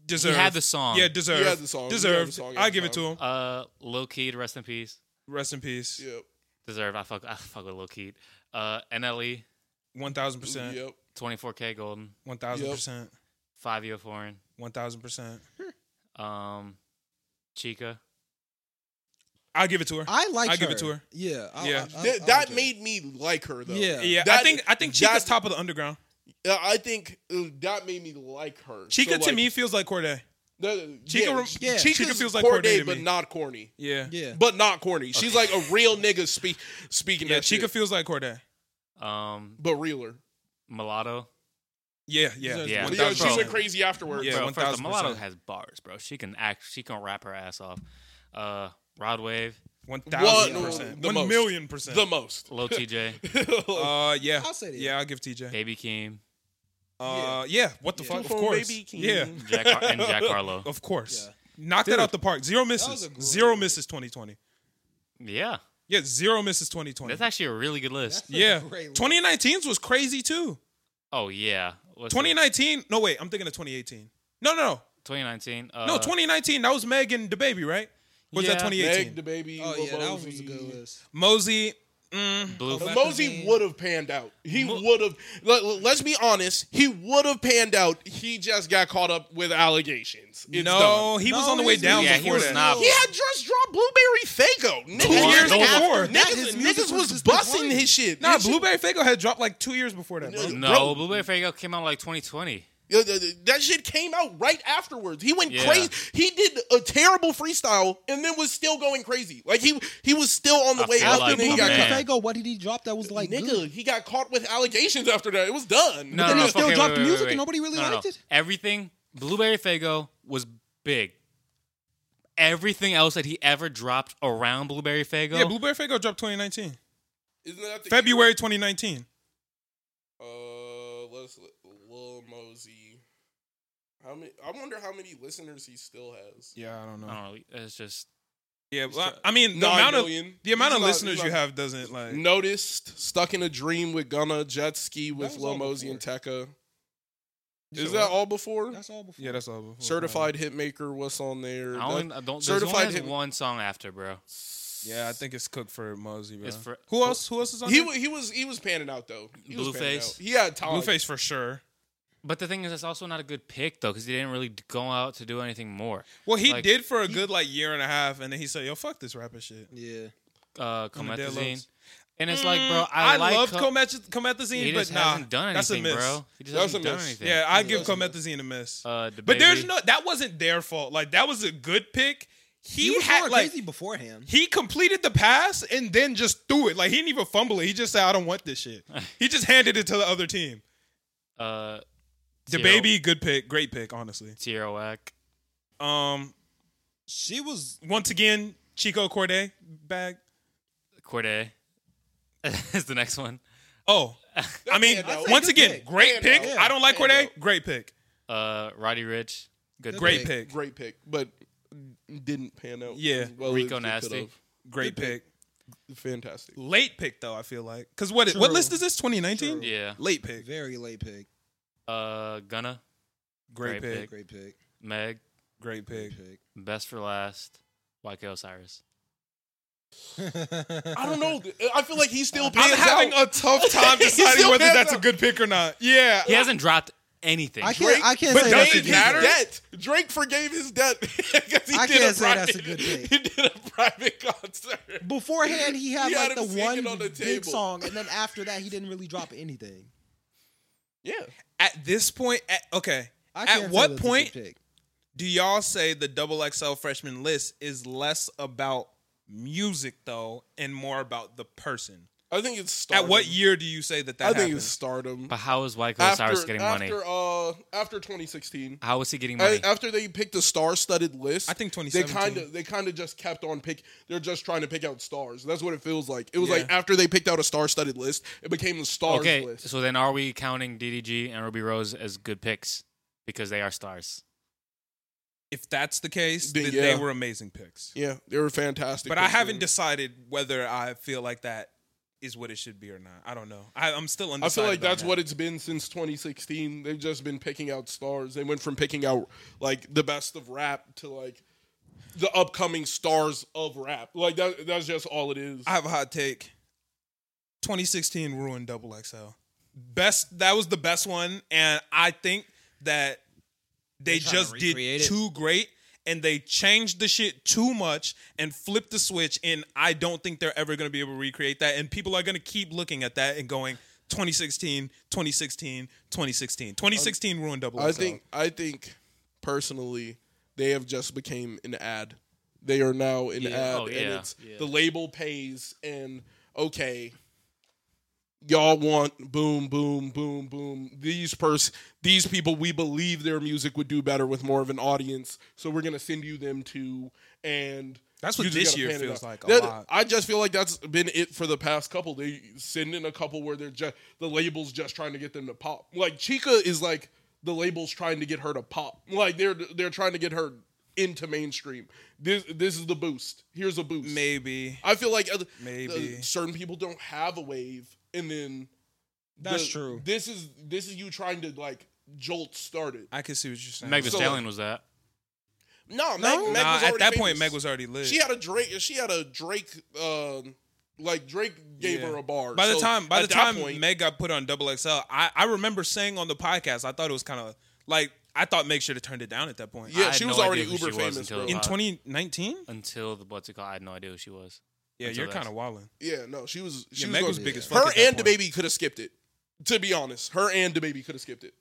Deserve.
had the song.
Yeah, deserve.
He had the song. He had the
Deserved.
song at
I
the
give it
time.
to him.
Uh, Lil Keed, rest in peace.
Rest in peace.
yep,
Deserve. I fuck. I fuck with Lil Keed. Uh, NLE,
One thousand percent.
yep.
24K Golden.
One thousand percent.
Five year foreign.
One thousand percent.
Um, Chica.
I'll give it to her.
I like.
I give it to her.
Yeah, I,
Yeah.
I- I-
Th-
I
that
like it.
made me like her though.
Yeah.
yeah, I
That-
think I think Chica's
that-
top of the underground.
Uh, I think uh, that made me like her. So,
Chica to
like,
me feels like Corday.
the,
Chica rem-
yeah,
Chica's
Chica feels like Cordae
corny,
to
but
me.
not corny.
Yeah,
Yeah,
But not corny. She's like a real nigga speak speaking
yeah.
that
Chica
shit,
feels like Corday.
Um,
but realer.
mulatto.
Yeah, yeah,
Yeah.
One
Yo,
thousand
she
bro.
went
percent.
crazy afterwards.
Yeah,
bro, first, the
1000%.
mulatto has bars, bro. She can act. She can rap her ass off. Uh, Rod Wave,
One thousand
One-
percent.
the
One
most.
million percent.
The most.
Lil TJ,
Uh, yeah,
I'll say that.
yeah. I'll give TJ.
Baby Keem,
Uh, yeah. What the fuck? Of
Two-phone
course.
baby king.
Yeah,
Jack Har- and Jack Harlow.
of course. Knock that out the park. Zero
was
misses.
a great
Zero misses. Twenty twenty.
Yeah,
Yeah, zero misses. Twenty twenty.
that's actually a really good list.
Yeah,
Great
2019's was crazy too.
Oh yeah, What's the-
2019. No, wait, I'm thinking of 2018. No, no, no,
2019. Uh,
no. 2019. That was Meg and the baby, right? Or Was that
Yeah.
2018?
Meg the baby.
Oh yeah, that
Lil
one was
Mosey.
a good list.
Mosey. Mm,
Blue.
But
Back
Mosey
then-
would have panned out. He would have. Let, us be honest. He would have panned out. He just got caught up with allegations. It's
no, he was
No,
on the way
he's-
down
yeah, he
before
was
that.
not.
done. He had just dropped Blueberry Fago. Niggas,
years
niggas-
before.
That
Niggas,
his music
niggas
was
was
just
busting
declining.
his shit.
Nah,
His shit-
Blueberry Fago had dropped like two years before that. Bro.
No, Blueberry Fago came out like 2020.
Yeah, th- th- uh, That shit came out right afterwards. He went
Yeah.
crazy. He did a terrible freestyle and then was still going crazy. Like he he was still on the
I
way
feel
up
like
and then he
my
got
man-
caught.
Blueberry Fago, what did he drop that was like
Nigga,
good?
he got caught with allegations after that. It was done.
No, no,
But then
no,
he still
okay,
dropped
wait,
the
wait,
music
wait,
and
wait.
nobody really
No, no,
liked
no.
it?
Everything Blueberry Fago was big. Everything else that he ever dropped around Blueberry Fago,
Yeah, Blueberry Fago dropped 2019,
Isn't that the
February 2019.
Uh, let's Lil Mosey. How many? I wonder how many listeners he still has.
Yeah, I don't
I don't know. It's just
Yeah, well, I mean the
Nine
amount of
million.
the amount
He's
of
not-
listeners
he's
you
not-
have doesn't like.
Noticed, stuck in a dream with Gunna, jet ski with
was
Lil
all
Mosey
before.
and Tekka.
You
Is
said
that
what?
all before?
That's all before.
Yeah, that's all. before.
Certified Hitmaker, what's on
I
there?
only
That-
I don't. There's
Certified
only has
hit-
one song after, bro.
Yeah, I think it's cooked for Mosey, bro.
It's for-
Who else? Who else is on?
He
there?
wa- he was he was panning out though. He was panning
Blueface?
out. He had
Oh,
time.
Blueface for sure.
But the thing is, that's also not a good pick though, because he didn't really go out to do anything more.
Well, he
Like,
did for a good like year and a half, and then he said, "Yo, fuck this rapper shit."
Yeah.
Uh,
On the dead
Comethazine,
lows.
and it's like, bro,
Mm,
I, like
love
Co-
Cometh- Comethazine,
He
but
just
nah,
hasn't done
that's a
anything,
miss.
bro. He just
That's
hasn't
a
done
miss.
anything.
Yeah, I give
that's a miss.
Comethazine a miss.
Uh,
but there's
DaBaby.
no, that wasn't their fault. Like that was a good pick. He,
He, was
had
going
like
crazy beforehand.
he completed the pass and then just threw it. Like he didn't even fumble it. He just said, "I don't want this shit." he just handed it to the other team.
uh,
The
T-O-
baby, good pick, great pick, honestly.
Tierowak.
Um,
She was
once again, Chico Corday bag.
Corday is the next one.
Oh, I mean,
That's a
once
good
again,
pick.
great
Stand
pick.
out.
I don't like
Stand
Corday.
out.
Great pick.
Uh, Roddy Rich, good,
Good
Great
pick.
pick.
great pick, but didn't pan out.
Yeah.
as well
Rico
as it
Nasty.
could've.
Great
Good
pick.
pick.
fantastic.
Late pick though. I feel like because what
True.
what list is this? 2019.
True.
Yeah.
Late pick.
very late pick.
Uh, Gunna,
Great,
Great
pick.
Great pick.
Meg,
Great pick.
Great pick.
Best for Last, YK Osiris.
I don't know. I feel like he still
I'm
pans
having
out.
a tough time
He's
deciding
still
whether
pants
that's a
out.
good pick or not. Yeah.
He hasn't dropped anything.
I
Drake-
can't. I can't
but
say
does
that's a
it
Forgave
matter?
his
good pick.
debt. Drake forgave his debt because he
I
did
can't
a
say that's
private.
a good pick.
He did a private concert.
Beforehand, he had
He had
like
him
the
singing
one
on the
big
table.
song, and then after that, he didn't really drop anything.
Yeah,
At this point, at, okay.
I can't
At
say
what
that's a good
point
pick.
do y'all say the double XL freshman list is less about music though and more about the person?
I think it's stardom.
At what year do you say that that
I think
happened?
it's stardom.
but how is YK Osiris
After
getting
after
money?
uh after 2016,
How is he getting
A-
money?
after they picked a star-studded list,
I think
they kind
2017.
of they kind of just kept on pick. They're just trying to pick out stars. That's what it feels like. It was
Yeah.
like after they picked out a star-studded list, it became the stars
okay,
list.
so then are we counting DDG and Ruby Rose as good picks because they are stars?
If that's the case,
Then
then
yeah.
they were amazing picks.
Yeah, they were fantastic.
But I
picks,
haven't
man.
decided whether I feel like that is what it should be or not. I don't know. I, I'm still
I feel
undecided.
like that's
on that.
what it's been since 2016. They've just been picking out stars. They went from picking out like the best of rap to like the upcoming stars of rap. Like that, that's just all it is.
I have a hot take. 2016 ruined Double XL. Best that was the best one, and I think that They
trying to
just did
recreate it.
too great and they changed the shit too much and flipped the switch. And I don't think they're ever going to be able to recreate that. And people are going to keep looking at that and going, 2016, 2016, 2016. 2016 ruined double.
I think I think personally they have just became an ad. They are now an
Yeah.
ad
Oh,
and
yeah.
it's
Yeah.
the label pays and okay y'all want boom boom boom boom these pers these people we believe their music would do better with more of an audience so we're going to send you them to and
That's what
you
this
just gotta
year
pan it
feels
out.
like a
That-
lot.
I just feel like that's been it for the past couple. They send in a couple where they're just the labels just trying to get them to pop. Like Chica is like the labels trying to get her to pop. Like they're they're trying to get her into mainstream. This this is the boost. Here's a boost.
maybe.
I feel like other,
Maybe.
uh, certain people don't have a wave, and then
That's
the-
true.
This is this is you trying to like jolt started.
I can see what you're saying.
Meg Thee
So-
Stallion was that.
No, Meg,
Nah,
Meg was already
at that point,
famous.
Meg was already lit.
She had a Drake. She had a Drake. Um, like Drake gave
Yeah.
her a bar.
By the
So
time, by
at
the
that
time
point-
Meg got put on Double XL, I, I remember saying on the podcast, I thought it was kind of like I thought Meg should have turned it down at that point.
I
yeah,
had
she was
no idea
already
who she was
uber famous,
until
bro.
it
in
Uh,
2019.
Until the what's it called? I had no idea who she was.
Yeah,
until
you're kind
that's-
of wilding.
Yeah, no, she was. She
Yeah,
was
Meg
going-
was big as fuck.
Her
at that
and
point.
the baby could have skipped it. To be honest, her and the baby could have skipped it.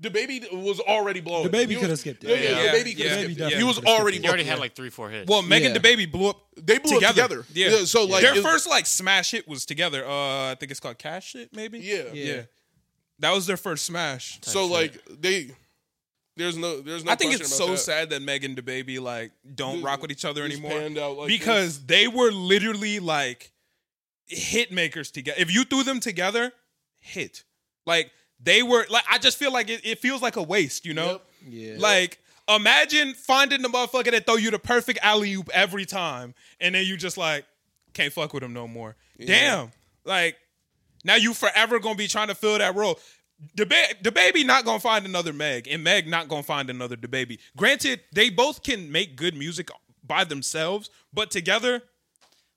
The baby was already blowing.
DaBaby
He was-
coulda skipped it.
Yeah, yeah,
Yeah.
the baby could
Yeah.
have
DaBaby
skipped it.
definitely
He was
coulda skipped
already.
it.
He already
blowing.
had like three, four hits.
Well, Meg
Yeah.
and the baby blew up.
They blew up
together.
together.
Yeah.
so like
Their
it-
first like smash hit was together. Uh, I think it's called Cash It, maybe.
Yeah.
yeah. That was their first smash.
So
shit.
like they, there's no, there's no.
I think
question
it's
about
so
that.
sad that Meg and the baby like don't
Dude,
rock with each other
just
anymore.
panned out like
because they were literally like hit makers together. If you threw them together, hit. Like they were like I just feel like it, it feels like a waste, you know?
Yep.
Yeah.
Like imagine finding the motherfucker that throw you the perfect alley oop every time, and then you just like can't fuck with him no more. Damn, like now you forever gonna be trying to fill that role. The, ba- the baby not gonna find another Meg, and Meg not gonna find another the baby. Granted, they both can make good music by themselves, but together,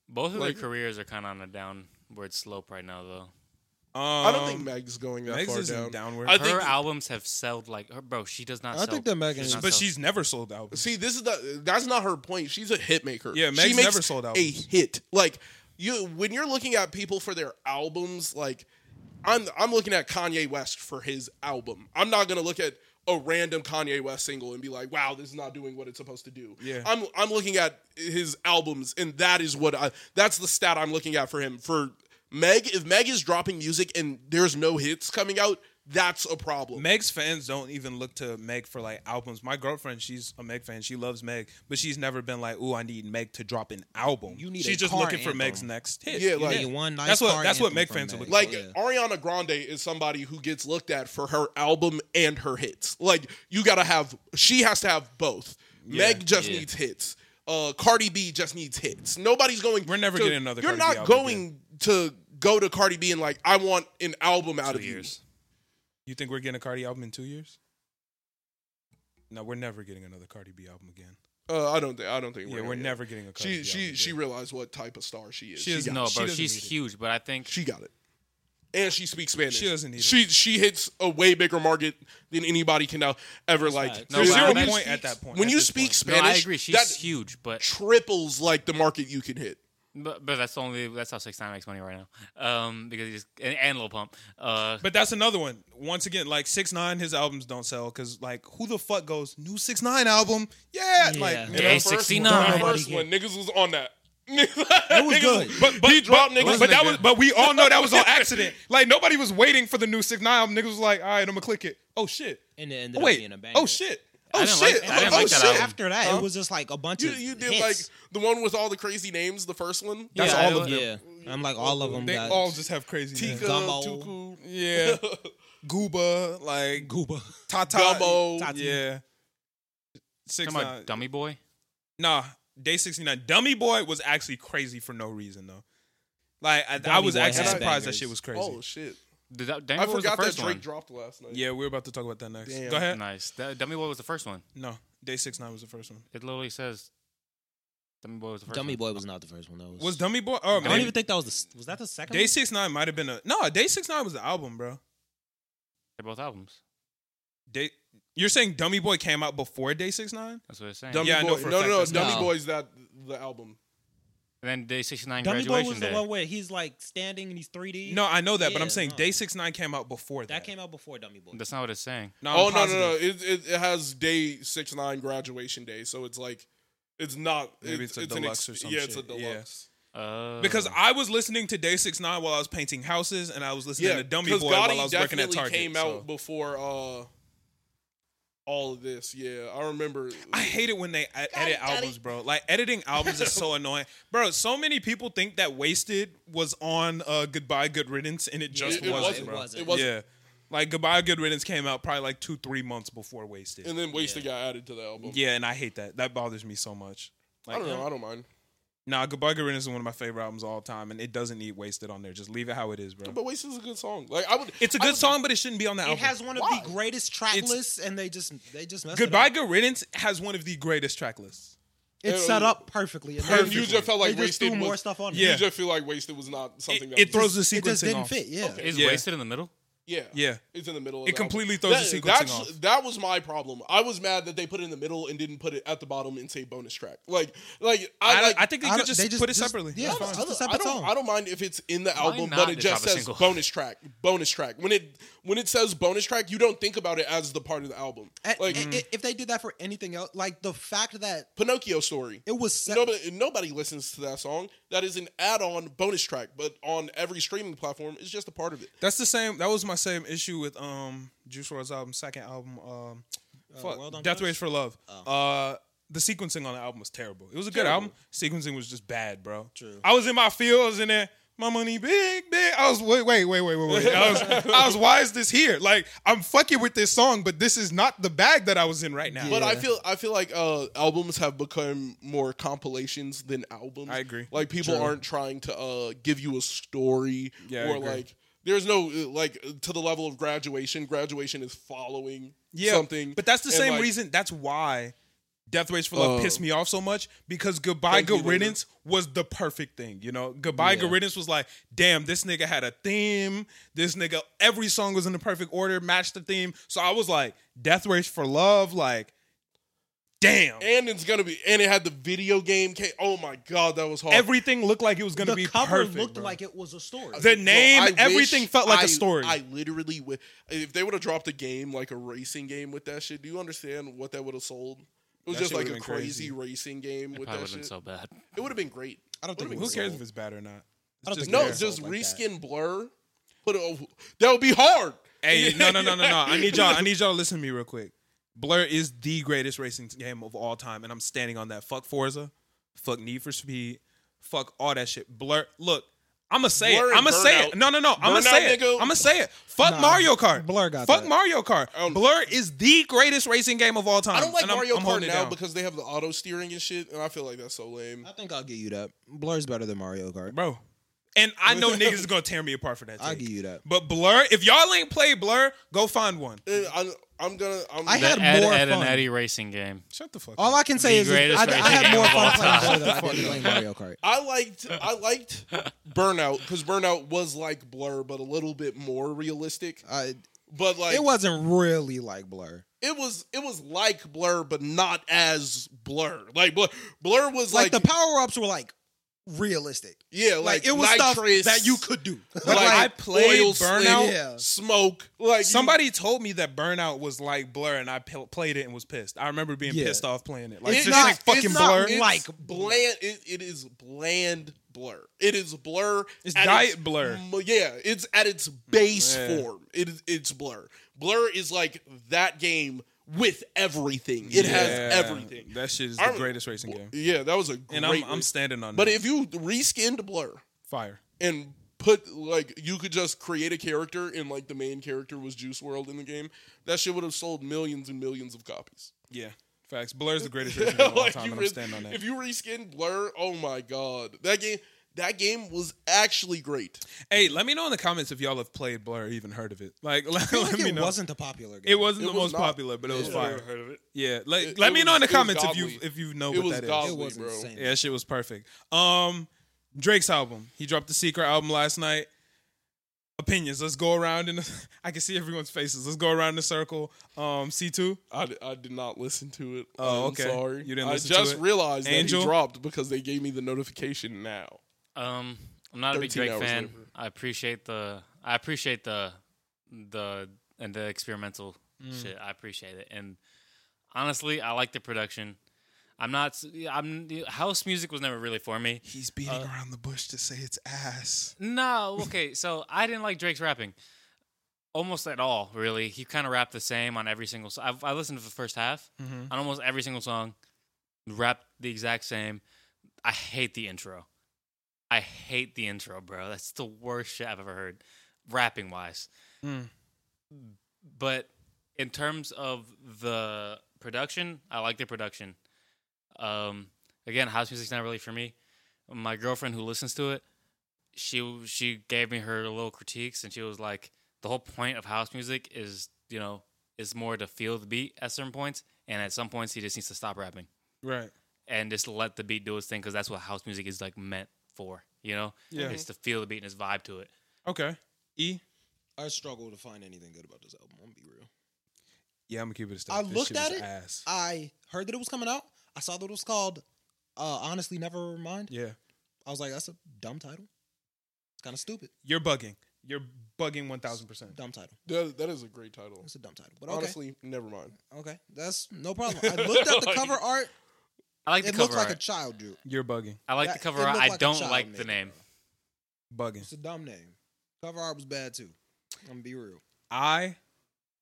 both of
like-
their careers are kind of on a downward slope right now, though.
um,
I don't think Meg's going that
Meg's
far
isn't
down.
downward.
I
her
think
albums have sold like her, bro. She does not.
I
sell,
think that Megan
she does
is-
not
but
sell-
she's never sold albums.
See, this is the that's not her point. She's a hit maker.
Yeah,
she
Meg's
makes
never sold
a
albums.
hit. Like you, when you're looking at people for their albums, like I'm I'm looking at Kanye West for his album. I'm not gonna look at a random Kanye West single and be like, "Wow, this is not doing what it's supposed to do."
Yeah.
I'm I'm looking at his albums, and that is what I that's the stat I'm looking at for him. For Meg, if Meg is dropping music and there's no hits coming out, that's a problem.
Meg's fans don't even look to Meg for like albums. My girlfriend, she's a Meg fan. She loves Meg, but she's never been like, "Ooh, I need Meg to drop an album."
You need
she's
a
just
car
looking for
anthem.
Meg's next hit.
Yeah,
You
like-
need-
Yeah, one nice
that's what
car
that's what
anthem
Meg
from
fans are
Meg.
looking
Like
for.
Yeah.
Ariana Grande is somebody who gets looked at for her album and her hits. Like you gotta have, she has to have both. Meg just
yeah.
needs hits. Uh, Cardi B just needs hits. Nobody's going.
We're never
to-
getting another
You're
Cardi B
not
album
going to go to Cardi B and like, I want an album out
two
of
years.
You think we're getting a Cardi album in two years? No, we're never getting another Cardi B album again.
you. Uh, I don't think. I don't think.
Yeah,
gonna
we're
get it.
never getting a Cardi
She
B
she
album
she
again.
realized what type of star she is.
She
She,
is-
got,
No,
she
bro,
doesn't
she's
need it.
huge, but I think
she got it. And she speaks Spanish.
She doesn't need it.
She she hits a way bigger market than anybody can now ever like.
No,
There's
but I
zero
bet-
point at that point,
When
at
you
this
speak
point.
no,
Spanish,
I agree. She's
that
huge, but,
triples like the market you can hit.
but but that's the only that's how Six Nine makes money right now. Um, because he just and, and Lil Pump. Uh,
But that's another one. Once again, like Six Nine, his albums don't sell because like who the fuck goes new Six Nine album? Yeah,
Yeah.
like
Yeah.
And
Day
that first one-
69.
that first one, niggas was on that. it
was good.
But but,
he dropped
but,
niggas.
but that was but we all know that was on accident. Like nobody was waiting for the new Six Nine album. Niggas was like, all right, I'm gonna click it. Oh shit.
and it ended
Oh,
up
wait.
being a banger.
Oh shit.
I
Oh
didn't like-
shit.
I didn't
oh
like that
shit.
album.
After that, it was just like a bunch
you,
of
you did
hits.
like the one with all the crazy names, the first one.
Yeah,
That's
I
all of
don't-
them. I'm like all of them.
They
got
all just have crazy names.
Tika,
Gumbo.
Tuku,
Yeah. Gooba, like
Gooba.
Tata.
Gumbo.
Tati.
Yeah. Six
talking about
nine.
Dummy Boy.
Nah, day sixty nine. Dummy boy was actually crazy for no reason though. Like I, I
Dummy
was
Boy
actually
had
surprised that
bangers.
shit was crazy.
Oh shit!
Did that- Dummy
I
Boy was the
forgot that
first
Drake
one.
dropped last night.
yeah, we are about to talk about that next.
Damn.
Go ahead.
Nice. That, Dummy Boy was the first one.
No, day six nine was the first one.
It literally says Dummy Boy was the first
Dummy
one.
Boy was not the first one. That was.
Was Dummy Boy? Oh,
I
maybe,
don't even think that was the. s- Was that the second?
Day
one?
six nine might have been a no. Day six nine was the album, bro.
They're both albums.
Day You're saying Dummy Boy came out before Day Six Nine?
That's what it's saying.
Dummy
Yeah, I know
Boy.
for a
No, no,
fact
no.
that's
Dummy
not-
Boy's that the album.
And then day 69
Dummy Boy was
graduation
the
day.
one where he's like standing and he's 3D.
No, I know that, but
Yeah,
I'm saying
no.
Day Six Nine came out before that.
that came out before Dummy Boy.
That's not what it's saying.
No,
oh no, no, no. It, it it has day six nine graduation day, so it's like it's not.
Maybe it's a
an
deluxe or some
Yeah, it's a
shit, yeah.
deluxe.
Uh,
Oh.
Because I was listening to Day Six Nine while I was painting houses, and I was listening
Yeah,
to Dummy
because
Boy
Gotti
while I was working
definitely
at Target.
came
so.
out before uh, all of this. Yeah, I remember.
I hate it when they e- edit albums, bro. Like editing albums is so annoying, bro. So many people think that "Wasted" was on uh, "Goodbye, Good Riddance," and it just
it
wasn't,
wasn't.
bro.
It wasn't.
It wasn't.
Yeah, like "Goodbye, Good Riddance" came out probably like two, three months before "Wasted."
And then Wasted got added to the album.
yeah, and I hate that. That bothers me so much.
I don't know. I don't mind.
Nah, "Goodbye, Good Riddance" is one of my favorite albums of all time, and it doesn't need "Wasted" on there. Just leave it how it is, bro.
But Wasted is a good song. Like I would.
it's a
I
good
would-
song, but it shouldn't be on that
It
album.
has one of
Why?
the greatest track
It's-
lists, and they just they just messed
"Goodbye,
It
Good Riddance" has one of the greatest track lists.
up. It's set up perfectly. and they-
And you just felt like
they just
Wasted
threw more
was-
stuff on.
Yeah.
You just feel like Wasted was not
It,
something that
it
was-
throws the
it, it just
sequencing
didn't
off.
fit. Yeah,
Okay.
is
Yeah.
wasted in the middle?
Yeah.
Yeah.
It's in the middle. Of
It
the
completely
album.
throws the
That-
sequencing
that's-
off.
That was my problem. I was mad that they put it in the middle and didn't put it at the bottom and say bonus track. Like, like I,
I,
like,
I think they
I
could
don't-
just,
they just-
put it
just-
separately.
yeah,
That's
it's
fine.
I
just a
don't, I
separate
don't,
song.
I don't mind if it's in the album,
not
but it
to
just
drop a
says
single?
bonus track, bonus track. When it when it says bonus track, you don't think about it as the part of the album.
And-
Like
and- if they did that for anything else, like the fact that
Pinocchio story.
it was set,
Nobody, nobody listens to that song. That is an add-on bonus track, but on every streaming platform, it's just a part of it.
That's the same. That was my same issue with um Juice WRLD's album, second album, um, fuck,
World on
Death
Drugs?
Race for Love. Uh, the sequencing on the album was terrible. It was a good album. Sequencing was just bad, bro.
True.
I was in my field. I was in there. My money big, big. I was wait, wait, wait, wait, wait, wait. I was, I was. Why is this here? Like I'm fucking with this song, but this is not the bag that I was in right now.
But I feel I feel like uh, albums have become more compilations than albums.
I agree.
Like people aren't trying to uh, give you a story
Yeah, I
or
agree.
like there's no uh, like to the level of graduation. Graduation is following
yeah,
something.
But that's the
And,
same
like,
reason. That's why Death Race for Love
Uh,
pissed me off so much because Goodbye
Thank you,
Good
Linda.
Riddance was the perfect thing. You know, Goodbye Good Riddance was like, damn, this nigga had a theme. This nigga, every song was in the perfect order, matched the theme. So I was like, Death Race for Love, like, damn.
And it's gonna be and it had the video game. Ca- oh my god, that was hard.
Everything looked like it was gonna
the
be
cover
perfect.
looked
bro.
like it was a story.
the
Bro,
name,
I wish
everything felt like a
I-
story.
I literally would. If they would have dropped a game like a racing game with that shit, do you understand what that would have sold? It was
That
just
shit
like a
would've been
crazy,
crazy.
racing game
It probably
with
would
that
have been
shit.
so bad.
It would have been great.
I don't think
Would've
it
been
Who
was
cares
sold.
if it's bad or not?
I
It's
don't think
No,
Yeah.
just
Like that.
reskin blur. Put it, that would be hard.
Hey, no, no, no, no, no. I need y'all. I need y'all to listen to me real quick. Blur is the greatest racing game of all time, and I'm standing on that. Fuck Forza, fuck Need for Speed, fuck all that shit. Blur, look, I'ma say
Blur
it.
and
I'ma say it.
Burnout.
No, no, no. I'ma
Burnout,
say it.
nigga.
I'ma say it. Fuck
Nah,
Mario Kart.
Blur got
fuck
that.
Mario Kart.
don't-
Blur is the greatest racing game of all time.
Um, I don't like
and I'm-
Mario
I'm
Kart
holding it
now
down.
because they have the auto steering and shit, and I feel like that's so lame.
I think I'll give you that. Blur's better than Mario Kart.
bro. And I know niggas is gonna tear me apart for that.
I'll
take.
give you that.
But Blur, if y'all ain't played Blur, go find one.
Uh, I'm, I'm gonna. I'm,
I
The
had
Ed,
more
Ed and
fun.
Eddie racing game.
Shut the fuck
All I can say
The
is is I,
greatest
I had
racing
more
game
fun
of all
playing Blur than I did playing Mario Kart.
I liked I liked Burnout because Burnout was like Blur, but a little bit more realistic.
I,
But like
it wasn't really like Blur.
it was it was like Blur, but not as Blur. Like Blur, Blur was
Like,
like,
the power ups were like realistic.
yeah,
Like,
like,
it was
nitrous,
stuff that you could do.
But, like, I played
oil slick,
Burnout.
Yeah.
smoke. Like you-
Somebody told me that Burnout was like Blur, and I p- played it and was pissed. I remember being
Yeah.
pissed off playing it. Like
It's
this
not-
ain't fucking
it's not
Blur.
really-
It's
like
bland. It, it is bland blur. It is blur.
It's
at
diet blur.
m- Yeah, it's at its base
Mm, Yeah.
form. It is. It's blur. Blur is like that game with everything. It has everything.
That shit is
I
the
rem-
greatest racing game.
Yeah, that was a great.
And I'm, I'm
race.
standing on
but
that.
if you reskinned blur
fire.
and put like you could just create a character and like the main character was Juice World in the game, that shit would have sold millions and millions of copies.
Yeah. Facts. Blur is the greatest racing game of all
Like,
time,
you
and I'm
re-
standing on that.
If you reskin Blur, oh my god, that game that game was actually great.
hey, let me know in the comments if y'all have played Blur or even heard of it. Like, let,
I feel like
me
it
know.
wasn't a popular game.
it wasn't the
It was
most
not.
popular, but it was fire.
of it.
Yeah. Let,
It-
let
it
me
was-
know in the
it was
comments if you
godly.
if you know
It
what
was
that is.
godly,
It was
bro.
insane.
Yeah, that shit was perfect. Um, Drake's album. He dropped the secret album last night. opinions. Let's go around in. The, I can see everyone's faces. Let's go around in a circle. Um, C two.
I, d- I did not listen to it.
Oh,
I'm
okay.
Sorry,
You didn't
I
listen to
just
it?
realized
Angel?
that he dropped because they gave me the notification now.
Um, I'm not a big
13
Drake
hours
fan.
later.
I appreciate the I appreciate the the and the experimental
Mm.
shit. I appreciate it, and honestly, I like the production. I'm not. s- I'm house music was never really for me.
He's beating around the bush to say it's ass.
No, okay, so I didn't like Drake's rapping almost at all. Really, he kind of rapped the same on every single. So- I've, I listened to the first half on almost every single song, rapped the exact same. I hate the intro. I hate the intro, bro. That's the worst shit I've ever heard, rapping wise.
Mm.
But in terms of the production, I like the production. Um, again, house music's not really for me. My girlfriend who listens to it, she she gave me her little critiques, and she was like, the whole point of house music is you know is more to feel the beat at certain points, and at some points he just needs to stop rapping
Right.
and just let the beat do its thing because that's what house music is like meant for. You know,
Yeah.
it's to feel the beat and its vibe to it.
Okay. E.
I struggle to find anything good about this album. I'm gonna be real.
Yeah, I'm gonna keep it a stack.
I
This
looked
shit
at
was
it.
Ass.
I heard that it was coming out. I saw that it was called uh, "Honestly Never Mind."
Yeah.
I was like, "That's a dumb title. It's kind of stupid.
You're bugging. You're bugging one thousand percent.
Dumb title.
That, that is a great title.
It's a dumb title." But okay,
Honestly, never mind.
okay, that's no problem. I looked at the cover art.
I like the
It
cover
looked like a
art.
child drew. it.
You're bugging.
I like the
that-
cover
it
art.
looked
I
like a
don't
child
like
made
the
it,
name.
bro.
Bugging.
It's a dumb name. Cover art was bad too. I'm gonna be real.
I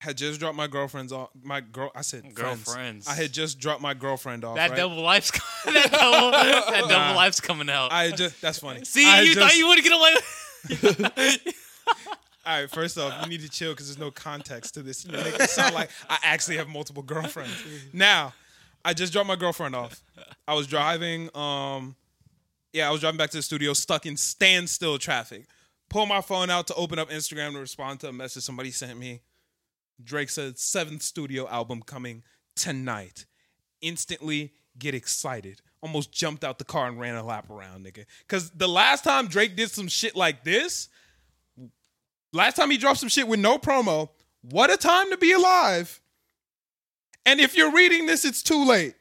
had just dropped my girlfriend's off. My girl. I said friends.
Girlfriends.
I had just dropped my girlfriend off.
That
right?
double life's co- that double that double
Nah.
life's coming out.
I had just. That's funny.
See,
I had
you
just,
thought you would get away. with
All right, first off, you need to chill because there's no context to this. You make it sound like I actually have multiple girlfriends. Now, I just dropped my girlfriend off. I was driving, um, yeah, I was driving back to the studio, stuck in standstill traffic. Pull my phone out to open up Instagram to respond to a message somebody sent me. Drake said seventh studio album coming tonight. Instantly get excited. Almost jumped out the car and ran a lap around, nigga. Cause the last time Drake did some shit like this, last time he dropped some shit with no promo, what a time to be alive. And if you're reading this, it's too late.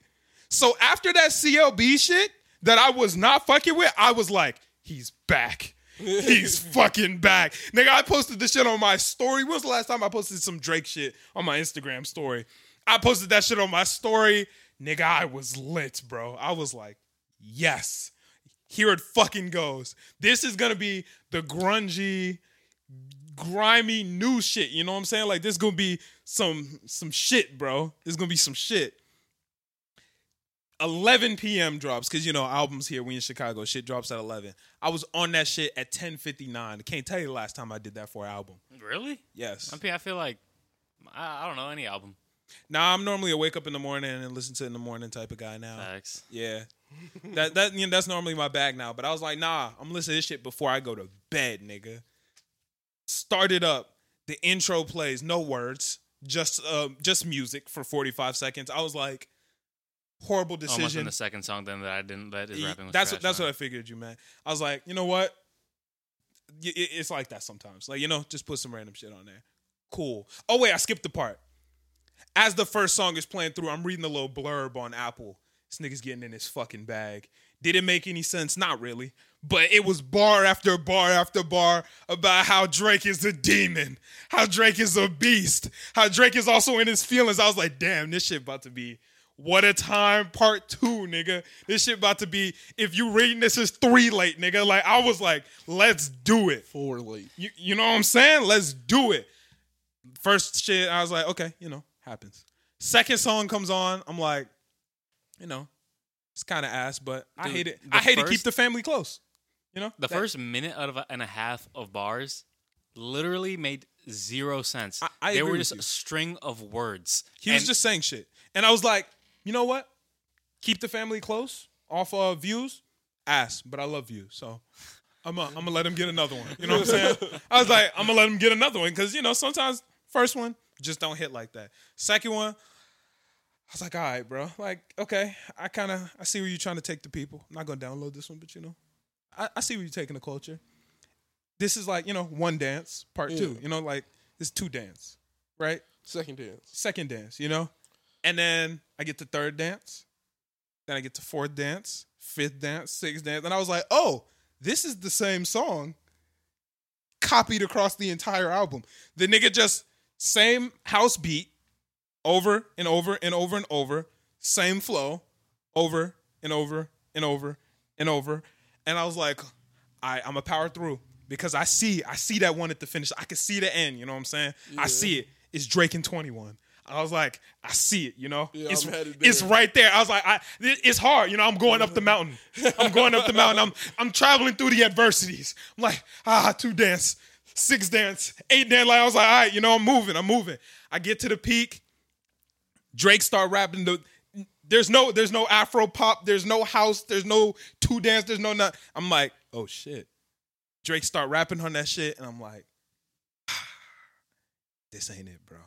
So after that CLB shit that I was not fucking with, I was like, he's back. He's fucking back. Nigga, I posted this shit on my story. When was the last time I posted some Drake shit on my Instagram story? I posted that shit on my story. Nigga, I was lit, bro. I was like, yes. Here it fucking goes. This is gonna be the grungy, grimy new shit. You know what I'm saying? Like this gonna be some some shit, bro. This gonna be some shit. 11 p.m. drops because you know albums here. We in Chicago, shit drops at 11. I was on that shit at 10:59. Can't tell you the last time I did that for an album.
really?
Yes.
I mean, I feel like I, I don't know any album.
Now I'm normally a wake up in the morning and listen to it in the morning type of guy now.
Facts.
Yeah. That that you know, that's normally my bag now. But I was like, nah, I'm listening to this shit before I go to bed, nigga. Start it up. The intro plays, no words, just uh, just music for 45 seconds. I was like, horrible
Almost in
decision.
the second song, then that I didn't. That his
Y-
rapping was
that's what
trash
that's
on.
what I figured you man. I was like, you know what? Y- it- It's like that sometimes. Like you know, just put some random shit on there. Cool. Oh wait, I skipped the part. As the first song is playing through, I'm reading the little blurb on Apple. This nigga's getting in his fucking bag. Did it make any sense? Not really. But it was bar after bar after bar about how Drake is a demon, how Drake is a beast, how Drake is also in his feelings. I was like, damn, this shit about to be what a time part two, nigga. This shit about to be if you reading this is three late, nigga. Like I was like, let's do it.
Four late.
You, you know what I'm saying? Let's do it. First shit, I was like, okay, you know, happens. Second song comes on, I'm like, you know, it's kind of ass, but I
Dude,
hate it.
the
I hate to keep
first-
the family close. You know,
The
That-
first minute out of a, and a half of bars literally made zero sense.
I- I
they
agree
were
with
just
you.
a string of words.
He was
And
just saying shit. And I was like, you know what? Keep the family close off of views. Ass, but I love you. So I'm going to let him get another one. You know what I'm saying? I was like, I'm going to let him get another one because, you know, sometimes first one just don't hit like that. Second one, I was like, all right, bro. Like, okay, I kind of, I see where you're trying to take the people. I'm not going to download this one, but you know, I, I see where you're taking the culture this is like you know one dance part
Yeah.
two. You know, like this two dance, right?
Second dance.
Second dance, you know, and then I get to third dance, then I get to fourth dance, fifth dance, sixth dance, and I was like, oh, this is the same song copied across the entire album. The nigga just same house beat over and over and over and over, same flow over and over and over and over. And I was like, I, I'm a power through because I see, I see that one at the finish. I can see the end. You know what I'm saying? I see it. It's Drake and 21. I was like, I see it, you know.
Yeah,
it's
I'm headed
it's
there.
right there. I was like, I, it- it's hard, you know. I'm going up the mountain. I'm going up the mountain. I'm I'm traveling through the adversities. I'm like, ah, two dance, six dance, eight dance. Like I was like, all right, you know, I'm moving. I'm moving. I get to the peak. Drake start rapping the there's no there's no afro pop, there's no house, there's no two dance, there's no nut. I'm like, oh shit. Drake start rapping on that shit and I'm like, this ain't it, bro.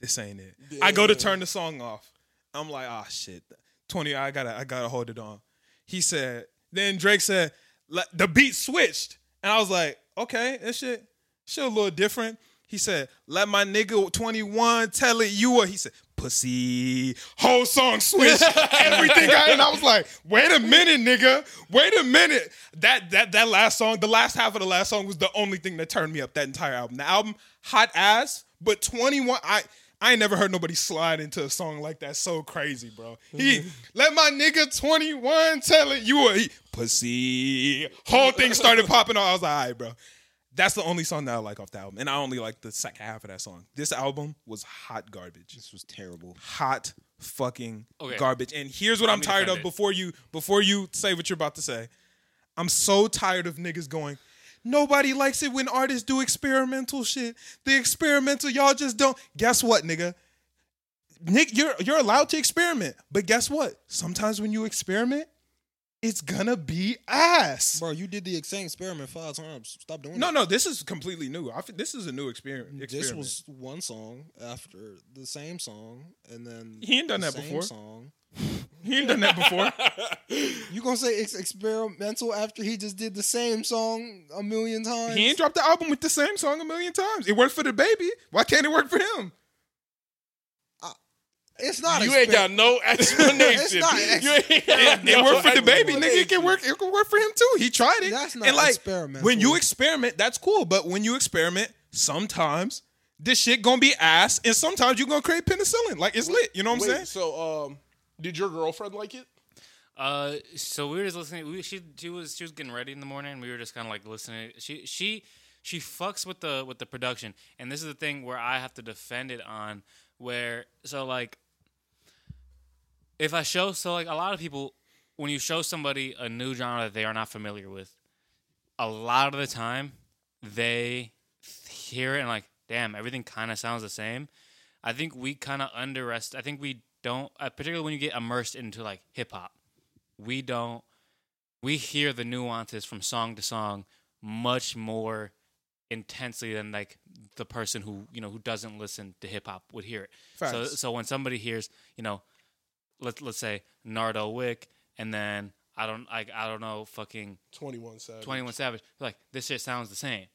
This ain't it. I go to turn the song off. I'm like, ah shit. 20, I gotta I gotta hold it on. He said, then Drake said, "Let- the beat switched. And I was like, okay, that shit, shit a little different. He said, let my nigga 21 tell it you are. He said, pussy. Whole song switch. Everything I and I was like, wait a minute, nigga. Wait a minute. That that that last song, the last half of the last song was the only thing that turned me up that entire album. The album, hot ass, but 21, I I ain't never heard nobody slide into a song like that. So crazy, bro. He let my nigga 21 tell it you are he, pussy. Whole thing started popping off. I was like, all right, bro. That's the only song that I like off the album, and I only like the second half of that song. This album was hot garbage,
This was terrible.
hot fucking
Okay.
garbage. And here's what I'm
me
tired
defend
of
it.
before you before you say what you're about to say. I'm so tired of niggas going. Nobody likes it when artists do experimental shit. The experimental, y'all just don't. Guess what, nigga? Nick, you're you're allowed to experiment, but guess what? Sometimes when you experiment, it's gonna be ass.
Bro, you did the same experiment five times. Stop doing
No,
that.
no, this is completely new. I, f- this is a new experience.
This
experiment.
was one song after the same song, and then
He ain't done
the
that
same
before.
Song.
he ain't done that before.
You gonna say it's experimental after he just did the same song a million times?
he ain't dropped the album with the same song a million times. It worked for the baby. Why can't it work for him?
it's not.
You ain't
exper-
got no
It's
explanation.
not an
You ain't got
It, it
no
worked for the baby, nigga. It
explanation.
can work. It can work for him too. He tried it.
That's not
and like
experimental.
when you experiment, that's cool. But when you experiment, sometimes this shit gonna be ass, and sometimes you gonna create penicillin. Like it's lit. You know what I'm saying?
Wait, so um, did your girlfriend like it?
Uh, so we were just listening. We, she she was she was getting ready in the morning. We were just kind of like listening. She she she fucks with the with the production, and this is the thing where I have to defend it on where so like if I show so like a lot of people when you show somebody a new genre that they are not familiar with, a lot of the time they hear it and like damn everything kind of sounds the same. I think we kind of underest. I think we don't, uh, particularly when you get immersed into like hip hop we don't we hear the nuances from song to song much more intensely than like the person who you know who doesn't listen to hip hop would hear it. So
Facts.
so when somebody hears you know let's let's say Nardo Wick and then I don't like I don't know fucking
Twenty one Savage.
Twenty One Savage like this shit sounds the same,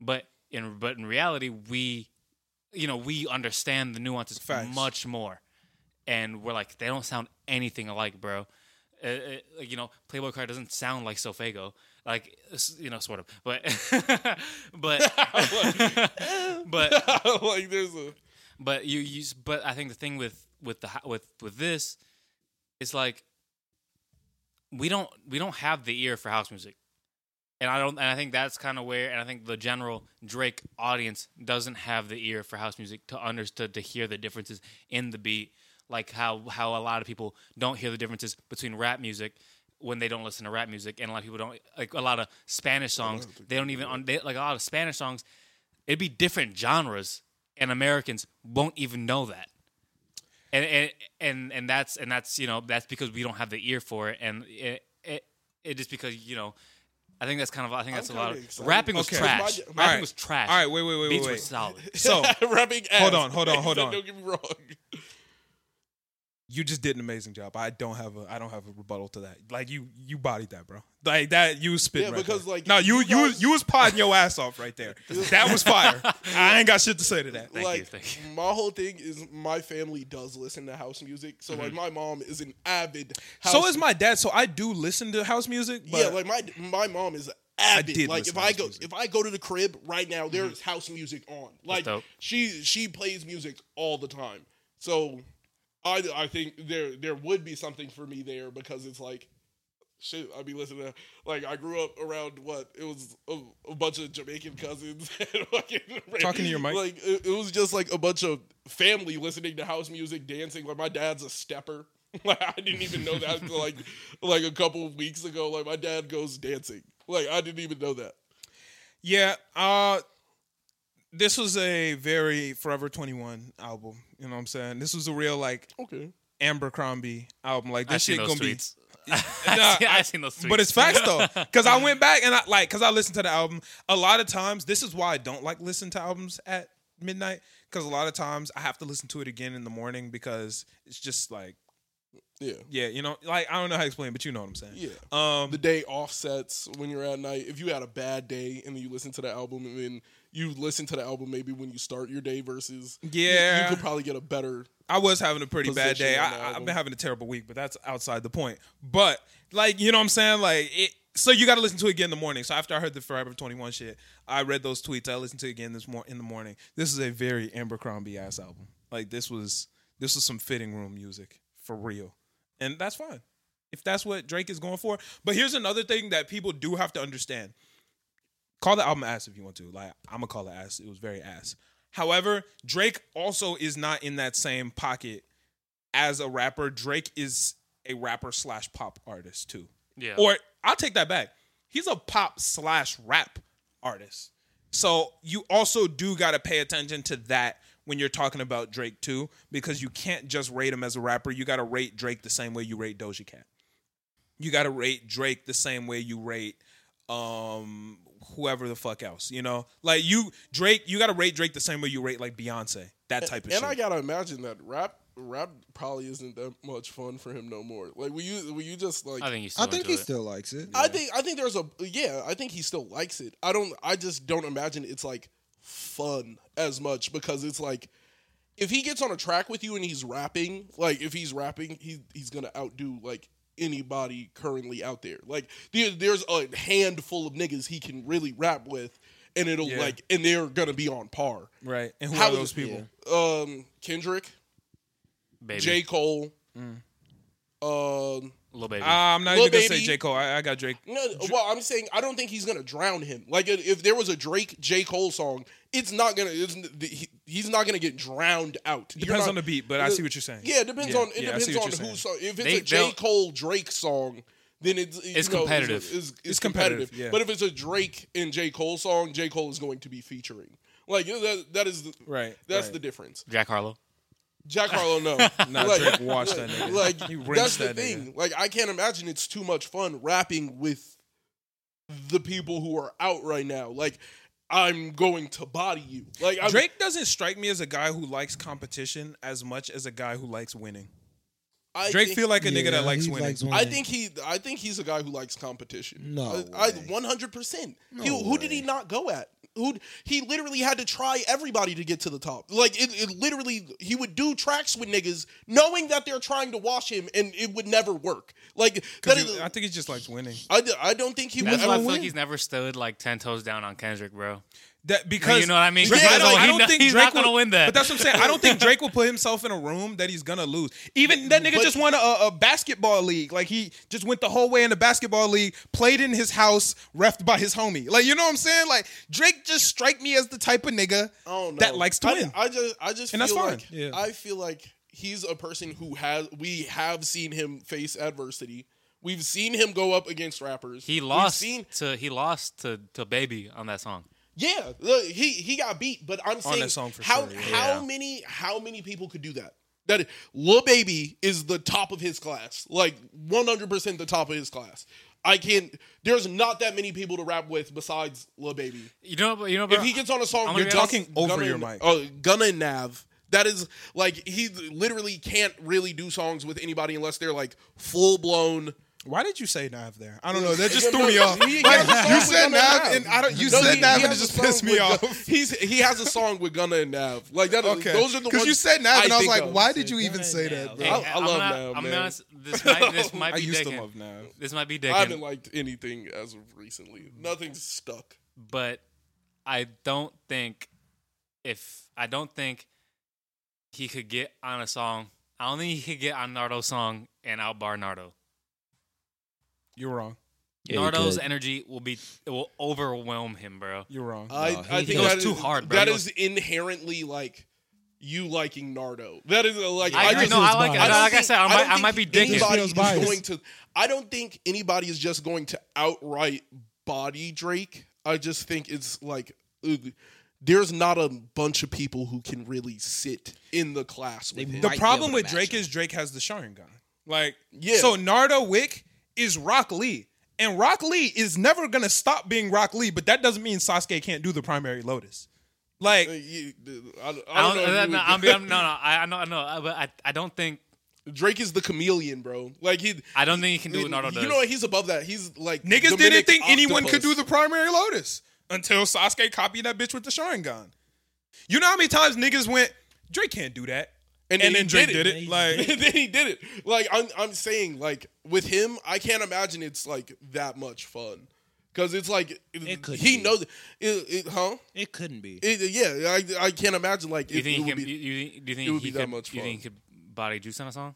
but in but in reality we you know we understand the nuances
Facts.
much more, and we're like they don't sound anything alike, bro uh, uh, like, you know, Playboy Card doesn't sound like Sofago, like s- you know, sort of, but but but
like there's a
but you you s- but I think the thing with with the ho- with with this is like we don't we don't have the ear for house music. And I don't and I think that's kind of where and I think the general Drake audience doesn't have the ear for house music to understood to hear the differences in the beat like how how a lot of people don't hear the differences between rap music when they don't listen to rap music and a lot of people don't like a lot of Spanish songs they don't even on they, like a lot of Spanish songs it'd be different genres and americans won't even know that and and and, and that's and that's you know that's because we don't have the ear for it and it it, it just because you know I think that's kind of. I think that's a
kinda
lot of
excited.
rapping was
Okay.
trash.
My-
rapping
Alright.
was trash.
All right, wait, wait, wait,
beats
wait,
were
wait.
solid.
So
rubbing ass.
Hold on, hold on, hold on.
Don't get me wrong.
you just did an amazing job. I don't have a I don't have a rebuttal to that. Like you you bodied that, bro. Like that you was spitting.
Yeah,
right
because,
there.
like,
no, you
you
you was-
guys-
you was podding your ass off right there. That was fire. I ain't got shit to say to that.
Thank
like
you, thank
my whole thing is my family does listen to house music, so like my mom is an avid. House
Mm-hmm. so is my dad. So I do listen to house music. But
yeah, like my my mom is avid.
did
like
listen
if
to
I
house
go
music. Mm-hmm.
if I go to the crib right now, there's house music on. Like
dope.
she she plays music all the time. So I I think there there would be something for me there because it's like shit. I'd be listening to uh, like I grew up around what it was a, a bunch of Jamaican cousins and fucking
Talking to your mic?
Like it, it was just like a bunch of family listening to house music, dancing. Like my dad's a stepper. Like I didn't even know that until like like a couple of weeks ago. Like my dad goes dancing. Like I didn't even know that.
Yeah, uh this was a very Forever 21 album, you know what I'm saying? This was a real like
Okay.
Amber Crombie album. Like this
I've seen
shit
those
gonna be
tweets.
Nah,
I've seen those tweets.
But it's facts though, because I went back and I like because I listened to the album a lot of times. This is why I don't like listen to albums at midnight because a lot of times I have to listen to it again in the morning because it's just like
Yeah.
yeah, you know, like I don't know how to explain, but you know what I'm saying.
Yeah.
Um,
The day offsets when you're at night. If you had a bad day and then you listen to the album and then you listen to the album maybe when you start your day versus you- you,
Yeah.
could probably get a better
I was having a pretty bad
Position
day.
on the
I, I've
album.
been having a terrible week, but that's outside the point. But like, you know what I'm saying? Like it. So you got to listen to it again in the morning. So after I heard the Forever 21 shit, I read those tweets. I listened to it again this mor- in the morning. This is a very Amber Crombie ass album. Like this was this was some fitting room music for real, and that's fine if that's what Drake is going for. But here's another thing that people do have to understand. Call the album ass if you want to. Like I'm gonna call it ass. It was very ass. However, Drake also is not in that same pocket as a rapper. Drake is a rapper slash pop artist too.
Yeah.
Or I'll take that back. He's a pop slash rap artist. So you also do gotta pay attention to that when you're talking about Drake too, because you can't just rate him as a rapper. You gotta rate Drake the same way you rate Doja Cat. You gotta rate Drake the same way you rate um whoever the fuck else. You know? Like you Drake, you gotta rate Drake the same way you rate like Beyonce. That type of
and
shit.
I gotta imagine that rap rap probably isn't that much fun for him no more. Like will you will you just like
I think he's. Still
I think
into
he
it.
still likes it.
I think I think there's a yeah, I think he still likes it. I don't I just don't imagine it's like fun as much because it's like if he gets on a track with you and he's rapping, like if he's rapping, he he's gonna outdo like anybody currently out there. Like there, there's a handful of niggas he can really rap with and it'll
Yeah.
like and they're gonna be on par.
right. And who
How
are
is
those
it-
people?
Um Kendrick,
Baby.
J. Cole,
Mm.
um
Little baby.
Uh, I'm not
Lil
even gonna say
Baby.
J. Cole. I, I got Drake.
No, well, I'm saying I don't think he's gonna drown him. Like if if there was a Drake J Cole song, it's not gonna. It's, he, he's not gonna get drowned out. You're
Depends
not-
on the beat, but I see what you're saying.
Yeah, it depends on it
yeah, I see
depends on
what you're
who
saying.
song. If it's
They-
a J
they'll-
Cole Drake song, then it's
It's competitive.
It's, it's,
It's
competitive.
competitive, yeah.
But if it's a Drake and J Cole song, J Cole is going to be featuring. Like you know, that, that is the,
Right,
That's
right.
the difference.
Jack Harlow.
Jack Harlow, no.
Nah,
Like-
Drake washed that nigga.
like
he
that's
rinsed
the
that
thing.
nigga.
Like I can't imagine it's too much fun rapping with the people who are out right now. Like I'm going to body you. Like I'm,
Drake doesn't strike me as a guy who likes competition as much as a guy who likes winning.
I
Drake
think,
feel like a nigga
Yeah,
that likes
he
winning.
I think he. I think he's a guy who likes competition.
No
I
way.
100. percent Who did he not go at? Who he literally had to try everybody to get to the top. Like it, it literally, he would do tracks with niggas knowing that they're trying to wash him, and it would never work. Like that
'Cause
is.
he- I think he just likes winning.
I, d- I don't think he would.
That's why I
ever
feel
win.
like he's never stood like ten toes down on Kendrick, bro.
That because
You know what I mean?
Yeah,
He doesn't-
I don't-
he
I don't
kno-
think
he's
Drake
not gonna
would-
win that.
But that's what I'm saying. I don't think Drake will put himself in a room that he's gonna lose. Even that nigga
But-
just won a, a basketball league. Like he just went the whole way in the basketball league, played in his house, refed by his homie. Like you know what I'm saying? Like Drake just strike me as the type of nigga
I don't know.
that likes to
I,
win.
I just, I just
And that's
feel
fine.
like
Yeah.
I feel like he's a person who has. We have seen him face adversity. We've seen him go up against rappers.
He
We've
lost
seen-
to he lost to to Baby on that song.
yeah, look, he he got beat. But I'm saying
that song for
how
sure, yeah.
how many how many people could do that? That Lil Baby is the top of his class, like 100 percent the top of his class. I can't. There's not that many people to rap with besides Lil Baby.
You know, you know, bro,
If he gets on a song,
I'm gonna
with
be honest-
talking over
Gunna
your
and-
mic.
Oh, Gunna and Nav. That is like he literally can't really do songs with anybody unless they're like full blown.
Why did you say Nav there? I don't know. That just threw me off.
He- he
Like,
has a song
you
with
said
Gunna
Nav,
Nav.
and I don't. You
No,
said
he-
Nav,
he
and it
has a
just pissed
song
me
with
off.
Gun- He's he has a song with Gunna and Nav. Like that.
Okay,
Those are the ones
you said Nav,
I
and I was
think
like,
of.
why did you even say that?
Hey,
bro?
I- I
I'm
love
not-
now,
I'm
man.
not. This might. This might
I
be
used to
digging.
love Nav.
This might be
I haven't
digging,
liked anything as of recently. Nothing's stuck.
but I don't think if I don't think he could get on a song. I don't think he could get on Nardo's song and outbar Nardo.
You're wrong.
Yeah, you
Nardo's
could.
energy will be it will overwhelm him, bro.
You're wrong.
I,
No, he-
I
he
think
goes
that is-
too hard, bro.
That
He
is inherently like you liking Nardo. That is uh, like
I,
just
no, I like it.
don't
Like I
think-
said, I
don't
might, I
think
might be digging.
anybody
Feels
is
biased.
going to. I don't think anybody is just going to outright body Drake. I just think it's like ugh, there's not a bunch of people who can really sit in the class with
They
him.
the
might be
problem
able
with
to match
Drake
him.
is Drake has the Sharingan. Like,
Yeah.
So Nardo Wick is Rock Lee, and Rock Lee is never gonna stop being Rock Lee, but that doesn't mean Sasuke can't do the primary Lotus. Like,
Uh, you- I,
I
I don't
don't,
know
uh,
who
no, I'm,
would-
I'm, no, no, I, I know, I know, I- but I, I don't think,
Drake is the chameleon, bro. Like he,
I don't think he can do
you
what Nardo does.
know what? He's above that. He's like
niggas
Dominic
didn't think anyone could
Octopus.
do the primary Lotus until Sasuke copied that bitch with the Sharingan. You know how many times niggas went, Drake can't do that,
And
and,
then
then Drake
he did
did
it.
it. Like,
And then he did it. Like I'm, I'm saying, like with him, I can't imagine it's like that much fun because it's like
It could
he
be.
knows, it, it, huh?
It couldn't be.
It, yeah, I, I can't imagine like
do you
if
think
it
he
would
can,
be-
you, you, think- do you
it
think
would
he
be that
could,
much
you
fun.
think he could body juice on a song?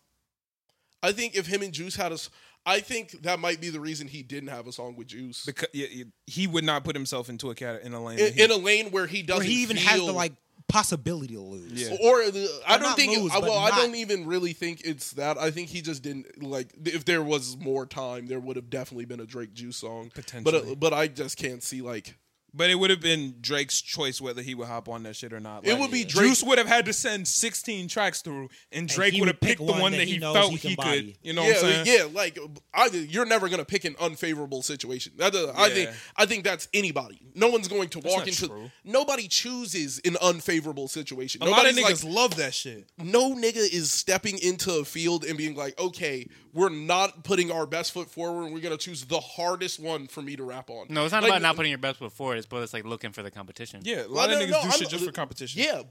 I think if him and Juice had us, I think that might be the reason he didn't have a song with Juice
because yeah, yeah, he would not put himself into a cat in a lane. that
in,
he-
in a lane where he doesn't
Where he even
feel,
has the like possibility to lose.
Yeah.
Or the, I
Or
don't
not
think.
lose,
I,
but
well, I
not-
don't even really think it's that. I think he just didn't like. If there was more time, there would have definitely been a Drake Juice song.
Potentially.
but but I just can't see like
But it would have been Drake's choice whether he would hop on that shit or not.
It would be Drake-
Juice would have had to send 16 tracks through, and Drake
he
would
would
have picked
pick
the
one
one
that
that
he
he
knows
felt
he
he,
can
could.
body.
You know
yeah
what I'm saying?
yeah like I, you're never gonna pick an unfavorable situation. That, uh, I think
Yeah.
I think that's anybody. No one's going to walk
not
into
true.
nobody chooses an unfavorable situation.
A lot of
Nobody's like,
niggas love that shit.
no nigga is stepping into a field and being like, okay, we're not putting our best foot forward. and We're gonna choose the hardest one for me to rap on.
No, it's not
Like,
about not putting your best foot forward. It's but it's like looking for the competition.
Yeah, a
Well,
lot
no,
of niggas
no,
do
I'm-
shit just for competition.
Yeah,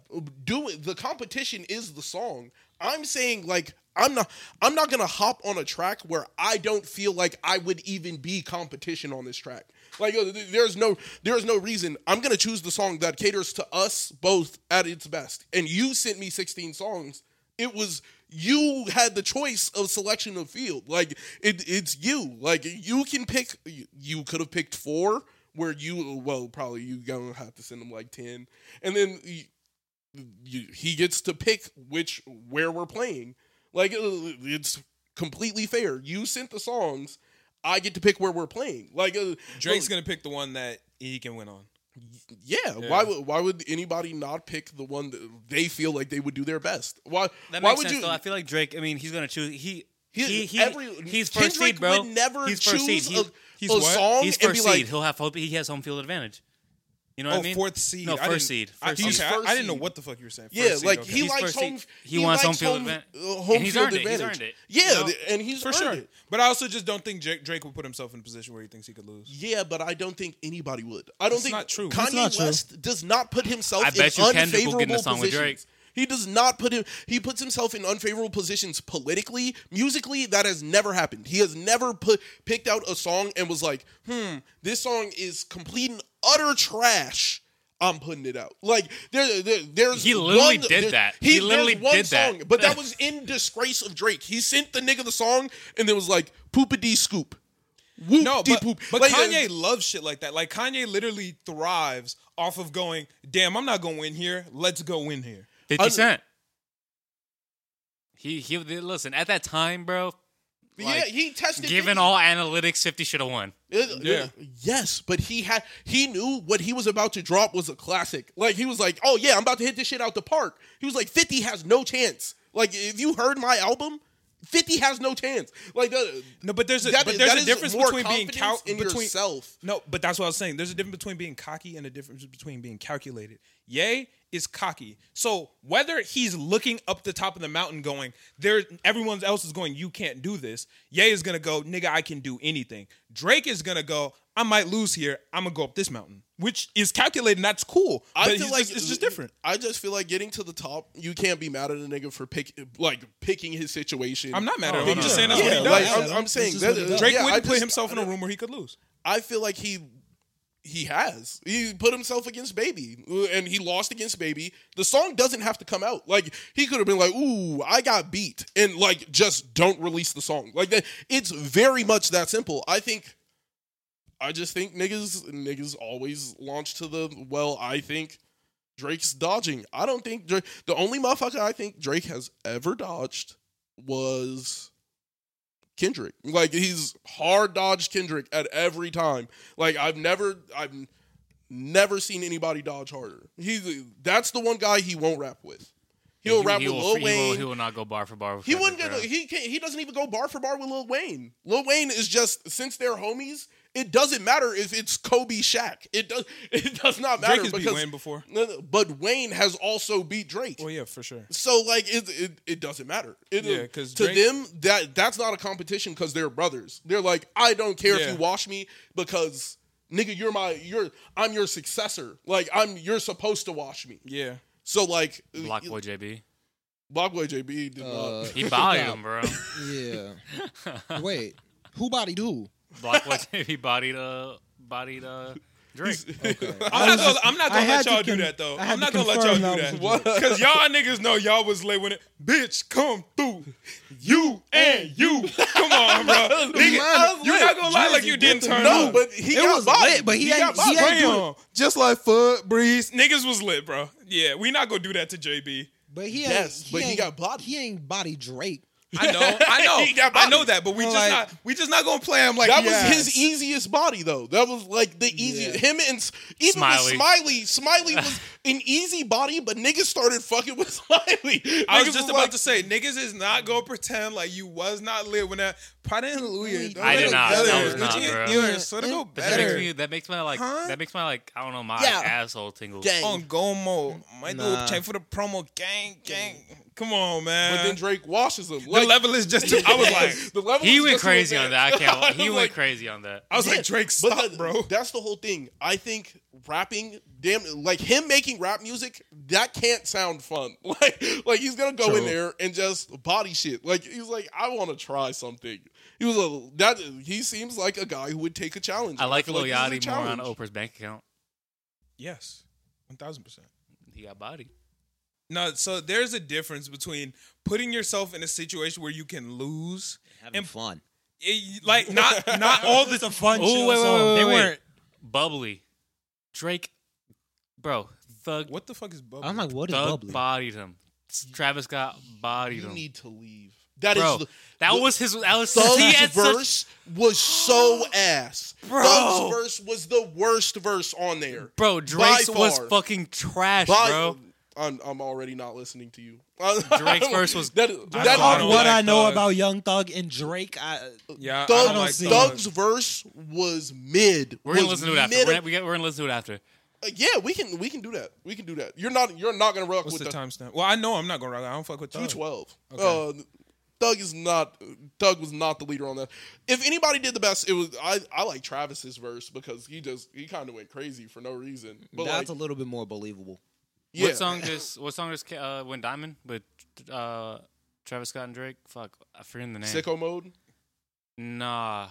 do it. The competition is the song. I'm saying like I'm not I'm not gonna hop on a track where I don't feel like I would even be competition on this track. Like uh, th- there's no there's no reason I'm gonna choose the song that caters to us both at its best. And you sent me 16 songs. It was you had the choice of selection of field. Like it, it's you. Like you can pick. You could have picked four. Where you well probably you gonna have to send them like ten, and then you, you, he gets to pick which where we're playing. Like uh, it's completely fair. You sent the songs. I get to pick where we're playing. Like uh,
Drake's
uh,
gonna pick the one that he can win on.
yeah, Why would why would anybody not pick the one that they feel like they would do their best? Why
That
why
makes
would
sense,
you?
though. I feel like Drake. I mean, he's gonna choose. He
He-
he, he
every-
he's first
Kendrick
seed, bro.
would never
he's
choose
first seed. He-
a,
he's
a
what?
song
he's
and
first
be
seed.
like,
He'll have hope. He has home field advantage. You know
Oh,
what I mean?
fourth seed.
No,
I didn't-
first seed.
I,
First
okay,
seed.
I-
First
I didn't know
seed.
what the fuck you were saying.
yeah,
First seed,
like
okay.
he
He's
likes
first seed.
home.
He wants
likes
home field
home,
advan-
uh, home
and he's
field
earned it. He's
advantage.
earned it, you
Yeah,
know?
th- and he's
for
earned
sure.
it.
But I also just don't think Drake, Drake would put himself in a position where he thinks he could lose.
Yeah, but I don't think anybody would. I don't
That's
think
not true.
Kanye
That's
not true.
West does not put himself
I bet
in
you Kendrick will
unfavorable
get in a song with
positions.
Drake.
He does not put him. He puts himself in unfavorable positions politically, musically. That has never happened. He has never put picked out a song and was like, "Hmm, this song is complete and utter trash." I'm putting it out. Like there, there there's
He literally
one,
did
there-
that.
He,
He literally
there's one
did that.
song, but that was in disgrace of Drake. He sent the nigga the song and it was like poopa dee scoop. Whoop
No,
dee
but,
poop.
but
Like, uh,
Kanye loves shit like that. Like Kanye literally thrives off of going, damn, I'm not gonna win here. Let's go win here.
Fifty
Un-
Cent. He he listen at that time, bro.
yeah,
like,
he tested.
Given
things.
all analytics, Fifty should have won.
It-
Yeah.
Yes, but he had he knew what he was about to drop was a classic. Like he was like, "Oh yeah, I'm about to hit this shit out the park." He was like, "50 has no chance." Like if you heard my album, 50 has no chance. Like uh,
No, but there's a
that-
but there's
that
a
is
difference
more
between being
confidence
cal-
in
between
yourself.
No, but that's what I was saying. There's a difference between being cocky and a difference between being calculated. Yay is cocky. So whether he's looking up the top of the mountain going, there everyone else is going, you can't do this. Ye is gonna go, nigga, I can do anything. Drake is gonna go, I might lose here. I'm gonna go up this mountain. Which is calculated and that's cool. But
I
he's
feel like
just- it's just different.
I just feel like getting to the top, you can't be mad at a nigga for pick like picking his situation.
I'm not mad at
Oh,
him. I'm
no,
just
no,
saying
no.
that's what he
Yeah, like,
does.
I'm- I'm saying
This is
that-
what he does.
Drake
yeah,
wouldn't
I
put
just-
himself in a room where he could lose.
I feel like he he has. He put himself against Baby, uh, and he lost against Baby. The song doesn't have to come out. Like he could have been like, "Ooh, I got beat," and like just don't release the song. Like that. It's very much that simple. I think. I just think niggas niggas always launch to the well. I think Drake's dodging. I don't think Drake, the only motherfucker I think Drake has ever dodged was Kendrick. Like he's hard dodged Kendrick at every time. Like I've never I've never seen anybody dodge harder. He's that's the one guy he won't rap with. He'll
He-
rap
he
with
will-
Lil
he will-
Wayne.
He will not go bar for bar. With
He wouldn't
Kendrick,
go.
bro.
He can't, he doesn't even go bar for bar with Lil Wayne. Lil Wayne is just since they're homies. It doesn't matter if it's Kobe Shaq. It does. It does not matter
Drake has beat
because.
Wayne before.
No, no, but Wayne has also beat Drake.
Well, yeah, for sure.
So like it it, it doesn't matter. It,
Yeah, 'cause
to
Drake-
them that that's not a competition because they're brothers. They're like I don't care
Yeah.
if you wash me because nigga you're my you're I'm your successor. Like I'm you're supposed to wash me.
Yeah.
So like
Block boy JB.
Blockboy JB did
Uh,
not.
He bodied him, bro.
yeah. Wait, who bodied who?
Block boy JB bodied uh bodied uh Drake.
Okay.
I'm not gonna, I'm not
I
gonna
had
let
to
y'all do
con-
that though.
I had
I'm not
to
gonna let
confirm
y'all do
that
that.
was
Cause y'all niggas know y'all was late when it. Bitch, come through. You and you. Come on, bro. Nigga, you're not gonna lie like you didn't turn
No,
up.
but he
It
got
was
bodied.
lit, but he ain't-
got
he
bodied.
ain't
Damn.
do
just like foot breeze. Niggas was lit, bro. Yeah, we not gonna do that to JB.
But he ain't.
Yes, but he
ain't-
got bodied.
He ain't body Drake.
I know, I
He
know,
got
I know
bodied.
that, but we just
Like-
not, we just not gonna play him like
That
yeah.
was his easiest body though. That was like the easiest. Him and S- even
Smiley.
with Smiley, Smiley was an easy body, but niggas started fucking with Smiley.
I
Niggas
was just about
like,
to say, niggas is not gonna pretend like you was not lit when that. Prada and Louis.
I did not. That was
not, bro.
You are sort of go
But That makes
better.
me. That makes my like.
Huh?
That makes my like. I don't know. My
Yeah.
asshole tingles.
Gang.
on Gomo. Might
Nah.
do check for the promo gang gang. Come on, man.
But then Drake washes him.
the level is just too. I was like,
the level
He
was
went
just a
crazy
little
on that. I
bit.
can't.
I
he went
was like,
crazy on that.
I was
Yeah,
like, Drake,
but
stop,
the-
bro.
That's the whole thing. I think rapping, damn, like him making rap music, that can't sound fun. Like, like he's gonna go in there and just body shit. Like he's like, I want to try something. He was a that. He seems like a guy who would take a challenge.
I
And
like
feel
Lil
this is a
Yachty more on
challenge.
Oprah's bank account.
Yes, one thousand percent.
He got bodied.
No, so there's a difference between putting yourself in a situation where you can lose,
Having
And-
fun.
It- like not not all the
Fun.
Oh wait, wait, wait, wait, They weren't bubbly. Drake, bro, Thug,
What the fuck is bubble?
I'm like, what is
Thug
bubbly?
bodied him. Travis Scott bodied
You
him.
need to leave. That is
bro,
the-
that
the-
was his. That was he had
Thug's
such-
verse was so ass. Thug's verse was the worst verse on there.
bro, Drake's was
far.
fucking trash,
By-
bro.
I'm, I'm already not listening to you.
Drake's verse was-
that, that-
I
Off
don't
what
like
I know
Thug.
about Young Thug and Drake, I,
yeah, I
Thug,
don't like
see
Thug.
Thug's verse was mid.
We're gonna
was
listen to it after.
mid-
We're gonna, we got- we're gonna listen to it after.
Uh, yeah, we can we can do that. We can do that. You're not you're not gonna rock
What's
with
the timestamp? Well, I know I'm not gonna rock. it. I don't fuck with
two
Thug.
twelve.
Okay.
Uh, Thug is not Thug was not the leader on that. If anybody did the best, it was I. I like Travis's verse because he just he kind of went crazy for no reason. But
that's
like,
a little bit more believable.
yeah,
What song does What song does uh, Win Diamond with uh, Travis Scott and Drake? Fuck, I forget the name.
sicko mode.
Nah,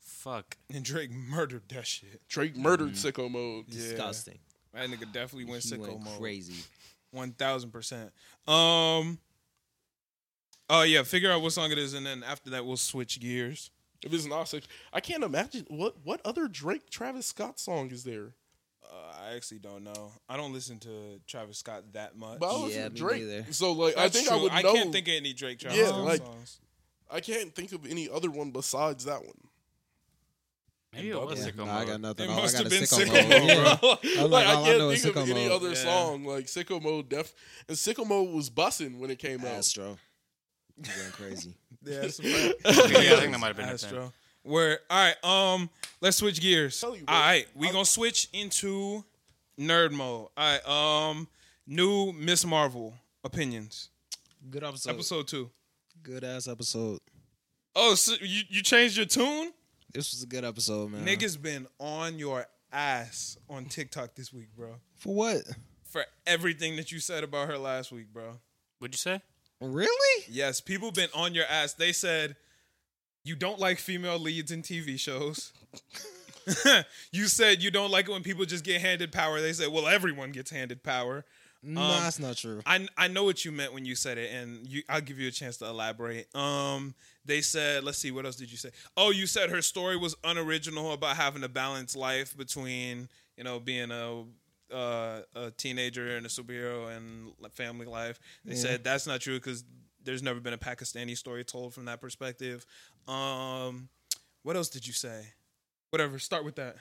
fuck.
And Drake murdered that shit.
Drake murdered
Mm-hmm.
sicko mode.
Disgusting.
That nigga definitely went
He
sicko
went
mode.
crazy.
One thousand percent. Um. Oh yeah, figure out what song it is, and then after that we'll switch gears.
If it's not six, I can't imagine what what other Drake Travis Scott song is there.
Uh, I actually don't know. I don't listen to Travis Scott that much.
But I listen
Yeah,
to
me
Uh, Drake,
neither.
so like I
That's
think I
true.
would know.
I can't think of any Drake Travis
Yeah,
Scott
like-
songs.
I can't think of any other one besides that one.
Maybe it was
Yeah,
Sicko
nah, I got
Mode.
nothing.
It
All I
must
got
have
is
been
sicko
Sicko
mode.
Mode,
Yeah.
like,
I'm like,
Oh, I
all I know
can't
is
think of
sicko
any
mode.
other
Yeah.
song. Like Sicko Mode def and Sicko Mode was bussing when it came out.
Astro.
He went crazy.
Yeah, that's a fact.
Yeah, I think that might have been his name.
Astro. Where all right, um, let's switch gears.
Tell you, bro.
all right, we gonna switch into nerd mode. All right, um, New Miss Marvel opinions.
Good episode.
Episode two.
Good ass episode.
Oh, so you, you changed your tune?
This was a good episode, man.
Niggas been on your ass on TikTok this week, bro.
For what?
For everything that you said about her last week, bro.
What'd you say?
Really?
Yes, people been on your ass. They said you don't like female leads in TV shows. you said you don't like it when people just get handed power. They said, well, everyone gets handed power.
No,
Um,
that's not true.
I I know what you meant when you said it, and you, I'll give you a chance to elaborate. Um, they said, let's see, what else did you say? Oh, you said her story was unoriginal about having a balanced life between you know being a uh, a teenager and a superhero and li- family life. They said that's not true because there's never been a Pakistani story told from that perspective. Um, what else did you say? Whatever, start with that.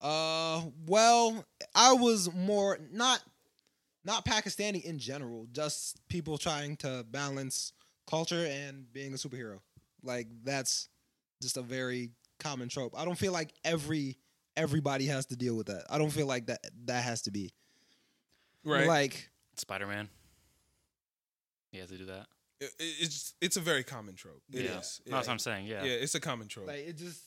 Uh, well, I was more not not Pakistani in general, just people trying to balance culture and being a superhero. Like that's just a very common trope. I don't feel like every everybody has to deal with that. I don't feel like that that has to be
Right.
Like
Spider Man. You have to do that.
It- it- it's it's a very common trope. It is.
yeah. That's what I'm saying.
Yeah.
Yeah.
it's a common trope.
like it just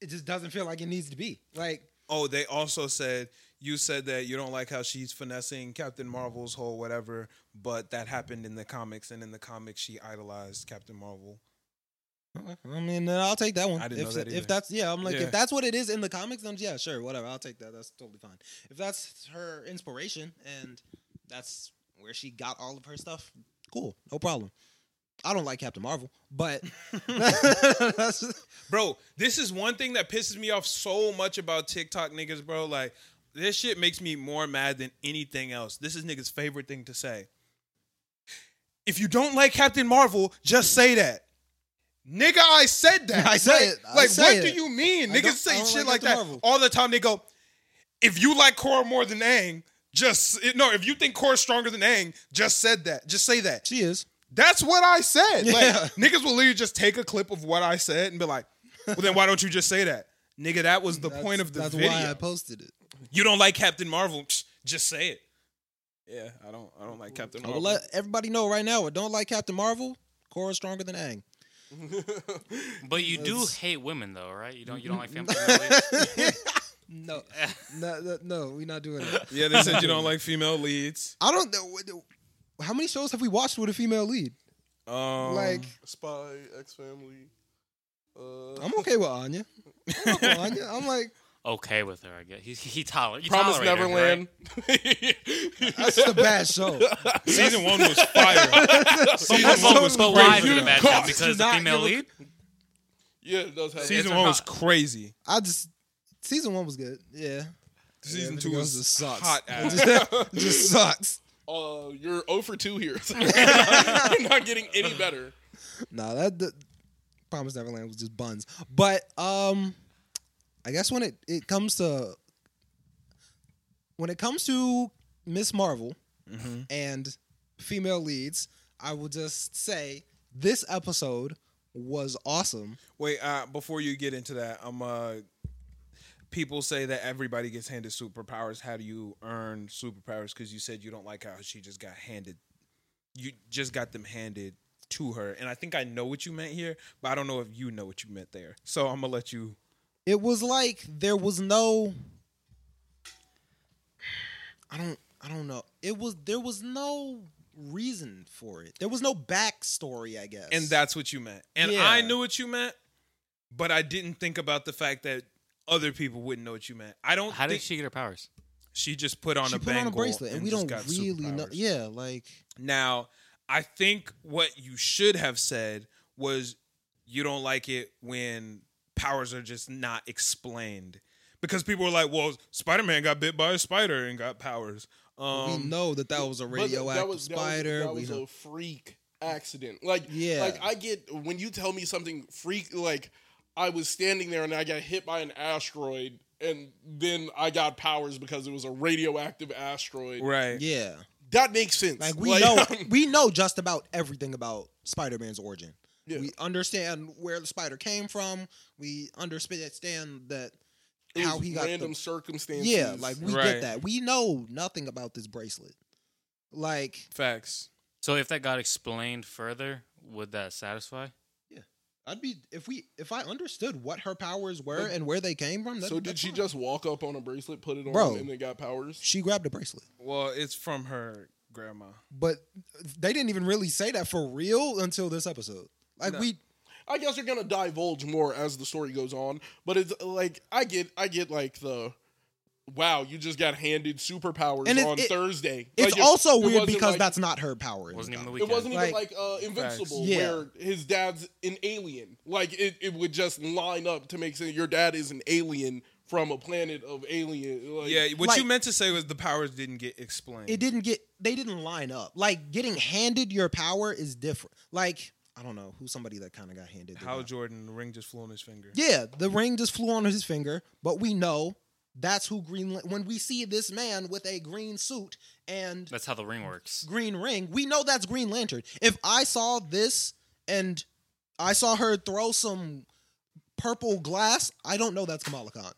it just doesn't feel like it needs to be like
Oh, they also said you said that you don't like how she's finessing Captain Marvel's whole whatever, but that happened in the comics, and in the comics she idolized Captain Marvel.
I mean, then I'll take that one.
I didn't
if,
know that either.
if that's yeah, I'm like
Yeah.
if that's what it is in the comics, then yeah, sure, whatever. I'll take that. That's totally fine. If that's her inspiration and that's where she got all of her stuff, cool, no problem. I don't like Captain Marvel, but that's,
Bro, this is one thing that pisses me off so much about TikTok niggas, bro. Like this shit makes me more mad than anything else. This is niggas' favorite thing to say. If you don't like Captain Marvel, just say that. Nigga, I said that.
I said
like,
it. I
like
said
what do
it.
you mean?
I
Niggas
don't- I
say
don't
shit
like
like
Captain
that
Marvel.
all the time. They go, if you like Korra more than Aang, just no, if you think Korra's stronger than Aang, just said that. Just say that.
she is.
That's what I said.
Yeah.
Like niggas will literally just take a clip of what I said and be like, "Well, then why don't you just say that, nigga? That was the
That's-
point of the
that's
video.
why I posted it.
you don't like Captain Marvel? Psh, Just say it." Yeah, I don't. I don't like Captain
I will
Marvel.
let everybody know right now. I don't like Captain Marvel. Korra's stronger than Aang.
But you do
That's-
hate women, though, right? You don't. You don't like family. movies?
No, no, no, no, we're not doing that.
yeah, they said you don't like female leads.
I don't know. How many shows have we watched with a female lead?
Um,
Like,
Spy, X Family. Uh,
I'm okay with Anya. I'm okay with Anya. I'm like,
okay with her, I guess. He he, toler- you
Promise
tolerate her,
Neverland.
right?
that's just a bad show.
season one was fire.
But,
one
but,
was
but why is
crazy.
it a bad
Cops
show?
do
Because the
not
female
give a-
lead.
yeah, it does happen.
season
It's
one was
hot.
crazy.
I just season one was good. Yeah,
Season
everything
two
else
was
just sucks.
hot ass.
It just sucks.
Uh, you're 0 for 2 here. So you're not getting any better.
Nah, that the, Promise Neverland was just buns. But um, I guess when it it comes to when it comes to Miss Marvel and female leads, I will just say this episode was awesome.
Wait, uh, before you get into that, I'm uh people say that everybody gets handed superpowers. How do you earn superpowers? Because you said you don't like how she just got handed you just got them handed to her. And I think I know what you meant here, but I don't know if you know what you meant there. So I'm gonna let you
it was like there was no I don't I don't know. It was there was no reason for it. There was no backstory, I guess.
and that's what you meant. And
Yeah.
I knew what you meant, but I didn't think about the fact that other people wouldn't know what you meant. I don't
How
think
did she get her powers?
she just put on
she
a
put on
bangle
a bracelet and, we
just
don't
got
really know
superpowers.
yeah, like
Now, I think what you should have said was you don't like it when powers are just not explained. Because people were like, well, Spider Man got bit by a spider and got powers. Um,
we know that that was a
But
radioactive spider.
That
we
was,
know.
a freak accident. Like,
Yeah.
like I get when you tell me something freak. Like, I was standing there and I got hit by an asteroid, and then I got powers because it was a radioactive asteroid.
Right.
yeah.
That makes sense.
Like we know we know just about everything about Spider-Man's origin.
Yeah.
We understand where the spider came from. We understand that
It
how
was
he got the-
random circumstances.
Yeah, like we
Right.
get that. We know nothing about this bracelet. Like
Facts.
So if that got explained further, would that satisfy?
I'd be if we if I understood what her powers were and where they came from. That,
so did
that's
she
fine.
just walk up on a bracelet, put it on,
Bro.
and then got powers?
She grabbed a bracelet,
Well, it's from her grandma.
but they didn't even really say that for real until this episode. Like
No.
we,
I guess they're gonna divulge more as the story goes on. But it's like I get, I get like the. Wow, you just got handed superpowers
And it-
on
it-
Thursday.
it's
Like, it-
also
it
weird
wasn't
because
like-
that's not her power. in
Wasn't
the
even the
comic.
weekend.
It wasn't even
Like-
like uh, Invincible,
Facts. Yeah.
where his dad's an alien. Like it, it would just line up to make sense. Your dad is an alien from a planet of alien. Like,
yeah, what
like-
you meant to say was the powers didn't get explained.
It didn't get. They didn't line up. Like getting handed your power is different. Like I don't know who's somebody that kind of got handed. the
How
power.
Jordan, the ring just flew on his finger.
Yeah, the ring just flew on his finger, but we know that's who Green. Lan- When we see this man with a green suit and
That's how the ring works.
green ring, we know that's Green Lantern. If I saw this and I saw her throw some purple glass, I don't know that's Kamala Khan.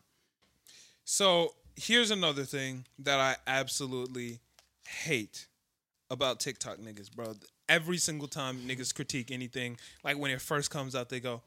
So here's another thing that I absolutely hate about TikTok niggas, bro. Every single time niggas critique anything, like when it first comes out, they go,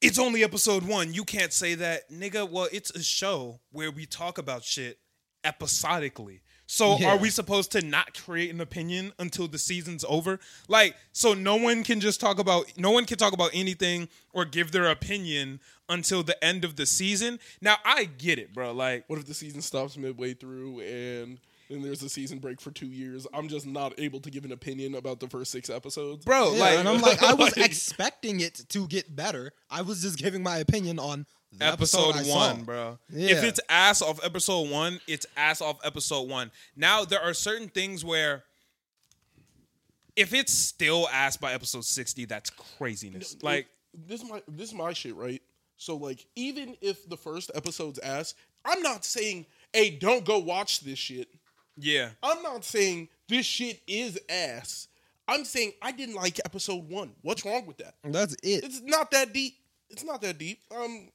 It's only episode one. You can't say that. Nigga, well, it's a show where we talk about shit episodically. So
Yeah.
are we supposed to not create an opinion until the season's over? Like, so no one can just talk about no one can talk about anything or give their opinion until the end of the season. Now I get it, bro. Like
What if the season stops midway through and then there's a season break for two years? I'm just not able to give an opinion about the first six episodes.
bro,
Yeah,
like
and I'm like, I was
like-
expecting it to get better. I was just giving my opinion on the
episode,
episode, I saw.
one, bro. If
Yeah.
it's ass off episode one, it's ass off episode one. Now there are certain things where if it's still ass by episode sixty, that's craziness. Like
this is my this is my shit, right? So like even if the first episode's ass, I'm not saying hey, don't go watch this shit.
yeah.
I'm not saying this shit is ass. I'm saying I didn't like episode one. What's wrong with that?
That's it.
It's not that deep. It's not that deep. Um,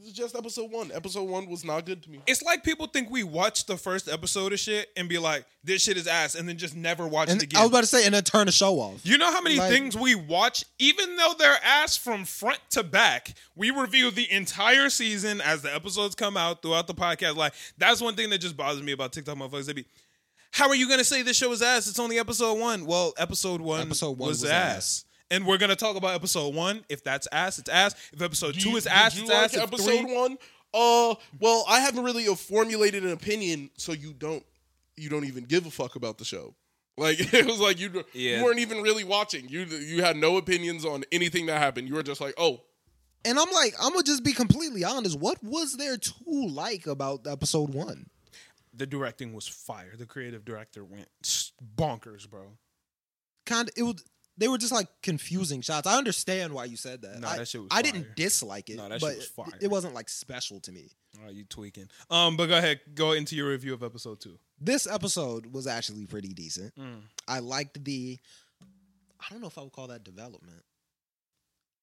it's just episode one. Episode one was not good to me.
It's like people think we watch the first episode of shit and be like, this shit is ass, and then just never watch
and
it
I
again.
was about to say, and then turn the show off.
you know how many
Like-
things we watch, even though they're ass from front to back, we review the entire season as the episodes come out throughout the podcast. Like, that's one thing that just bothers me about TikTok motherfuckers. They be, how are you gonna say this show is ass? It's only episode one. Well, episode one,
Episode one
was,
was
ass.
ass.
And we're gonna talk about episode one. If that's ass, it's ass. If episode two is ass,
Did you
it's ass.
like
If
episode
three,
one? Uh, well, I haven't really uh, formulated an opinion, so you don't you don't even give a fuck about the show. Like it was like you,
Yeah.
you weren't even really watching. You you had no opinions on anything that happened. You were just like, oh,
And I'm like, I'm gonna just be completely honest. What was there to like about episode one?
the directing was fire. The creative director went s- bonkers, bro.
Kind of, it was. They were just like confusing shots. I understand why you said that.
No,
I,
that shit was
I
fire.
didn't dislike it,
No, that shit
but
was fire.
it wasn't like special to me.
Oh, you tweaking. Um, but go ahead, go into your review of episode two.
This episode was actually pretty decent.
Mm.
I liked the. I don't know if I would call that development.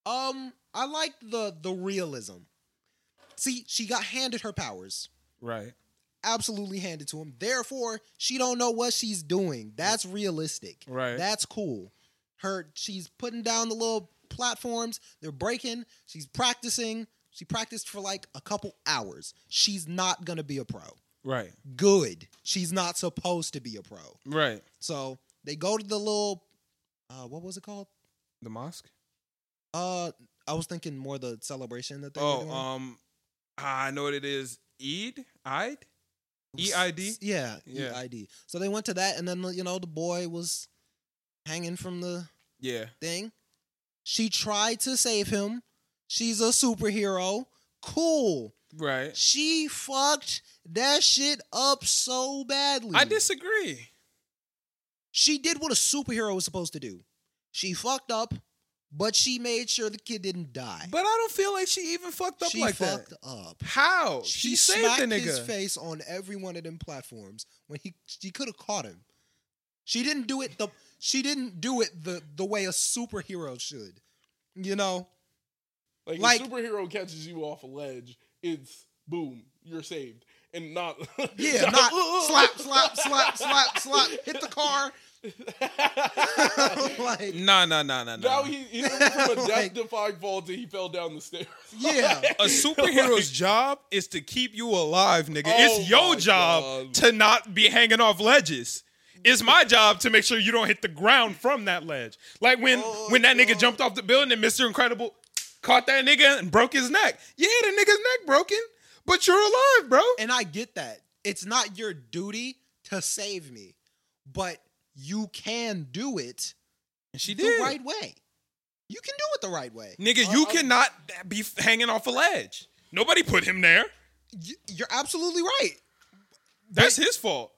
Um, I liked the the realism. See, she got handed her powers.
Right.
absolutely handed to him. Therefore, she don't know what she's doing. That's realistic.
Right.
That's cool. Her she's putting down the little platforms, they're breaking, she's practicing. She practiced for like a couple hours. She's not gonna be a pro.
Right.
Good. She's not supposed to be a pro.
Right.
So they go to the little uh what was it called?
The mosque.
Uh I was thinking more the celebration that they were
Oh,
doing.
um, I know what it is. Eid. Eid. EID?
Yeah,
E Yeah.
EID. So they went to that, and then uh, you know the boy was hanging from the
Yeah.
thing. She tried to save him. She's a superhero. Cool.
Right.
She fucked that shit up so badly.
I disagree.
She did what a superhero was supposed to do. She fucked up, but she made sure the kid didn't die.
But I don't feel like she even fucked up
she
like
fucked
that.
up.
How? She,
She,
saved
smacked
the nigga.
his face on every one of them platforms when he she could have caught him. She didn't do it the she didn't do it the the way a superhero should. You know?
like,
Like-
a superhero catches you off a ledge it's boom, you're saved, and not
Yeah, not slap, slap, slap, slap, slap. Hit the car. like,
Nah, nah, nah, nah,
Now
nah.
he, he went from a
Like-
death-defying fall to he fell down the stairs.
yeah,
a superhero's job is to keep you alive, nigga.
Oh
it's your
my
job
God.
to not be hanging off ledges. It's my job to make sure you don't hit the ground from that ledge. Like when
Oh,
when that nigga jumped off the building and Mr. Incredible caught that nigga and broke his neck. Yeah, the nigga's neck broken, but you're alive, bro.
and I get that. It's not your duty to save me, but you can do it
And she
the
did.
right way. You can do it the right way.
Nigga, you cannot be hanging off a ledge. Nobody put him there.
You- You're absolutely right.
That's his fault.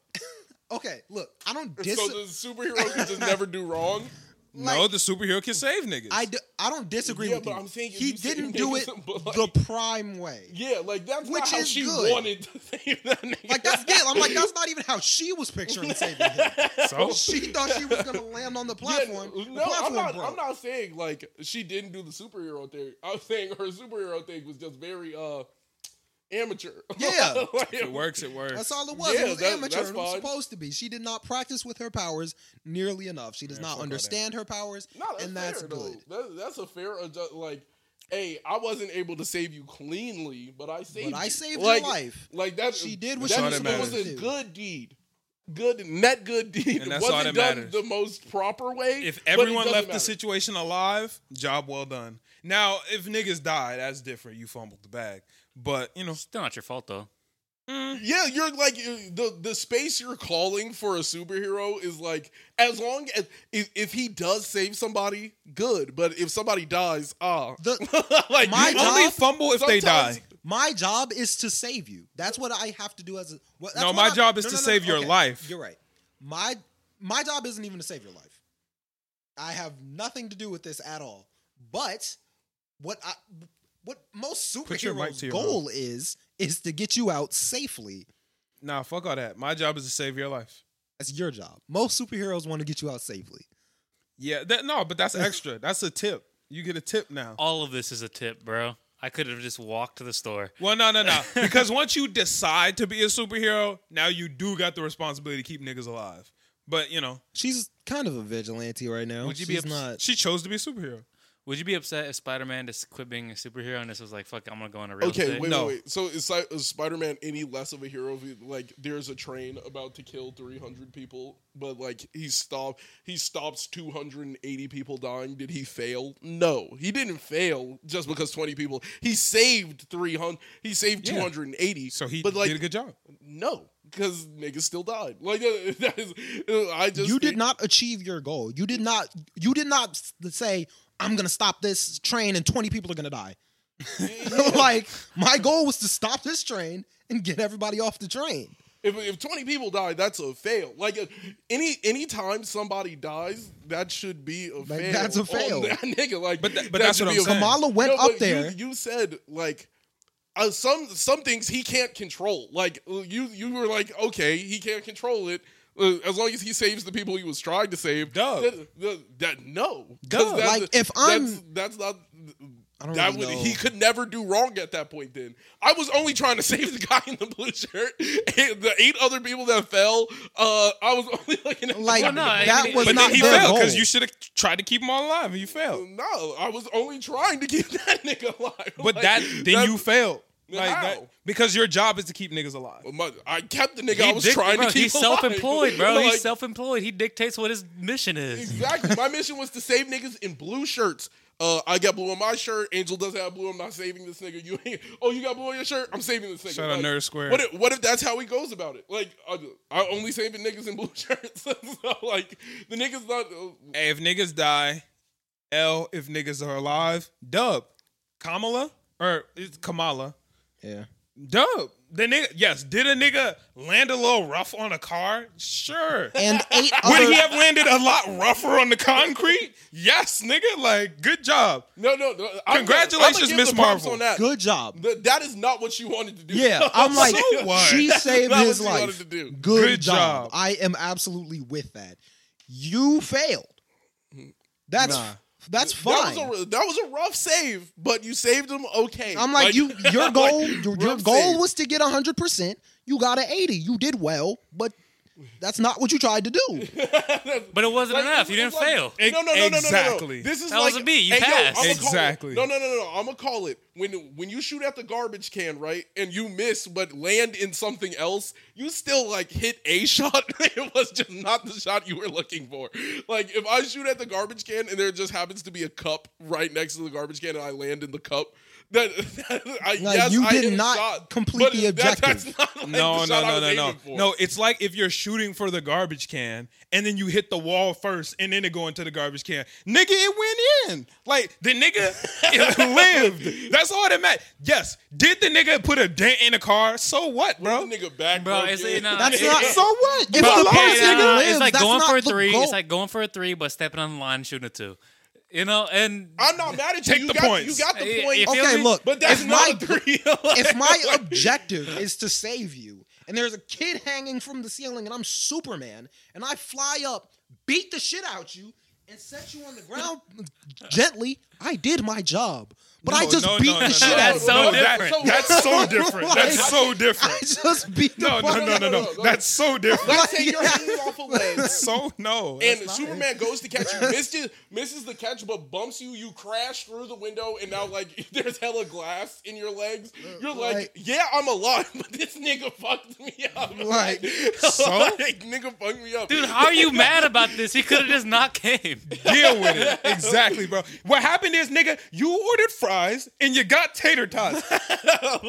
Okay, look, I don't
so
disagree.
the superhero can just never do wrong.
no, the superhero can save niggas.
I, d- I don't disagree
Yeah,
with
but
you.
I'm saying if
he
you say
didn't
niggas,
do it
but like-
the prime way.
Yeah, like that's
Which
not how
is
she
good.
wanted to save that nigga.
Like that's it. I'm like that's not even how she was picturing saving him.
so
She thought she was gonna land on the
Yeah,
platform.
no,
the platform
I'm not.
broke.
I'm not saying like she didn't do the superhero thing. I'm saying her superhero thing was just very uh amateur.
Yeah.
Like,
it works, it works.
That's all it was.
Yeah,
it was
that-
amateur.
that's
and It was
fine.
supposed to be. She did not practice with her powers nearly enough. She does not understand her powers,
No, that's
and that's
fair,
good.
Though. That, that's a fair adjust. Like, hey, I wasn't able to save you cleanly, but I saved.
But I
you.
saved your
like,
life.
Like that.
She did what
that
she
is-
was
that
supposed
was
to
a
do.
good deed. Good net good deed.
And that's
wasn't
all that
done
matters.
the most proper way.
If
but it
everyone
doesn't
left the
matter.
situation alive, job well done. Now, if niggas die, that's different. You fumbled the bag. But, you know,
Still not your fault though.
Yeah, you're like you- the the space you're calling for a superhero is like as long as if, if he does save somebody, good. But if somebody dies, ah,
The-
like
My
you only
job-
fumble if they
Sometimes-
die.
my job is to save you. That's what I have to do as a. Well, that's
No,
what
my
I-
job is to save your life.
You're right. My my job isn't even to save your life. I have nothing to do with this at all. But what I what most
your mic to
superheroes'
your
goal is is to get you out safely.
Nah, fuck all that. My job is to save your life.
That's your job. Most superheroes want to get you out safely.
Yeah, that, no, but that's extra. That's a tip. You get a tip now.
All of this is a tip, bro. I could have just walked to the store.
Well, no, no, no. Because once you decide to be a superhero, now you do got the responsibility to keep niggas alive. But, you know,
She's kind of a vigilante right now.
Would you be
She's
abs-
not?
she chose to be a superhero.
Would you be upset if Spider Man just quit being a superhero and this was like, fuck, I'm gonna go on a real
Okay,
estate?
wait,
No.
wait, wait. So is, Spi- is Spider-Man any less of a hero? If he, like, there's a train about to kill 300 people, but like he stop he stops 280 people dying. Did he fail? No, he didn't fail just because 20 people. He saved 300. He saved
Yeah.
280.
So he
but like
did a good job.
no, because niggas still died. Like that, that is, I just
You did not achieve your goal. You did not. You did not s- say, "I'm gonna stop this train and 20 people are gonna die." like my goal was to stop this train and get everybody off the train.
If, if 20 people die, that's a fail. Like uh, any any time somebody dies, that should be a fail.
that's a
on
fail.
that nigga, like,
But tha- but that's
should
what
be
I'm
a-
saying.
Kamala went
No,
up
but
there.
You, you said like uh, some some things he can't control. Like uh, you you were like, okay, he can't control it. Uh, as long as he saves the people he was trying to save,
Duh.
That, that- that- no, 'Cause
Duh.
that's-
Like, if
that's,
I'm-
that's not.
I don't
That
really
would
know.
he could never do wrong at that point. Then I was only trying to save the guy in the blue shirt. And the eight other people that fell, uh, I was only looking at the
Like
guy in the
I
that
mean,
was
But
not
then he
their
failed
goal.
because you should have tried to keep him all alive and you failed.
No, I was only trying to keep that nigga alive.
But
Like,
that then
that's-
you failed. Like
How?
that, because your job is to keep niggas alive.
My- I kept the nigga
He
I was
dic-
trying
bro,
to keep
He's
alive.
self-employed, bro.
Like,
he's self-employed. He dictates what his mission is.
Exactly. My mission was to save niggas in blue shirts. Uh, I got blue on my shirt. Angel doesn't have blue. I'm not saving this nigga. You, ain't- oh, you got blue on your shirt. I'm saving this nigga.
Shout out Nerd Square.
What if, what if that's how he goes about it? Like, I, I only saving niggas in blue shirts. so, like, the niggas not. Uh,
Hey, if niggas die, L if niggas are alive, dub. Kamala or it's Kamala.
yeah.
Dub. The nigga yes, did a nigga land a little rough on a car? Sure.
And eight
Would
other
he have landed a lot rougher on the concrete? Yes, nigga. Like, good job.
no, no, no. I'm-
Congratulations,
I'ma give
Miss
the props
Marvel.
On that.
good job.
Th- that is not what you wanted to do.
Yeah, I'm like
So what?
she saved
That was what
his
he
life.
wanted to do.
Good,
Good job.
job. I am absolutely with that. You failed. That's
Nah.
That's
That
fine.
was, a, that was a rough save, but you saved him okay.
I'm like, you. Your goal, your, your
rough
goal
save.
was to get 100. percent You got an 80. You did well, but that's not what you tried to do.
But it wasn't
Like,
enough.
it's-
You didn't
it's like-
fail.
No, no, no, no, no, No,
Exactly.
no. This is
That
like
was a B. You
hey, yo,
passed.
I'ma call it-
Exactly.
No, no, no, no, no. I'm gonna call it when when you shoot at the garbage can, right, and you miss but land in something else. You still like hit a shot. it was just not the shot you were looking for. Like if I shoot at the garbage can and there just happens to be a cup right next to the garbage can and I land in the cup. That, I,
Like,
yes,
you
I
did
hit a
not
shot,
complete
but that-
the objective.
that's not like
no,
the
no,
shot I
no, no,
was
no,
aiming for.
no. It's like if you're shooting for the garbage can and then you hit the wall first and then it go into the garbage can. Nigga, it went in. Like the nigga it lived. That's all that matters. Yes, did the nigga put a dent in the car? So what, bro?
That nigga back
Bro,
broke
it's-
in.
no,
That's not
So what?
If
Bro,
the
like,
Yeah,
person
uh,
lives,
it's like
that's
going
not
for a
the
three.
goal.
It's like going for a three, but stepping on the line, shooting a two. You know, and
I'm not mad at you.
Take
you
the
got,
points.
You got the
Hey,
point.
if
okay,
me?
look.
But that's
if
not
my
a three.
if my objective is to save you and there's a kid hanging from the ceiling and I'm Superman and I fly up, beat the shit out you, and set you on the ground gently, I did my job. But I
No,
just
no,
beat
no,
the
no,
shit
no,
out
that's
of
so
you.
different.
That's so different. That's so
I
different.
just beat the
No,
fuck
no, no, no, no. That's so different.
Let's say you're hanging off a ledge.
So no.
And Superman goes to catch you, misses, misses the catch, but bumps you. You crash through the window, and now like there's hella glass in your legs. You're like,
like-
yeah, I'm alive, but this nigga fucked me up.
Like,
so?
Like, nigga fucked me up,
dude, how are you mad about this? He could have just not came.
deal with it. Exactly, bro. What happened is, nigga, you ordered fries and you got tater tots.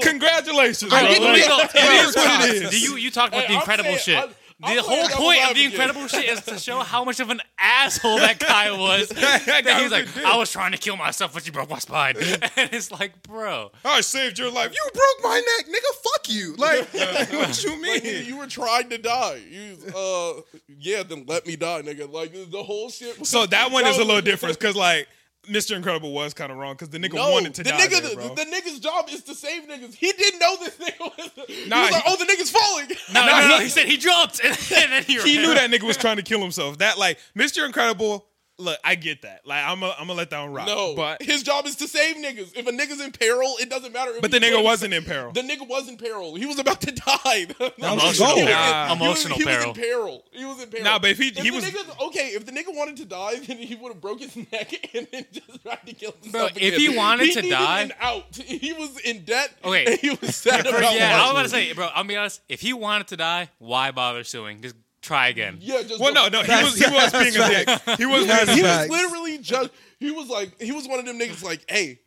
Congratulations, bro.
I didn't
Like,
Well,
get
it is what it
Do
is.
you you talked about
Hey,
the
I'm
incredible
saying-
shit.
I'm-
the
I'm
whole
glad I'm
point
alive
of the
again.
incredible shit is to show how much of an asshole that guy was.
guy
that he's
was
like,
a dick.
I was trying to kill myself, but you broke my spine. and it's like, bro,
I saved your life. You broke my neck, nigga. Fuck you. Like, what you
Like,
mean?
nigga, you were trying to die. You, uh, yeah, then let me die, nigga. Like the whole shit. was-
so that one is a
was-
little different because, like, Mr. Incredible was kind of wrong because the nigga
No,
wanted to
the
die.
nigga,
there,
the-
bro.
the, nigga's job is to save niggas. He didn't know this nigga was.
Nah,
he was like,
he-
oh, the nigga's falling.
no, no,
he-
no, He said he jumped, and, then he,
he
ran.
knew that nigga was trying to kill himself. That, like, Mr. Incredible. Look, I get that. Like, I'm gonna I'm let that one rock.
No,
but
his job is to save niggas. If a nigga's in peril, it doesn't matter. If
but the
he
nigga
was-
wasn't in peril.
The nigga was in peril. He was about to die.
That was
emotional
Go.
peril.
Nah.
Emotional
he was,
peril.
He was in peril. He was in peril.
Nah, but if he-
if
he
the
was-
nigga, okay. If the nigga wanted to die, then he would have broke his neck and then just tried to kill himself.
Bro, if
again.
he wanted to
needed
die-
an out. He was in debt.
Okay.
and he was sad about
yeah, I was
life.
about to say, bro. I'll be honest. If he wanted to die, why bother suing? Just try again.
yeah. Just
Well,
go-
no, no, he was he was being a dick. He was being a
That's
dick.
He was
Facts.
literally just he was like he was one of them niggas like, hey,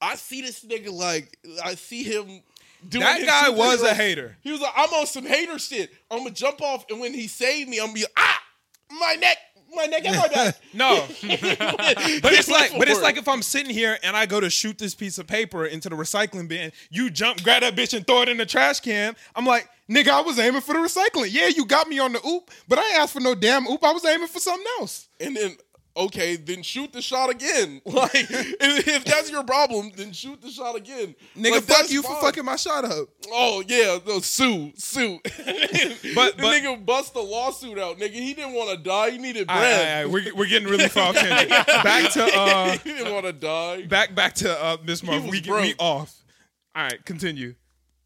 I see this nigga like I see him doing
That
his
guy was
superhero-
a hater.
He was like, I'm on some hater shit. I'm gonna jump off and when he saved me, I'm gonna be ah my neck, my neck and my back.
No, but it's like, but it's
Forward.
like if I'm sitting here and I go to shoot this piece of paper into the recycling bin, you jump, grab that bitch, and throw it in the trash can. I'm like, nigga, I was aiming for the recycling. Yeah, you got me on the oop, but I ain't asked for no damn oop. I was aiming for something else.
and then okay, then shoot the shot again. Like if, if that's your problem, then shoot the shot again.
Nigga,
Like,
fuck
that's
you
fine.
for fucking my shot up.
Oh yeah, no, sue, sue. but
but-
the nigga bust the lawsuit out, nigga. He didn't want to die. He needed
All right, all
bread.
right, all right. We're, we're getting really far off tangent. Back to uh,
he didn't want to die.
back back to uh, Miss Marvel.
was
We get me
broke.
off. All right, continue.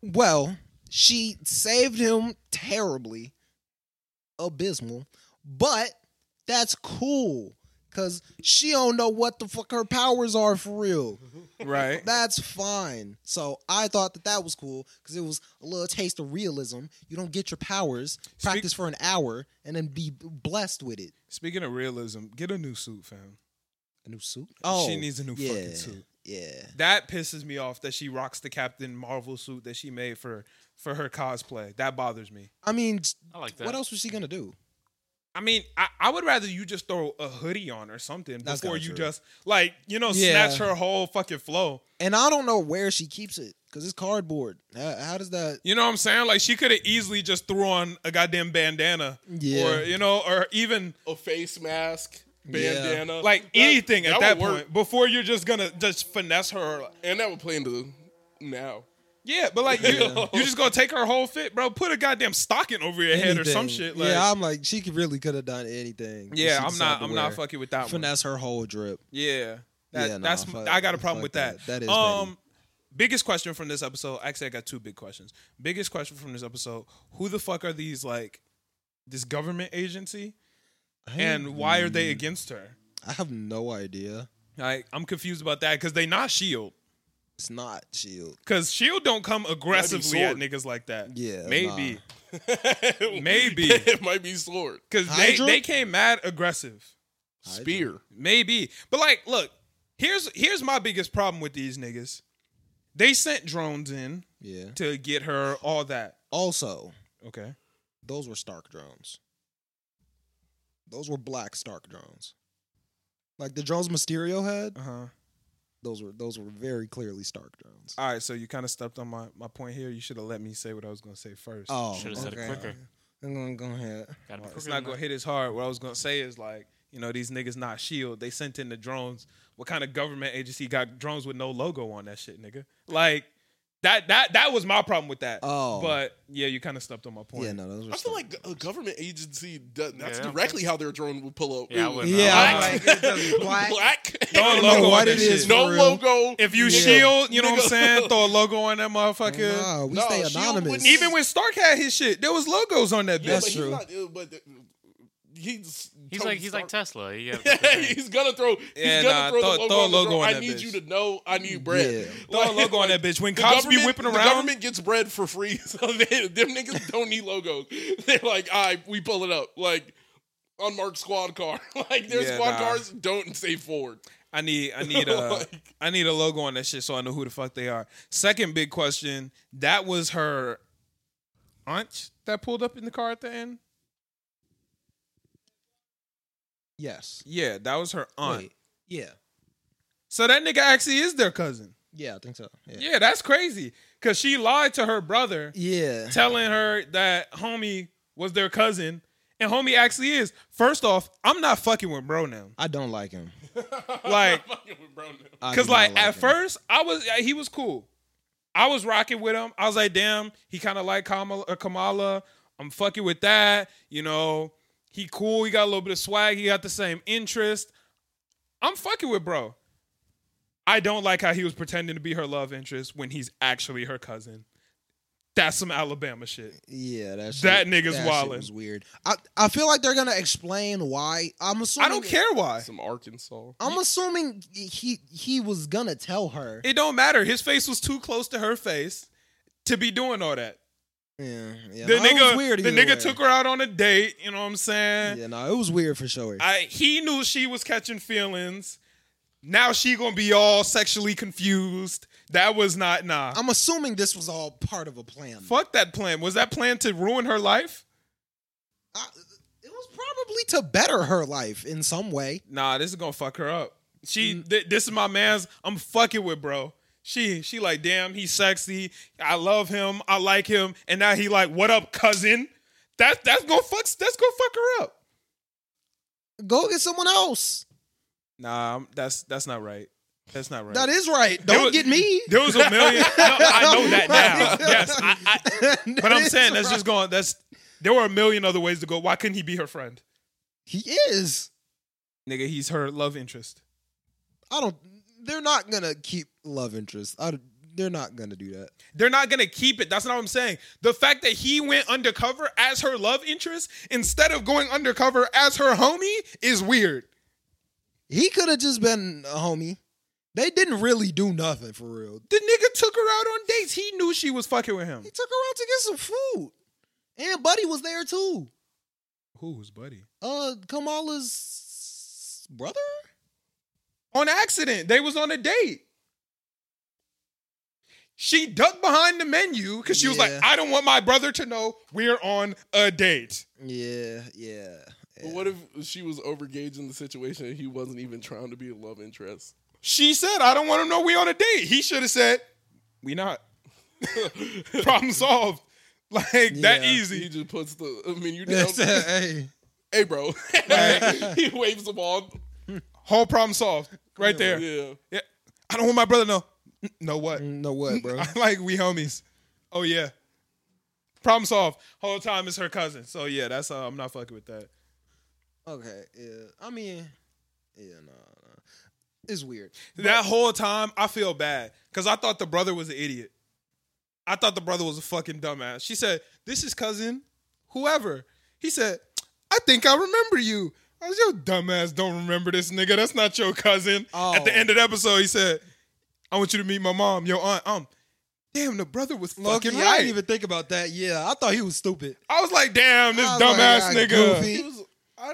Well, she saved him terribly, abysmal, but that's cool because she don't know what the fuck her powers are for real.
Right.
That's fine. So I thought that that was cool because it was a little taste of realism. You don't get your powers, practice for an hour, and then be blessed with it.
Speaking of realism, get a new suit, fam.
A new suit? Oh,
needs a new fucking suit.
Yeah.
That pisses me off that she rocks the Captain Marvel suit that she made for for her cosplay. That bothers me.
I mean,
I like that.
what else was she gonna do?
I mean, I, I would rather you just throw a hoodie on or something
That's
before
kinda
you
true.
just like you know
Yeah.
snatch her whole fucking flow.
And I don't know where she keeps it because it's cardboard. How, how does that?
You know what I'm saying? Like she could have easily just threw on a goddamn bandana,
Yeah.
or you know, or even
A face mask, bandana,
like
That-
anything at that
would work.
point before you're just gonna just finesse her.
and that would play into now.
Yeah, but like you,
Yeah.
you just gonna take her whole fit, bro. Put a goddamn stocking over your head or some
Anything.
shit. Like,
yeah, I'm like she could really could have done anything.
Yeah,
She
I'm not.
decided to
I'm not
wear.
fucking with that one.
finesse her whole drip.
Yeah, that,
Yeah, nah,
that's.
fuck-
I got a problem
fuck
with that.
that. That is
um, biggest question from this episode. Actually, I got two big questions. Biggest question from this episode: Who the fuck are these like? This government agency,
Hmm.
and why are they against her?
I have no idea.
Like, I'm confused about that because they not Shield.
It's not Shield.
Because Shield E don't come aggressively at
sword.
niggas like that.
Yeah,
maybe, maybe
it might be sword.
because they
Hydra?
they came mad aggressive.
Spear.
Maybe. But like, look, here's here's my biggest problem with these niggas. They sent drones in
Yeah.
to get her all that.
Also,
Okay.
those were Stark drones. Those were black Stark drones. Like the drones Mysterio had,
Uh-huh.
those were those were very clearly Stark drones.
All right, so you kind of stepped on my, my point here. You should have let me say what I was going to say first.
Oh,
Should have said it
okay.
quicker.
I'm gonna go
Gotta
ahead.
be quicker
it's
than
not going to
that.
hit as hard. What I was going to say is like, you know, these niggas not shield. E They sent in the drones. What kind of government agency got drones with no logo on that shit, nigga? Like that that that was my problem with that.
Oh.
But yeah, you kind of stepped on my point.
Yeah, no, those were.
I feel
Stark.
like a government agency. Does, that's
Yeah.
directly how their drone would pull up.
Yeah, I wouldn't know.
Yeah,
Black.
I'm like,
Black.
black.
black.
No
I don't
logo
know
on
what
that
it
shit.
is.
no
for real.
logo.
If you
Nigga.
shield, E you know what I'm
Nigga.
saying? Throw a logo on that motherfucker.
Nah, we
No,
stay
Shield
anonymous.
wouldn't
Even when Stark had his shit, there was logos on that
Yeah,
bitch.
That's
but
true.
He's, not, uh, but the- he's
He's
Tony
like he's like
Stark.
Tesla. He got
he's gonna throw. He's
Yeah,
gonna
nah,
throw,
throw-
the logo
throw a
on the
logo
drone.
on
I
that
need
bitch.
you to know. I need bread.
Yeah.
Throw a logo on that bitch. When cops be whipping
the
around,
government gets bread for free. So they, them niggas don't need logos. They're like, all right, we pull it up. Like, unmarked squad car. Like, their
Yeah,
squad
nah.
cars don't say Ford.
I need I need a
Like-
I need a logo on that shit so I know who the fuck they are. Second big question, that was her aunt that pulled up in the car at the end?
yes.
Yeah, that was her aunt.
Wait. Yeah.
So that nigga actually is their cousin.
Yeah, I think so. Yeah.
Yeah, that's crazy. Cause she lied to her brother.
Yeah.
telling her that homie was their cousin, and homie actually is. First off, I'm not fucking with bro now.
I don't like him.
Like,
Fucking with bro now.
I
cause
do not
like at
him.
first I was he was cool. I was rocking with him. I was like, damn, he kind of like Kamala, or Kamala. I'm fucking with that. You know, he cool. He got a little bit of swag. He got the same interest. I'm fucking with bro. I don't like how he was pretending to be her love interest when he's actually her cousin. That's some Alabama shit.
Yeah, that shit,
That nigga's
that shit
wildin'.
was weird. I, I feel like they're gonna explain why. I'm assuming.
I don't care why.
Some Arkansas.
I'm assuming he he was gonna tell her.
It don't matter. His face was too close to her face to be doing all that.
yeah, yeah.
the
no, it
nigga,
was weird
the
either
nigga
way.
took her out on a date. You know what I'm saying?
Yeah, no, it was weird for sure.
I he knew she was catching feelings. Now she gonna be all sexually confused. That was not nah.
I'm assuming this was all part of a plan.
Fuck that plan. Was that plan to ruin her life?
I, it was probably to better her life in some way.
Nah, this is gonna fuck her up. She, th- this is my man's. I'm fucking with bro. She, she like, damn, he's sexy. I love him. I like him. And now he like, what up, cousin? That that's gonna fuck. That's gonna fuck her up.
Go get someone else.
Nah, I'm- that's that's not right. That's not right.
That is right. Don't
was-
get me.
there was a million. No, I know that now. Yes, I, I, but I'm saying that's just going. That's there were a million other ways to go. Why couldn't he be her friend?
He is.
Nigga, he's her love interest.
I don't. They're not gonna keep love interest. I, don't- they're not gonna do that.
They're not gonna keep it. That's not what I'm saying. The fact that he went undercover as her love interest instead of going undercover as her homie is weird.
He could have just been a homie. They didn't really do nothing for real.
The nigga took her out on dates. He knew she was fucking with him.
He took her out to get some food, and Buddy was there too.
Who was buddy?
Uh, Kamala's brother.
on accident. They was on a date. She ducked behind the menu because she was
Yeah.
like, "I don't want my brother to know we're on a date."
Yeah, yeah.
But what if she was overgauging the situation and he wasn't even trying to be a love interest?
She said, "I don't want him to know we on a date." He should have said, "We not." Problem solved. Like that
Yeah.
easy.
He just puts the menu down.
hey,
hey, bro. he waves them on.
Whole problem solved. Right there.
Yeah.
Yeah. I don't want my brother to know. No what?
No what, Mm, bro?
I'm like we homies. Oh yeah. Problem solved. Whole time it's her cousin. So yeah, that's uh, I'm not fucking with that.
okay, yeah. I mean, yeah, no, no. it's weird.
that whole time I feel bad because I thought the brother was an idiot. I thought the brother was a fucking dumbass. She said, "This is cousin, whoever." He said, "I think I remember you." I was your dumbass. Don't remember this nigga. That's not your cousin. At the
Oh.
end of the episode, he said, "I want you to meet my mom, your aunt." Um, damn, the brother was fucking
Loki, I
right.
didn't even think about that. Yeah, I thought he was stupid.
I was like, damn, this
I was like,
dumbass
ah,
nigga.
goofy.
He was. I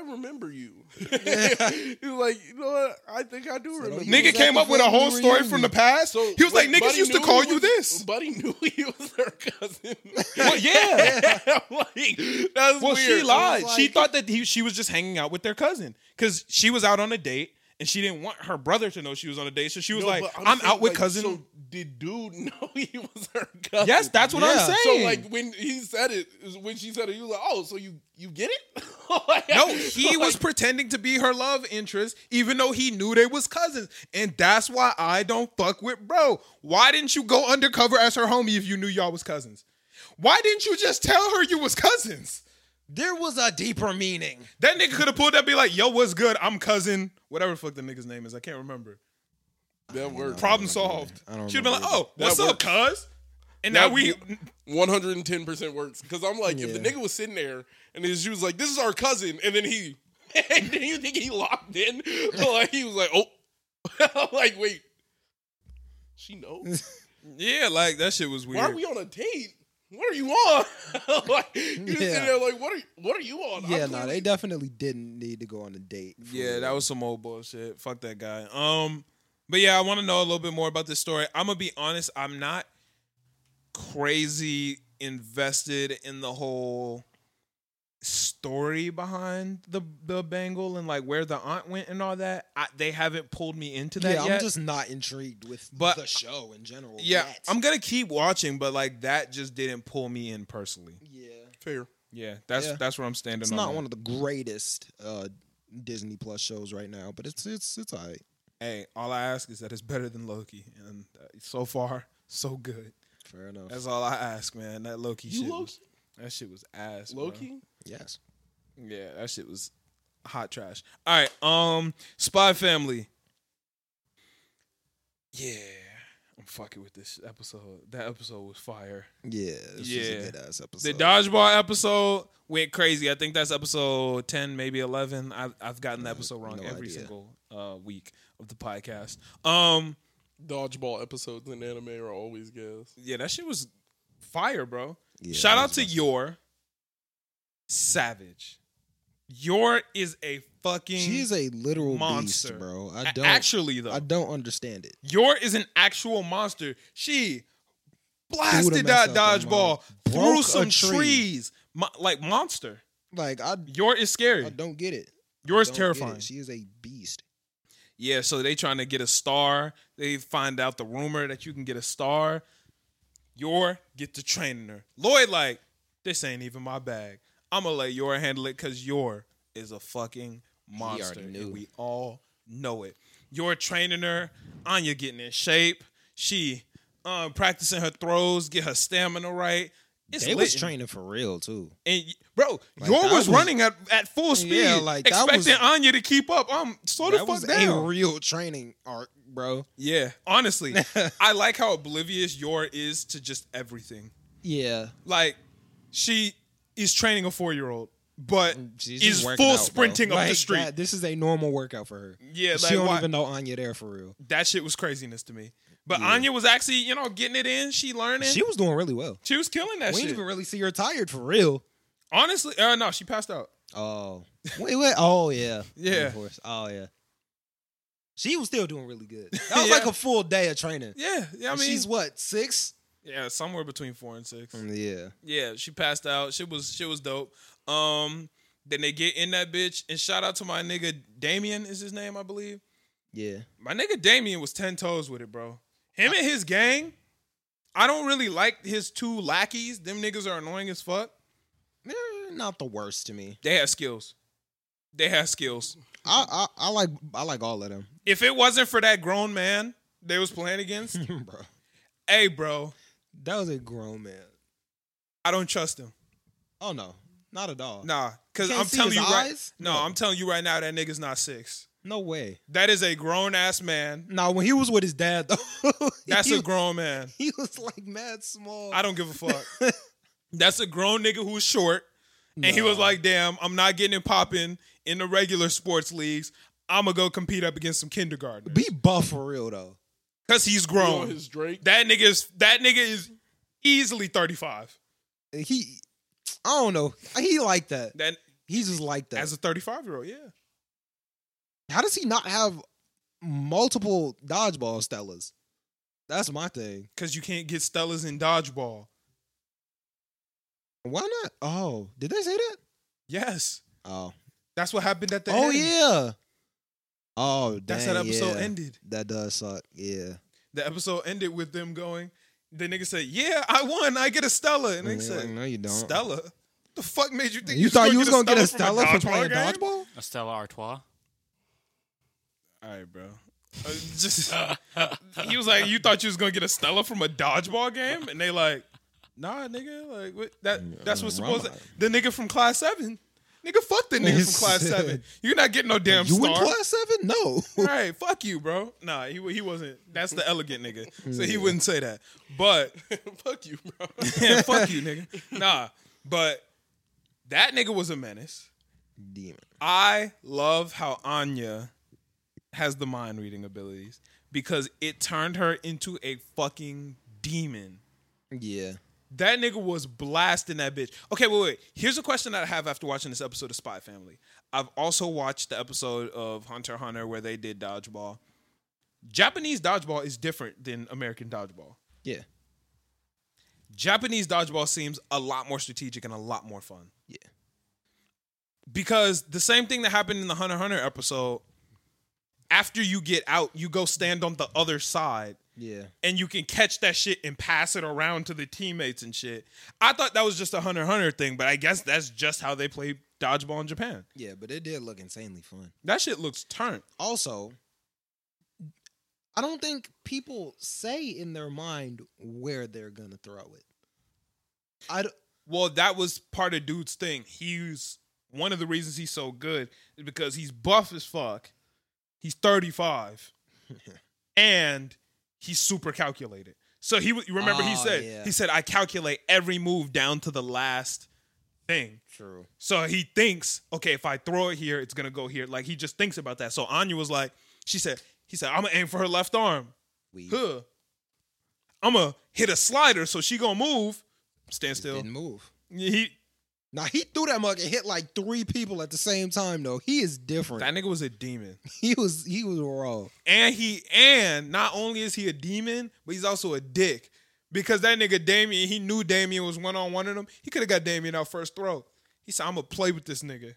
remember you. He's like, you know what? I think I do remember.
don't
you."
He
Nigga
was at
came
the
up with a whole
fucking
story from the
reunion.
past. he was like,
wait,
niggas
Buddy
used to
knew
call
he
you
was-
this.
Buddy knew he was her cousin.
Well, yeah.
like
Well,
that's weird.
she lied.
Like,
she thought that he, she was just hanging out with their cousin because she was out on a date and she didn't want her brother to know she was on a date. So she was
No,
like,
but
"I'm,
saying,
out with
like,
cousin."
So did dude know he was her cousin?
yes, that's what
Yeah.
I'm
So
saying.
like when he said it, is when she said it, you was like, oh, so you you get it? Like,
no, he was
like,
pretending to be her love interest, even though he knew they was cousins, and that's why I don't fuck with bro. Why didn't you go undercover as her homie if you knew y'all was cousins? Why didn't you just tell her you was cousins?
There was a deeper meaning.
That nigga could have pulled up, and be like, "Yo, what's good? I'm cousin, whatever the fuck the nigga's name is. I can't remember."
that word
Problem solved.
I don't
She'd been like,
remember
"Oh, what's
That
up, cuz?" And now
That
we
one hundred and ten percent works. Because I'm like, if the
Yeah.
nigga was sitting there and his she was like, this is our cousin, and then he, and then you think he locked in? like he was like, oh, I'm like wait, she knows.
yeah, like that shit was weird.
Why are we on a date? What are you on? like, you just sitting
Yeah.
there like, what are what are you on? I
Yeah, no,
clearly-
they definitely didn't need to go on a date. for
yeah,
real.
that was some old bullshit. Fuck that guy. Um, but yeah, I want to know a little bit more about this story. I'm gonna be honest. I'm not crazy invested in the whole story behind the the bangle and like where the aunt went and all that. I, they haven't pulled me into that
yeah,
yet.
I'm just not intrigued with
But-
the show in general.
yeah,
yet.
I'm gonna keep watching, but like that just didn't pull me in personally.
Yeah,
fair.
Yeah, that's
Yeah.
that's where I'm standing.
it's
on
not
that.
one of the greatest uh, Disney Plus shows right now, but it's it's it's alright.
Hey, all I ask is that it's better than Loki, and uh, so far, so good.
Fair enough.
That's all I ask, man. That Loki
You
shit.
Loki?
Was, that shit was ass. bro.
Loki?
yes.
Yeah, that shit was hot trash. All right, um, Spy Family. Yeah, I'm fucking with this episode. That episode was fire.
Yeah. This yeah.
Yeah.
a good ass
The
episode.
dodgeball episode went crazy. I think that's episode ten, maybe eleven. I've I've gotten the episode wrong
no
every
idea.
single uh, week of the podcast. Um.
Dodgeball episodes in anime are always gas.
Yeah, that shit was fire, bro.
Yeah,
Shout
that
out
was
to
my-
Yor Savage. Yor is a fucking
She is a literal
monster,
beast, bro.
A-
I don't
actually though.
I don't understand it.
Yor is an actual monster. She
Threw the
blasted
mess
that
out the
dodgeball
mouth.
through
Broke a
some
tree.
trees, Mo- like monster.
Like I,
Yor is
I
scary.
don't get it.
Yor is
Don't get it.
terrifying.
She is a beast.
Yeah, so they trying to get a star. They find out the rumor that you can get a star. Yor get to training her. Lloyd like, this ain't even my bag. I'ma let Yor handle it because Yor is a fucking monster.
already knew.
And we all know it. Yor training her. Anya getting in shape. She um, practicing her throws, get her stamina right. It's
they
lit.
was training for real too.
and y- bro,
Like,
Yor
that
was,
was-
running at, at full speed,
Yeah, like, that
expecting
was-
Anya to keep up. Um, slow the
that
fuck
was
down.
a real training arc, bro.
Yeah, honestly, I like how oblivious Yor is to just everything.
Yeah,
Like, she is training a four year old, but
She's
is
just working
full
out, bro.
sprinting up the
Like,
street.
that- this is a normal workout for her.
Yeah,
she
like,
don't
why-
even know Anya there for real.
That shit was craziness to me. But Anya was actually, you know, getting it in. She learning.
She
She,
was doing really well.
was killing that
we
shit.
didn't even really see her tired for real.
honestly, uh, no, she passed out.
Oh wait, wait. Oh yeah,
Yeah.
Of course. Oh yeah. She was still doing really good. That was
Yeah.
like a full day of training.
Yeah, yeah. I
And
mean,
she's Mm. what six?
yeah, somewhere between four and six.
Yeah.
Yeah, she passed out. Shit was shit was dope. Um, then they get in that bitch, and shout out to my nigga Damien is his name, I believe.
Yeah.
My nigga Damien was 10 toes with it, bro. Him and his gang, I don't really like his two lackeys. Them niggas are annoying as fuck.
Eh, Not the worst to me.
They have skills. They have skills.
I, I I like I like all of them.
If it wasn't for that grown man they was playing against.
bro.
hey, bro,
Hmm. That was a grown man.
I don't trust him.
Oh no, not at all.
Nah, because
Can't
I'm
see
telling you
his
right.
eyes?
No, I'm telling you right now that nigga's not six.
No way.
That is a grown ass man.
Now when he was with his dad though,
That's
he,
a grown man.
he was like mad small.
I don't give a fuck. That's a grown nigga who's short, and he was
Nah.
like, "Damn, I'm not getting it popping in the regular sports leagues. I'm gonna go compete up against some kindergarten
be buff for real though.
because he's
You know
grown.
his Drake.
That nigga is that nigga is easily 35.
He, I don't know. He like that.
That
He's just like that.
as a 35 year old, yeah.
How does he not have multiple dodgeball Stellas? That's my thing.
Because you can't get Stellas in dodgeball.
Why not? Oh, did they say that?
Yes,
Oh,
that's what happened at the
oh
end.
yeah. Oh, dang,
that's how that episode
yeah.
ended.
That does suck. Yeah.
The episode ended with them going. The nigga said, "Yeah, I won. I get a Stella." And they
And you're
said,
like, no, you don't.
"Stella, the fuck made you think
You thought you was
was
gonna get a
from
Stella for playing
game?"
dodgeball?
Estella Artois.
All right, bro. Uh, just he was like, you thought you was gonna get a Stella from a dodgeball game, and they like, nah, nigga, like what, that. That's what's
wrong
supposed. to...
about
The nigga from class seven, nigga, fuck the nigga from class seven. You're not getting no damn
you
star.
in class seven? No.
Right, fuck you, bro. Nah, he he wasn't. That's the elegant nigga, so he wouldn't say that. But
Fuck you, bro.
yeah, fuck you, nigga. Nah, but that nigga was a menace.
Demon.
I love how Anya has the mind reading abilities because it turned her into a fucking demon.
Yeah.
That nigga was blasting that bitch. Okay, wait, wait. Here's a question that I have after watching this episode of Spy Family. I've also watched the episode of Hunter x Hunter where they did dodgeball. Japanese dodgeball is different than American dodgeball.
Yeah.
Japanese dodgeball seems a lot more strategic and a lot more fun.
Yeah.
Because the same thing that happened in the Hunter x Hunter episode, after you get out, you go stand on the other side
Yeah.
and you can catch that shit and pass it around to the teammates and shit. I thought that was just a Hunter x Hunter thing, but I guess that's just how they play dodgeball in Japan.
Yeah, but it did look insanely fun.
That shit looks turnt.
also i don't think people say in their mind where they're gonna throw it i d-
Well, that was part of dude's thing. He's one of the reasons he's so good is because he's buff as fuck. He's 35 and he's super calculated. So he w- you remember he
Oh,
said
yeah.
he said I calculate every move down to the last thing.
true
So he thinks, okay, if I throw it here, it's gonna go here. Like he just thinks about that. So Anya was like, she said, he said, I'm gonna aim for her left arm.
we
Huh. I'm gonna hit a slider, so she gonna move. Stand still.
didn't move
He
now he threw that mug and hit like three people at the same time though he is different
that nigga was a demon,
he was he was raw
and he and not only is he a demon, but he's also a dick because that nigga Damien, he knew Damien was one on one of them. He could have got Damien out first throw. He said, "I'm gonna play with this nigga."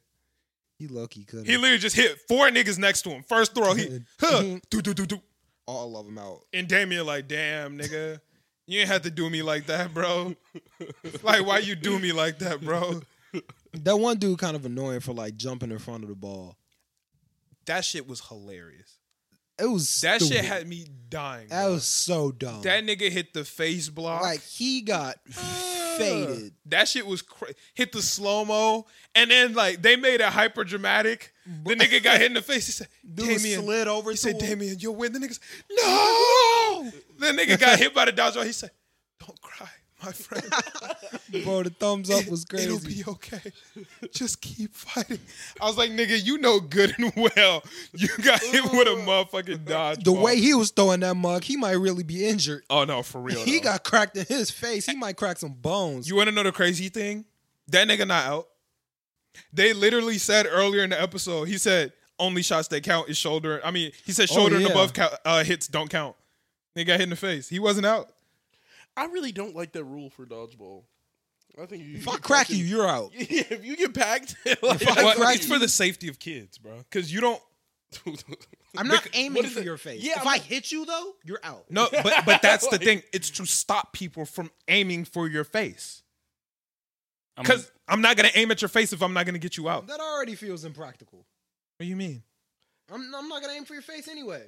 he lucky could
He literally just hit four niggas next to him first throw. He huh, do do do do.
all of them out
And Damien like, damn, nigga, you ain't have to do me like that, bro. like, why you do me like that, bro?
that one dude kind of annoying for like jumping in front of the ball
That shit was hilarious.
it was
That shit
stupid.
had me dying.
that
bro.
was so dumb
that nigga hit the face block.
like he got faded
That shit was cra- hit the slow mo, and then like they made it hyper dramatic. The nigga got hit in the face. He said,
Dude
"Damien,
slid over
He
to
said,
him.
Damien, you'll win. The niggas, no. the nigga got hit by the dodgeball. He said, "Don't cry, my friend.
bro the thumbs up was crazy
It'll be okay. Just keep fighting." I was like, "Nigga, you know good and well you got hit with a motherfucking dodgeball."
the way he was throwing that mug, he might really be injured.
oh no, for real.
He
though.
got cracked in his face. He might crack some bones.
You want to know the crazy thing? That nigga not out. They literally said earlier in the episode. He said only shots that count is shoulder. I mean, he said
Oh,
shoulder and
yeah.
above count, uh, hits don't count. They got hit in the face. He wasn't out.
I really don't like that rule for dodgeball. I think you
if
get
I crack
fucking-
you, you're out.
Yeah, if you get packed, like,
I
But
crack
it's for
you-
the safety of kids, bro. Because you don't.
I'm not
what
aiming
is
for
it?
your face.
Yeah,
if
I'm-
I hit you though, you're out.
No, but but that's the thing. It's to stop people from aiming for your face.
I'm gonna-
Because I'm not gonna aim at your face if I'm not gonna get you out. What
That already feels impractical.
do you mean?
I'm, I'm not gonna aim for your face anyway.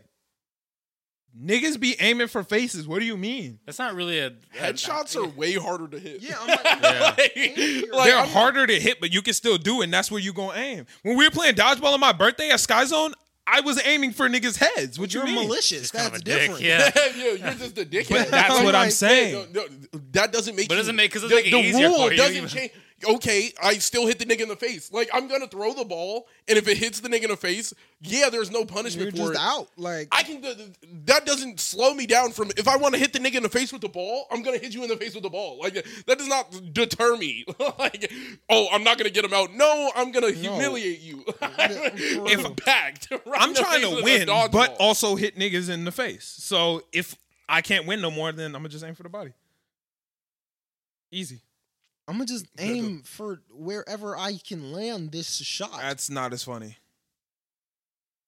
Niggas be aiming for faces. What do you mean?
That's not really a
Headshots are way harder to hit.
Yeah, I'm like,
like, like,
They're
I'm-
harder to hit, but you can still do it, and that's where you gonna aim. When we were playing dodgeball on my birthday at Sky Zone, I was aiming for niggas' heads. What
you're
you mean?
malicious. That's
Kind of a dick,
different.
Yeah.
yeah, you're just a dickhead.
But that's
I'm
what I'm
like,
saying.
No, no, that doesn't make.
But
you,
doesn't make- 'cause it
the,
doesn't make it
the
easier
rule
for you.
doesn't change. Okay, I still hit the nigga in the face. Like I'm gonna throw the ball, and if it hits the nigga in the face, yeah, there's no punishment
You're
for
just
it.
out. Like
I can. th- th- That doesn't slow me down from. If I want to hit the nigga in the face with the ball, I'm gonna hit you in the face with the ball. Like that does not deter me. like, oh, I'm not gonna get him out. No, I'm gonna humiliate you. if I'm packed, right in
I'm
the
trying
face
to
with a
win,
dodgeball.
but also hit niggas in the face. So if I can't win no more, then I'm gonna just aim for the body. Easy.
I'm gonna just aim for wherever I can land this shot.
That's not as funny.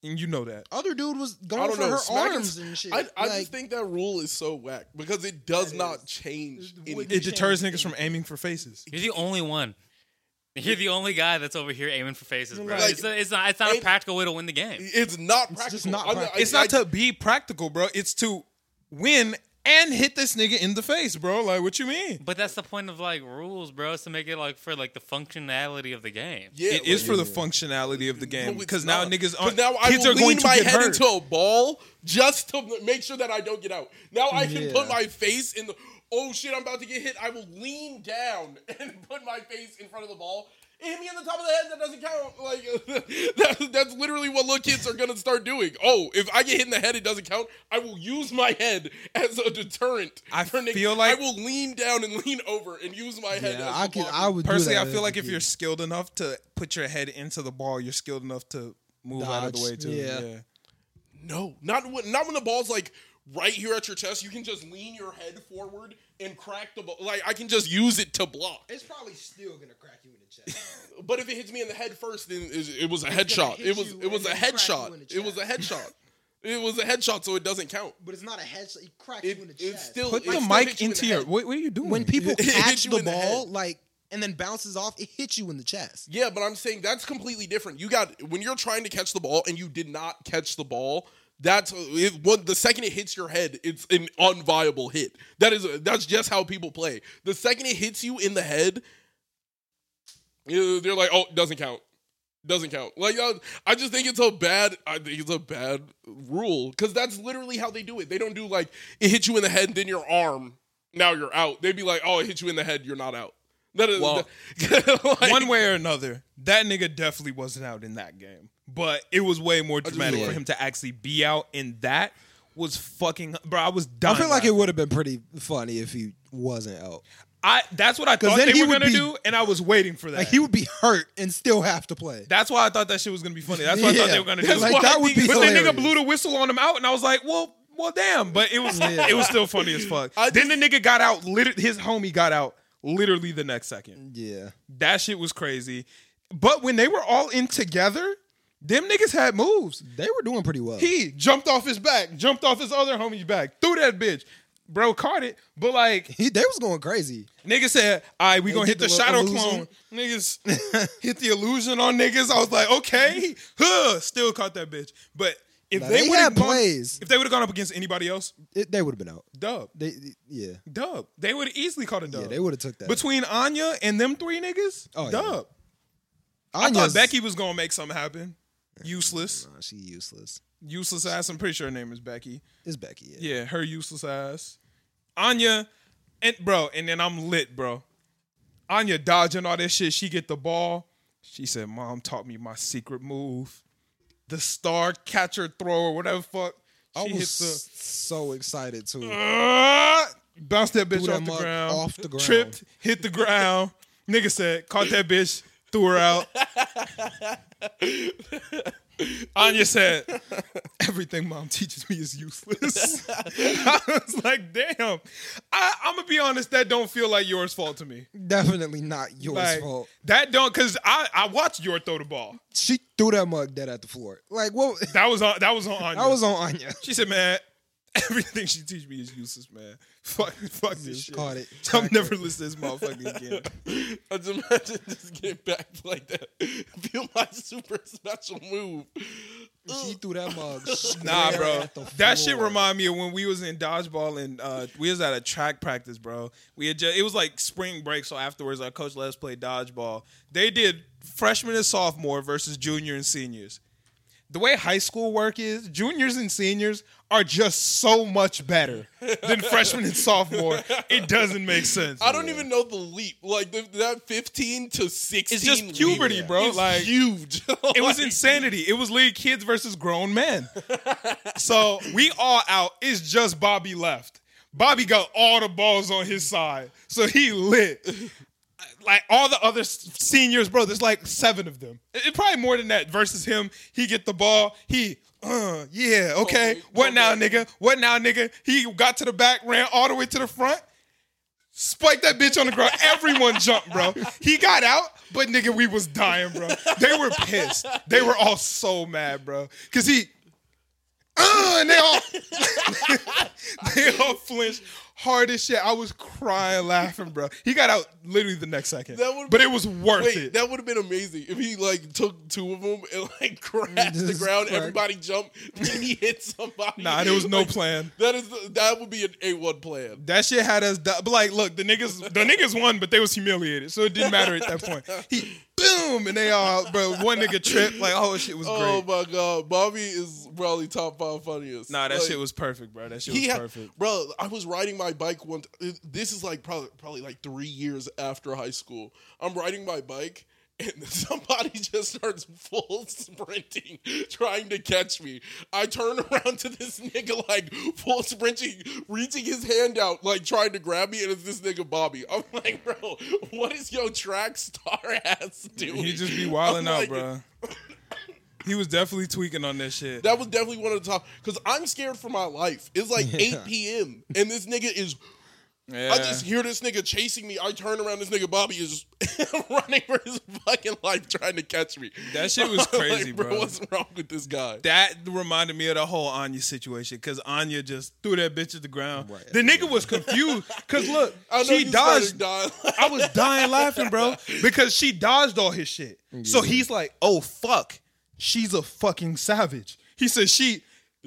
And you know that.
Other dude was
I
going
don't
for
know,
her
smack and-
arms and shit.
I, I
like,
just think that rule is so whack because it does
That
not
is-
change.
It
anything.
It deters niggas from aiming for faces.
You're the only one. You're the only guy that's over here aiming for faces, bro.
Like,
it's, it's not. It's not a
ain't-
practical way to win the game.
It's not practical.
It's just not
I'm
practical.
I-
It's not
I-
to be practical, bro. It's to win and hit this nigga in the face, bro. Like, what you mean?
But that's the point of like rules, bro. Is to make it like for like the functionality of the game.
yeah,
it is
like-
for the functionality of the game
No, it's
because now
not.
niggas
'Cause
aren't.
now I
kids
will
are going
lean
to
my
get
head
hurt.
into a ball just to make sure that I don't get out. Now I can put my face in the oh shit, I'm about to get hit. I will lean down and put my face in front of the ball. It Hit me in the top of the head. That doesn't count. Like that, that's literally what little kids are gonna start doing. Oh, if I get hit in the head, it doesn't count. I will use my head as a deterrent.
I
for niggas.
feel like-
I will lean down and lean over and use my head.
yeah,
as
I
the
could.
blocker.
I would do
Personally, I
that
feel like if
a
you're
kid.
skilled enough to put your head into the ball, you're skilled enough to move out of the
Dodge,
way too.
yeah.
yeah.
No, not when not when the ball's like right here at your chest. You can just lean your head forward and crack the ball. Like I can just use it to block.
it's probably still gonna crack you in the chest.
But if it hits me in the head first, then it, it was a headshot.
hit
It was
you
it was a
and then crack you in
headshot.
the
It was a
chest.
headshot. It was a headshot, so it doesn't count.
but it's not a headshot. It cracks
It,
you in the
it
chest.
still
Put
it
the
still
mic
hits you in the
into your.
head.
what, what are you doing?
when people
It hits
catch
you
the
in the
ball,
head.
like and then bounces off, it hits you in the chest.
Yeah, but I'm saying that's completely different. You got when you're trying to catch the ball and you did not catch the ball. That's it, one. The second it hits your head, it's an unviable hit. That is that's just how people play. The second it hits you in the head, you- they're like, "Oh, doesn't count, doesn't count." Like uh, I just think it's a bad. I think it's a bad rule because that's literally how they do it. They don't do like it hit you in the head, then your arm. Now you're out. They'd be like, "Oh, it hit you in the head, you're not out." That is
Well,
like-
one way or another, that nigga definitely wasn't out in that game. But it was way more dramatic
yeah.
for him to actually be out, and that was fucking. Bro, I was
I
dying.
feel like it
laughing.
would have been pretty funny if he wasn't out.
I that's what I thought
then
they
he
were
would
gonna
be-
do, and I was waiting for that.
Like he would be hurt and still have to play.
that's why I thought that shit was gonna be funny. That's what I thought
Yeah.
they were gonna do.
That's Like, why that I would think- be
but the nigga
hilarious.
blew the whistle on him out, and I was like, well, well, damn. But it was
Yeah.
it was still funny as fuck.
I
then the nigga got out. Liter- his homie got out literally the next second.
Yeah.
That shit was crazy. But when they were all in together, them niggas had moves.
They were doing pretty well.
He jumped off his back, jumped off his other homie's back, threw that bitch. Bro caught it, but like
He- they was going crazy.
niggas said, "All right, we
They
gonna hit
did
the,
the
shadow
illusion.
clone." Niggas hit the illusion on niggas. I was like, "Okay, huh." Still caught that bitch. But if
Nah,
they,
they
would have
had
gone,
plays.
if they would have gone up against anybody else,
It, they would have been out.
dub,
They, yeah,
dub, they would have easily caught a dub.
yeah, they would have took that.
Between Anya and them three niggas,
Oh, yeah.
dub. I thought Becky was gonna make something happen. Useless,
Nah, she useless.
useless ass. I'm pretty sure her name is Becky.
It's Becky. Yeah.
Yeah, her useless ass. Anya, and bro, and then I'm lit, bro. Anya dodging all that shit. She get the ball. She said, "Mom taught me my secret move, the star catcher thrower, whatever the fuck."
I
She
was
hit the
so excited too.
uh, bounced that bitch
Threw that
off the
mug
ground,
off the ground.
tripped, hit the ground. Nigga said, caught that bitch, threw her out. Anya said, everything mom teaches me is useless. I was like, damn. I, I'm gonna be honest, that don't feel like yours fault to me.
Definitely not yours
Like,
fault.
that don't cause I, I watched your throw the ball.
She threw that mug dead at the floor. Like what?
That was on that was on Anya.
That was on Anya.
She said, "Man, Everything she teach me is useless, man. Fuck, fuck this
Just
shit.
caught it.
I'm never listening to this motherfucker again.
I just imagine just getting back like that. Feel my super special move.
She threw that mug.
Nah,
square
bro.
at the
That shit
floor.
remind me of when we was in dodgeball and uh, we was at a track practice, bro. We had just, it was like spring break, so afterwards our coach let us play dodgeball. They did freshman and sophomore versus junior and seniors. The way high school work is, juniors and seniors are just so much better than freshman and sophomore. It doesn't make sense.
I don't even know the leap. Like the, that 15 to 16.
It's just
leap
puberty, bro.
is
Like
huge.
it was insanity. It was league kids versus grown men. so we all out. It's just Bobby left. Bobby got all the balls on his side, so he lit. Like all the other s- seniors, bro. There's like seven of them. It, it probably more than that. Versus him, he get the ball. He, uh, yeah, okay.
Okay,
What
okay.
now, nigga? What now, nigga? He got to the back, ran all the way to the front. Spike that bitch on the ground. Everyone jumped, bro. He got out, but nigga, we was dying, bro. They were pissed. They were all so mad, bro. Cause he, uh, and they all, they all flinched hard as shit. I was crying, laughing, bro. He got out literally the next second,
That would've
but
been-
it was worth
Wait,
it.
that would have been amazing if he like took two of them and like crashed the
Just
ground.
crack.
Everybody jumped, then he hit somebody.
nah, there was no
Like,
plan.
That is the, that would be an A one plan.
That shit had us. di- But like, look, the niggas, the niggas won, but they was humiliated, so it didn't matter at that point. He boom, and they all, bro. One nigga tripped. Like, oh, shit was great.
Oh my god, Bobby is probably top five funniest.
Nah, that
Like,
shit was perfect, bro. That shit was
He had,
perfect.
bro. I was riding my bike one. T- this is like probably probably like three years after high school. I'm riding my bike. And somebody just starts full sprinting, trying to catch me. I turn around to this nigga, like full sprinting, reaching his hand out, like trying to grab me, and it's this nigga Bobby. I'm like, bro, what is your track star ass doing?
He just be wilding
I'm
out,
like,
bro. He was definitely tweaking on that shit.
That was definitely one of the top because I'm scared for my life. It's like 8 p.m. and this nigga is.
yeah.
I just hear this nigga chasing me. I turn around, this nigga Bobby is running for his fucking life, trying to catch me.
That shit was
Like,
crazy, bro.
What's wrong with this guy?
that reminded me of the whole Anya situation because Anya just threw that bitch at the ground.
Right.
The nigga was confused because look,
I know
she
you started
dodged.
dying.
I was dying laughing, bro, because she dodged all his shit. So he's like, "Oh fuck, she's a fucking savage." He said, "She,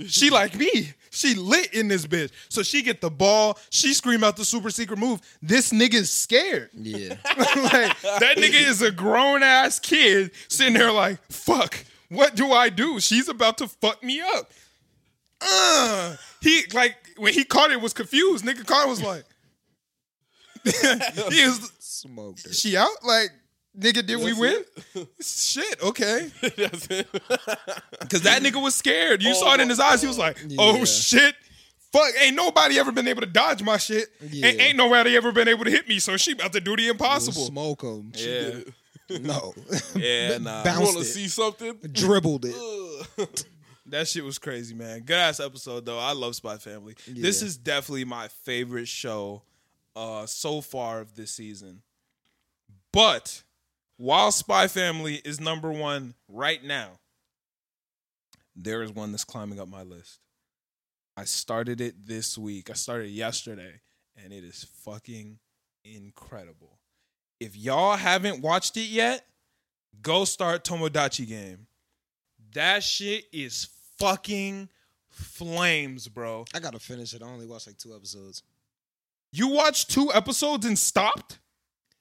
she like me. She lit in this bitch." So she get the ball. She scream out the super secret move. This nigga's scared.
Yeah.
like that nigga is a grown ass kid sitting there like, fuck, what do I do? She's about to fuck me up. Uh, he like when he caught it was confused. Nigga caught it was like, he was,
Smoked her.
she out like. Nigga, did we win? Shit, okay.
That's it.
Because that nigga was scared. You
Oh
saw it in
my
his eyes. He was like, oh
Yeah.
shit. Fuck, ain't nobody ever been able to dodge my shit.
Yeah.
Ain't, ain't nobody ever been able to hit me. So she about to do the
We'll
impossible.
Smoke him.
Yeah.
No.
Yeah, nah.
You want to
Bounced it.
see something?
Dribbled it.
Ugh.
That shit was crazy, man. Good ass episode though. I love Spy Family. This
Yeah.
is definitely my favorite show uh so far of this season. But while Spy Family is number 1 right now, there is one that's climbing up my list. I started it this week. I started yesterday and it is fucking incredible. If y'all haven't watched it yet, go start Tomodachi Game. That shit is fucking flames, bro.
I gotta finish it. I only watched like two episodes.
You watched two episodes and stopped?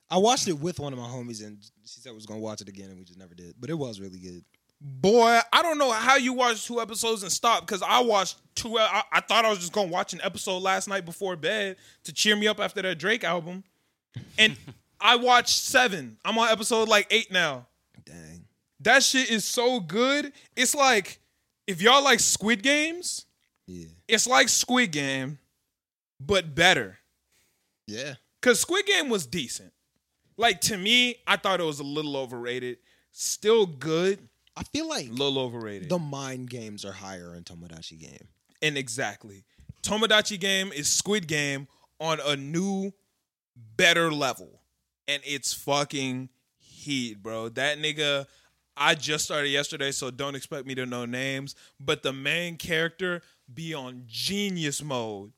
I watched it with one of my homies, and she said we was gonna watch it again, and we just never did. But it was really good.
Boy, I don't know how you watched two episodes and stopped because I watched two. I, I thought I was just going to watch an episode last night before bed to cheer me up after that Drake album. And I watched seven. I'm on episode like eight now.
Dang.
That shit is so good. It's like, if y'all like Squid Games,
Yeah.
it's like Squid Game, but better.
Yeah.
Because Squid Game was decent. Like to me, I thought it was a little overrated. Still good,
I feel like
little overrated.
the mind games are higher in Tomodachi game.
and exactly, Tomodachi Game is Squid Game on a new, better level, and it's fucking heat, bro. That nigga, I just started yesterday, so don't expect me to know names. But the main character be on genius mode,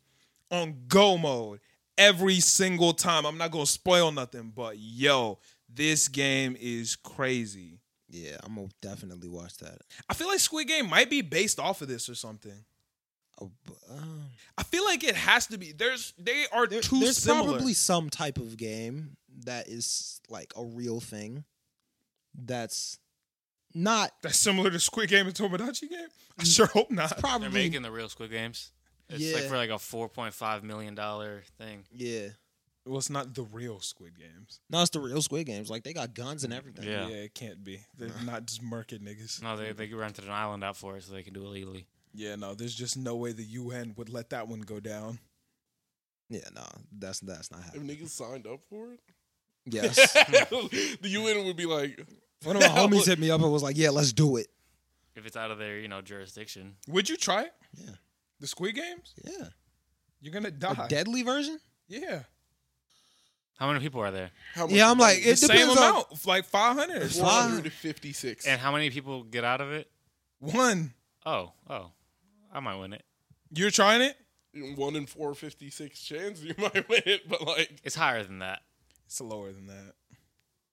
on go mode every single time. I'm not gonna spoil nothing, but yo, this game is crazy.
Yeah, I'm gonna definitely watch that.
I feel like Squid Game might be based off of this or something.
Oh, b- um,
I feel like it has to be. There's they are
there-
too
there's
similar.
probably some type of game that is like a real thing. That's not
That's similar to Squid Game and Tomodachi Game. I sure hope not.
probably
They're making the real Squid Games. It's like
Yeah.
for like a four point five million dollar thing.
yeah.
Well, it's not the real Squid Games.
No, it's the real Squid Games. Like they got guns and everything.
Yeah.
it can't be. They're not just murking niggas.
No, they they rented an island out for it so they can do it legally.
Yeah, no. There's just no way the UN would let that one go down.
Yeah, no, that's that's not
If
happening.
niggas signed up for it,
Yes.
the UN would be like,
One of my homies hit me up and was like, "Yeah, let's do it."
If it's out of their you know jurisdiction,
Would you try it?
Yeah.
The Squid Games?
Yeah,
You're gonna
a
die.
deadly version.
yeah.
how many people are there?
how much?
Yeah, I'm like,
The
it
same
depends on.
amount, like 500 or something.
456.
And how many people get out of it?
One.
Oh, oh, I might win it.
You're trying it?
One in 456 chance you might win it, but like,
It's higher than that.
It's lower than that.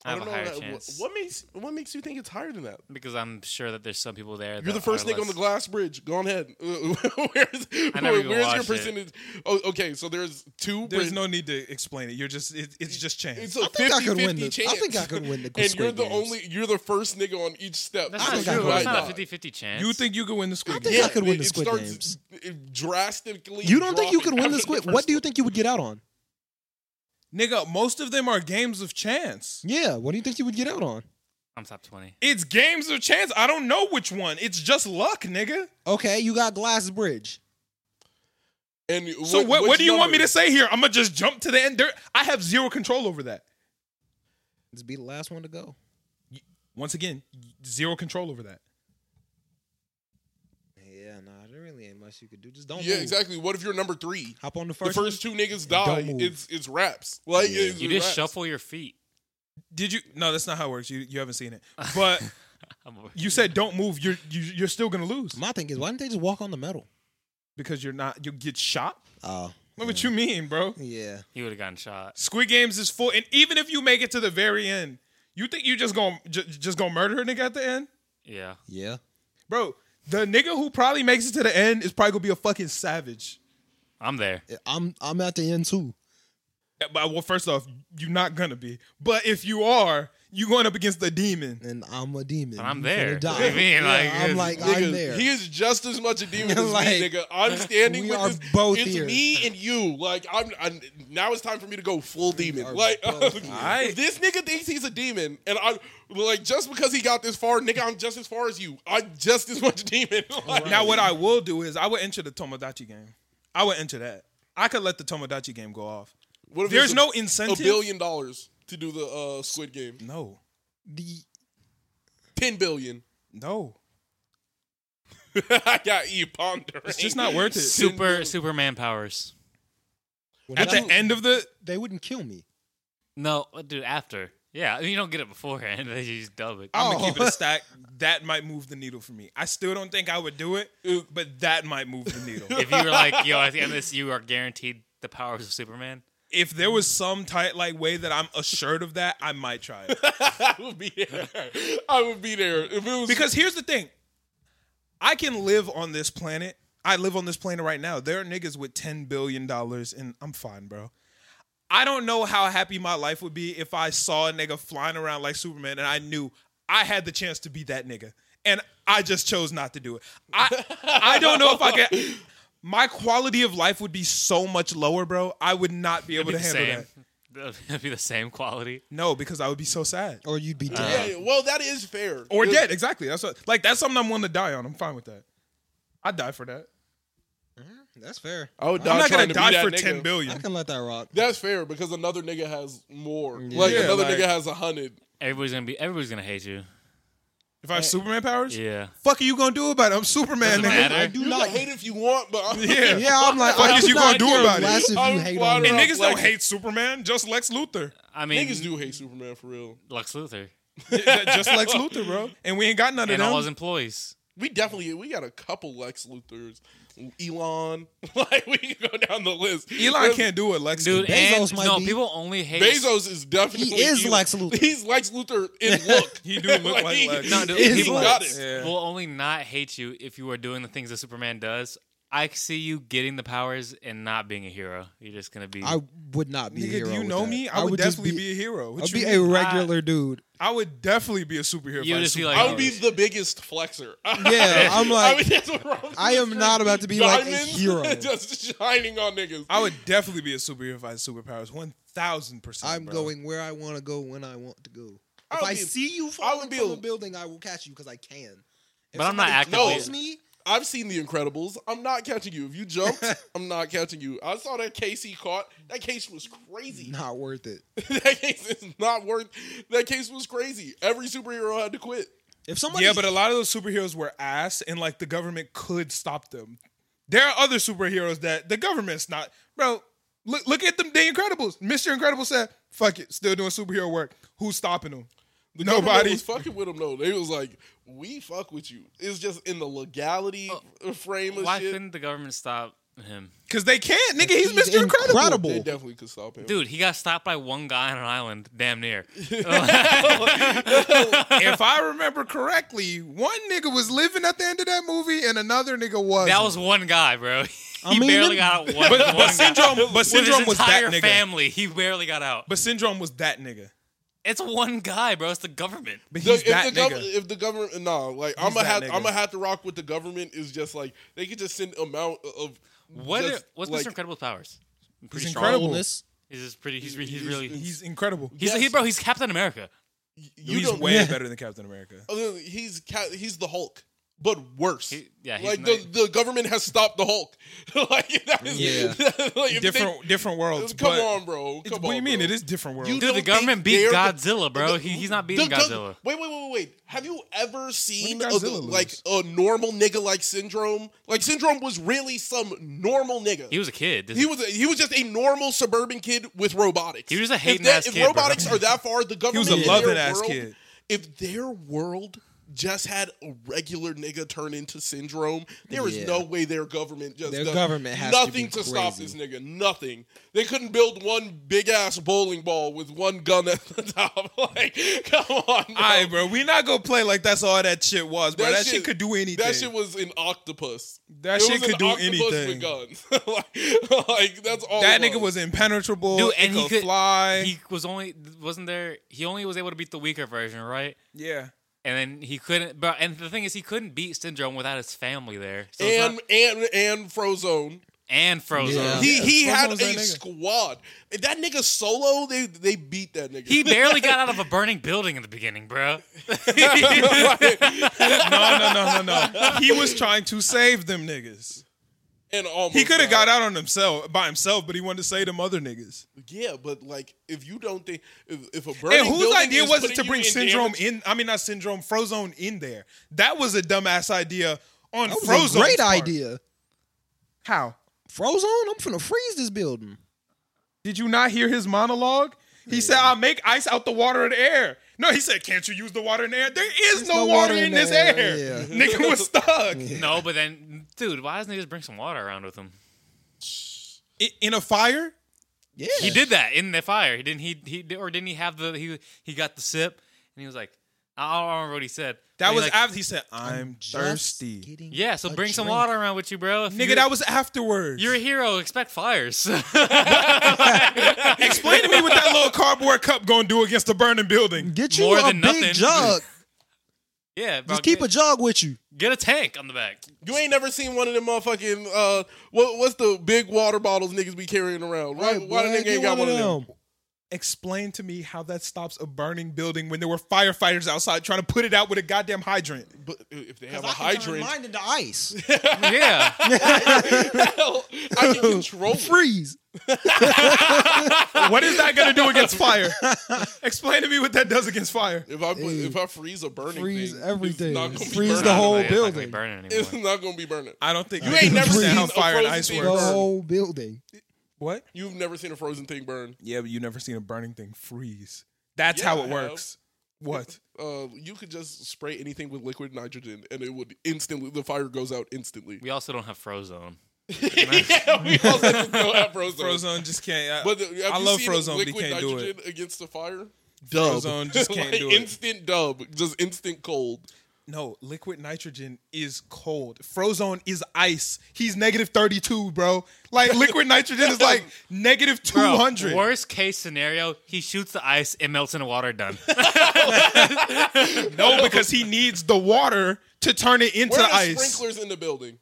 I have a higher
that- wh-
chance
What, makes what makes you think it's higher than that?
because I'm sure that there's some people there.
You're the
that
first
are
nigga on
less-
the glass bridge. Go on ahead. where's
I never even
where's your
watched it.
percentage? Oh, okay, so there's two.
There's
brid-
no need to explain it. You're just it, it's just chance.
It's
I
a
think I
50
could win.
50
The,
chance.
I think I could win the.
and
Squid
you're the
Games.
only, you're the first nigga on each step.
That's
So
not
think
you
I
true.
could
might
That's not
die.
a 50 50 chance.
you think you could win the Squid
think
Game?
I could win
it-
the
it
Squid
starts
Games.
it drastically.
You don't think you could
dropping
win the
after
Squid?
first
What do you
one.
think you would get out on?
Nigga, most of them are games of chance.
Yeah, what do you think you would get out on?
I'm top 20.
It's games of chance. I don't know which one. It's just luck, nigga.
Okay, you got Glass Bridge.
And
So what, what,
what's
do you want me
number?
to say here? I'm gonna just jump to the end. There, I have zero control over that.
Just be the last one to go.
Once again, zero control over that.
Yeah, nah, there really ain't much you could do. Just don't.
Yeah,
move.
exactly. What if you're number three?
Hop on the
The
first.
first two niggas die.
Don't move.
It's it's raps. Like
Yeah.
it's
You just
raps.
shuffle your feet.
Did you? No, that's not how it works. You you haven't seen it. But
I'm over-
you said don't move. You're you, you're still gonna lose
one. My thing is, why didn't they just walk on the metal?
because you're not. You get shot.
Oh,
What would you mean, bro?
yeah.
He would have gotten shot.
Squid Games is full, and even if you make it to the very end, you think you just gonna j- just gonna murder a nigga at the end,
Yeah.
Yeah.
bro? The nigga who probably makes it to the end is probably gonna be a fucking savage.
I'm there.
I'm I'm at the end too.
Yeah, But well, first off, you're not gonna be. But if you are, you going up against a demon.
And I'm a demon.
But I'm
You
there.
finna die.
What do you mean?
Yeah,
Like,
I'm
it's-
like
Nigga,
I'm there.
He is just as much a demon as
Like,
me, nigga. I'm standing
we
with
are
this.
both
it's
here.
me and you. Like I'm, I'm. Now it's time for me to go full demon.
are
Like
both here.
Alright.
this nigga thinks he's a demon, and I like just because he got this far, nigga. I'm just as far as you. I'm just as much demon. Like,
Now, what I will do is I would enter the Tomodachi game. I would enter that. I could let the Tomodachi game go off.
what if
There's
it's a-
no incentive.
A billion dollars to do the uh, Squid Game.
No,
The-
Ten billion.
no.
I got you pondering.
It's just not worth it.
Super Superman powers.
when
At
I-
the end of the
they wouldn't kill me.
No, dude, after. Yeah, you don't get it beforehand. They just dub it.
I'm
Oh.
gonna keep it a stack. That might move the needle for me. I still don't think I would do it, but that might move the needle.
if you were like, yo, at the end of this, you are guaranteed the powers of Superman.
if there was some tight like way that I'm assured of that, I might try it.
I would be there. I would be there if it was
Because here's the thing. I can live on this planet. I live on this planet right now. There are niggas with 10 billion dollars and I'm fine, bro. I don't know how happy my life would be if I saw a nigga flying around like Superman and I knew I had the chance to be that nigga. And I just chose not to do it. I I don't know if I could my quality of life would be so much lower, bro. I would not be able to
It'd be
handle
the
that.
same. It'd be the same quality.
No, because I would be so sad.
Or you'd be
Yeah,
dead.
yeah, well, that is fair.
Or
It-
dead, exactly. That's what, like that's something I'm willing to die on. I'm fine with that. I'd die for that.
That's fair.
I would
I'm not gonna
trying to be
die
that
for
nigga.
ten
I
billion.
can let that rock.
That's fair because another nigga has more. Like
Yeah,
another
like-
nigga has a hundred.
Everybody's gonna be. Everybody's gonna hate you.
If I have Superman powers,
Yeah.
fuck are you gonna do about it? I'm Superman,
Doesn't
nigga.
matter.
I do
You
not.
can hate if you want, but I'm
Yeah.
Yeah, I'm like,
Fuck
I
is
do
you
not
gonna do
care
about it?
less if
I'm
you hate
flattered
on
And
me.
niggas don't
Lex-
hate Superman, just Lex Luthor.
I mean,
niggas do hate Superman for real.
Lex Luthor.
Just Lex Luthor, bro. And we ain't got none of
and all his
them.
employees.
We definitely we got a couple Lex Luthers, Elon. like we can go down the list.
Elon can't do it, Lex.
Dude,
can.
Bezos
and,
might
no,
be-
people only hate
Bezos is definitely
He is Lex Luthor.
He's Lex Luthor in look.
He do look like
he-
Lex.
No, dude,
he
people-
got it.
Yeah.
will only not hate you if you are doing the things that Superman does. I see you getting the powers and not being a hero. You're just gonna be.
I would not be a
Nigga,
hero
do you
with
know
that.
me? I, would,
just
definitely be, a hero. What
I'd
you
be
mean?
a regular dude.
I would definitely be a superhero. if
You
I had
just be
superpowers.
like-
I would be the biggest flexer.
Yeah, I'm like-
that's what Robin
I am
Hood
not
is.
about to be like a
Diamonds
hero.
just shining on niggas.
I would definitely be a superhero if I had superpowers. One thousand percent.
I'm
bro.
going where I want to go when I want to go.
I
If
would
I
be-
see you
I
falling
would be
from
a-
a building, I will catch you because I can. If
But I'm not
somebody
actively-
follows me.
I've seen The Incredibles. I'm not catching you. If you jumped, I'm not catching you. I saw that case he caught. That case was crazy.
Not worth it.
that case is not worth. That case was crazy. Every superhero had to quit.
If somebody,
Yeah, but a lot of those superheroes were ass, and like the government could stop them. There are other superheroes that the government's not, bro. Look, look at them, the Incredibles. Mister Incredible said, "Fuck it, still doing superhero work. Who's stopping them?
The government
Nobody."
was fucking with him though. They was like, "We fuck with you." It's just in the legality
Oh.
frame of
why
shit.
couldn't the government stop him?
Because they can't, nigga. He's,
He's
Mister Incredible.
incredible.
They definitely could stop him.
Dude, he got stopped by one guy on an island, damn near.
if I remember correctly, one nigga was living at the end of that movie, and another nigga was.
That was one guy, bro. He
I mean,
barely
them-
got out. One,
But,
one
but syndrome.
guy.
But syndrome
With
was
his
that
entire
nigga.
family, he barely got out.
But syndrome was that nigga.
It's one guy, bro. It's the government.
But
The-
he's
if,
that
the gov-
nigga.
if the government, no, like I'm gonna
that
have,
nigga.
I'm gonna have to rock with the government. Is just like they could just send amount of
What?
just,
are- what's
like,
Mr. Incredible's powers?
He's
Pretty strong.
incredible.
Illness.
He's just pretty. He's, re- he's really. He's,
He's incredible.
yes.
he- bro. He's Captain America.
You
he's
don't.
way better than Captain America.
uh, he's ca- he's the Hulk, but worse.
He- yeah, he's
like
not-
the, the government has stopped the Hulk. like that is
Yeah.
like, if they-
Different, different worlds.
come
but
on, bro.
it's-
Come
what
on,
do you mean?
bro.
It is different worlds.
You
Dude, the
don't
government
think
beat
they're the-
Godzilla, bro.
the-
he, he's not
the
beating
gov-
Godzilla.
Wait, wait, wait, wait, wait. Have you ever seen a,
Godzilla lose?
like a normal nigga like Syndrome? Like Syndrome was really some normal nigga.
He was a kid. This-
He was a, he was just a normal suburban kid with robotics.
He was a
If
hating
that-
ass
If
kid, bro.
robotics are that far, the
He
government
was a
in
loving
their
ass
world-
kid.
If their world just had a regular nigga turn into syndrome, there is
Yeah.
no way their government just
Their
does
government has to
nothing
be
to, stop this
crazy.
nigga. Nothing. They couldn't build one big ass bowling ball with one gun at the top. like, come on,
All
bro.
right, bro. We not gonna play like that's all that shit was, bro. That, shit, could do anything.
That shit was an octopus.
That
It
shit
was
could
an
do
octopus
anything.
With guns, like, like, that's all.
that
it
nigga was impenetrable.
Dude,
It
and he could
fly.
He was only wasn't there. He only was able to beat the weaker version, right?
yeah.
And then he couldn't. But and the thing is, he couldn't beat Syndrome without his family there. So it's
and
not-
and and Frozone.
and Frozen.
Yeah.
He he
Frozone
had a
was that nigga.
squad. If that nigga solo, they they beat that nigga.
He barely got out of a burning building in the beginning, bro.
No, no, no, no, no. he was trying to save them niggas.
and almost
He could have got out on himself by himself, but he wanted to save them other niggas.
Yeah, but like if you don't think if, if a burning
And whose
building
idea
is
was it to
putting you
bring
in
Syndrome
damage-
in? I mean, not Syndrome, Frozone in there. That was a dumbass idea on
That was
Frozone's
a great
part.
idea.
How?
Frozone, I'm finna freeze this building.
Did you not hear his monologue? He said, I'll make ice out the water and air. No, he said, Can't you use the water and air? There is no, water, in, this air.
there, yeah.
Nigga was stuck.
no, but then, dude, why doesn't he just bring some water around with him?
I- In a fire?
Yeah,
He did that in the fire. He didn't. He he did- or didn't he have the he he got the sip and he was like, I don't remember what he said.
That
But he
was
like,
after he said, I'm
Just
thirsty.
getting
yeah. So
a
bring some
drink.
water around with you, bro. If
Nigga,
you're-
that was afterwards.
You're a hero. Expect fires.
Explain to me what that little cardboard cup gonna do against the burning building.
Get you
More
a
than
big
nothing.
jug.
yeah, bro.
Just keep a
get,
jug with you.
get a tank on the back.
You ain't never seen one of them motherfucking uh what what's the big water bottles niggas be carrying around? Why, why the
boy,
nigga
get
ain't got one of them?
Explain to me how that stops a burning building when there were firefighters outside trying to put it out with a goddamn hydrant.
But if they have a
I can turn
hydrant,
mine into ice.
Yeah.
I can control it.
Freeze.
what is that gonna do against fire? Explain to me what that does against fire.
If I put, if I freeze a burning
Freeze
thing,
everything.
it's not gonna be
Freeze
burning.
the whole
It's not gonna be
building.
burning
It's
anymore.
not gonna be burning.
I don't think
You ain't never
understand
seen
how
a
fire and
frozen
ice
thing
works.
The
burn.
whole building.
What?
You've never seen a frozen thing burn.
Yeah, but you never seen a burning thing freeze. That's
Yeah,
how
I
it
have.
works. What?
Uh, you could just spray anything with liquid nitrogen, and it would instantly. The fire goes out instantly.
We also don't have Frozone.
yeah, we all let them go at Frozone.
Frozone just can't. uh, I,
But the, have
I
you
love
seen
Frozone, but he
Liquid
can't do
nitrogen
it.
against the fire. Dub.
Frozone just can't
Like,
do it.
Instant dub, just instant cold.
No, liquid nitrogen is cold. Frozone is ice. He's negative 32, bro. Like, liquid nitrogen is like negative
Bro,
200.
Worst case scenario, he shoots the ice, it melts in the water. Done.
No, because he needs the water to turn it into
Where are the
ice.
sprinklers in the building?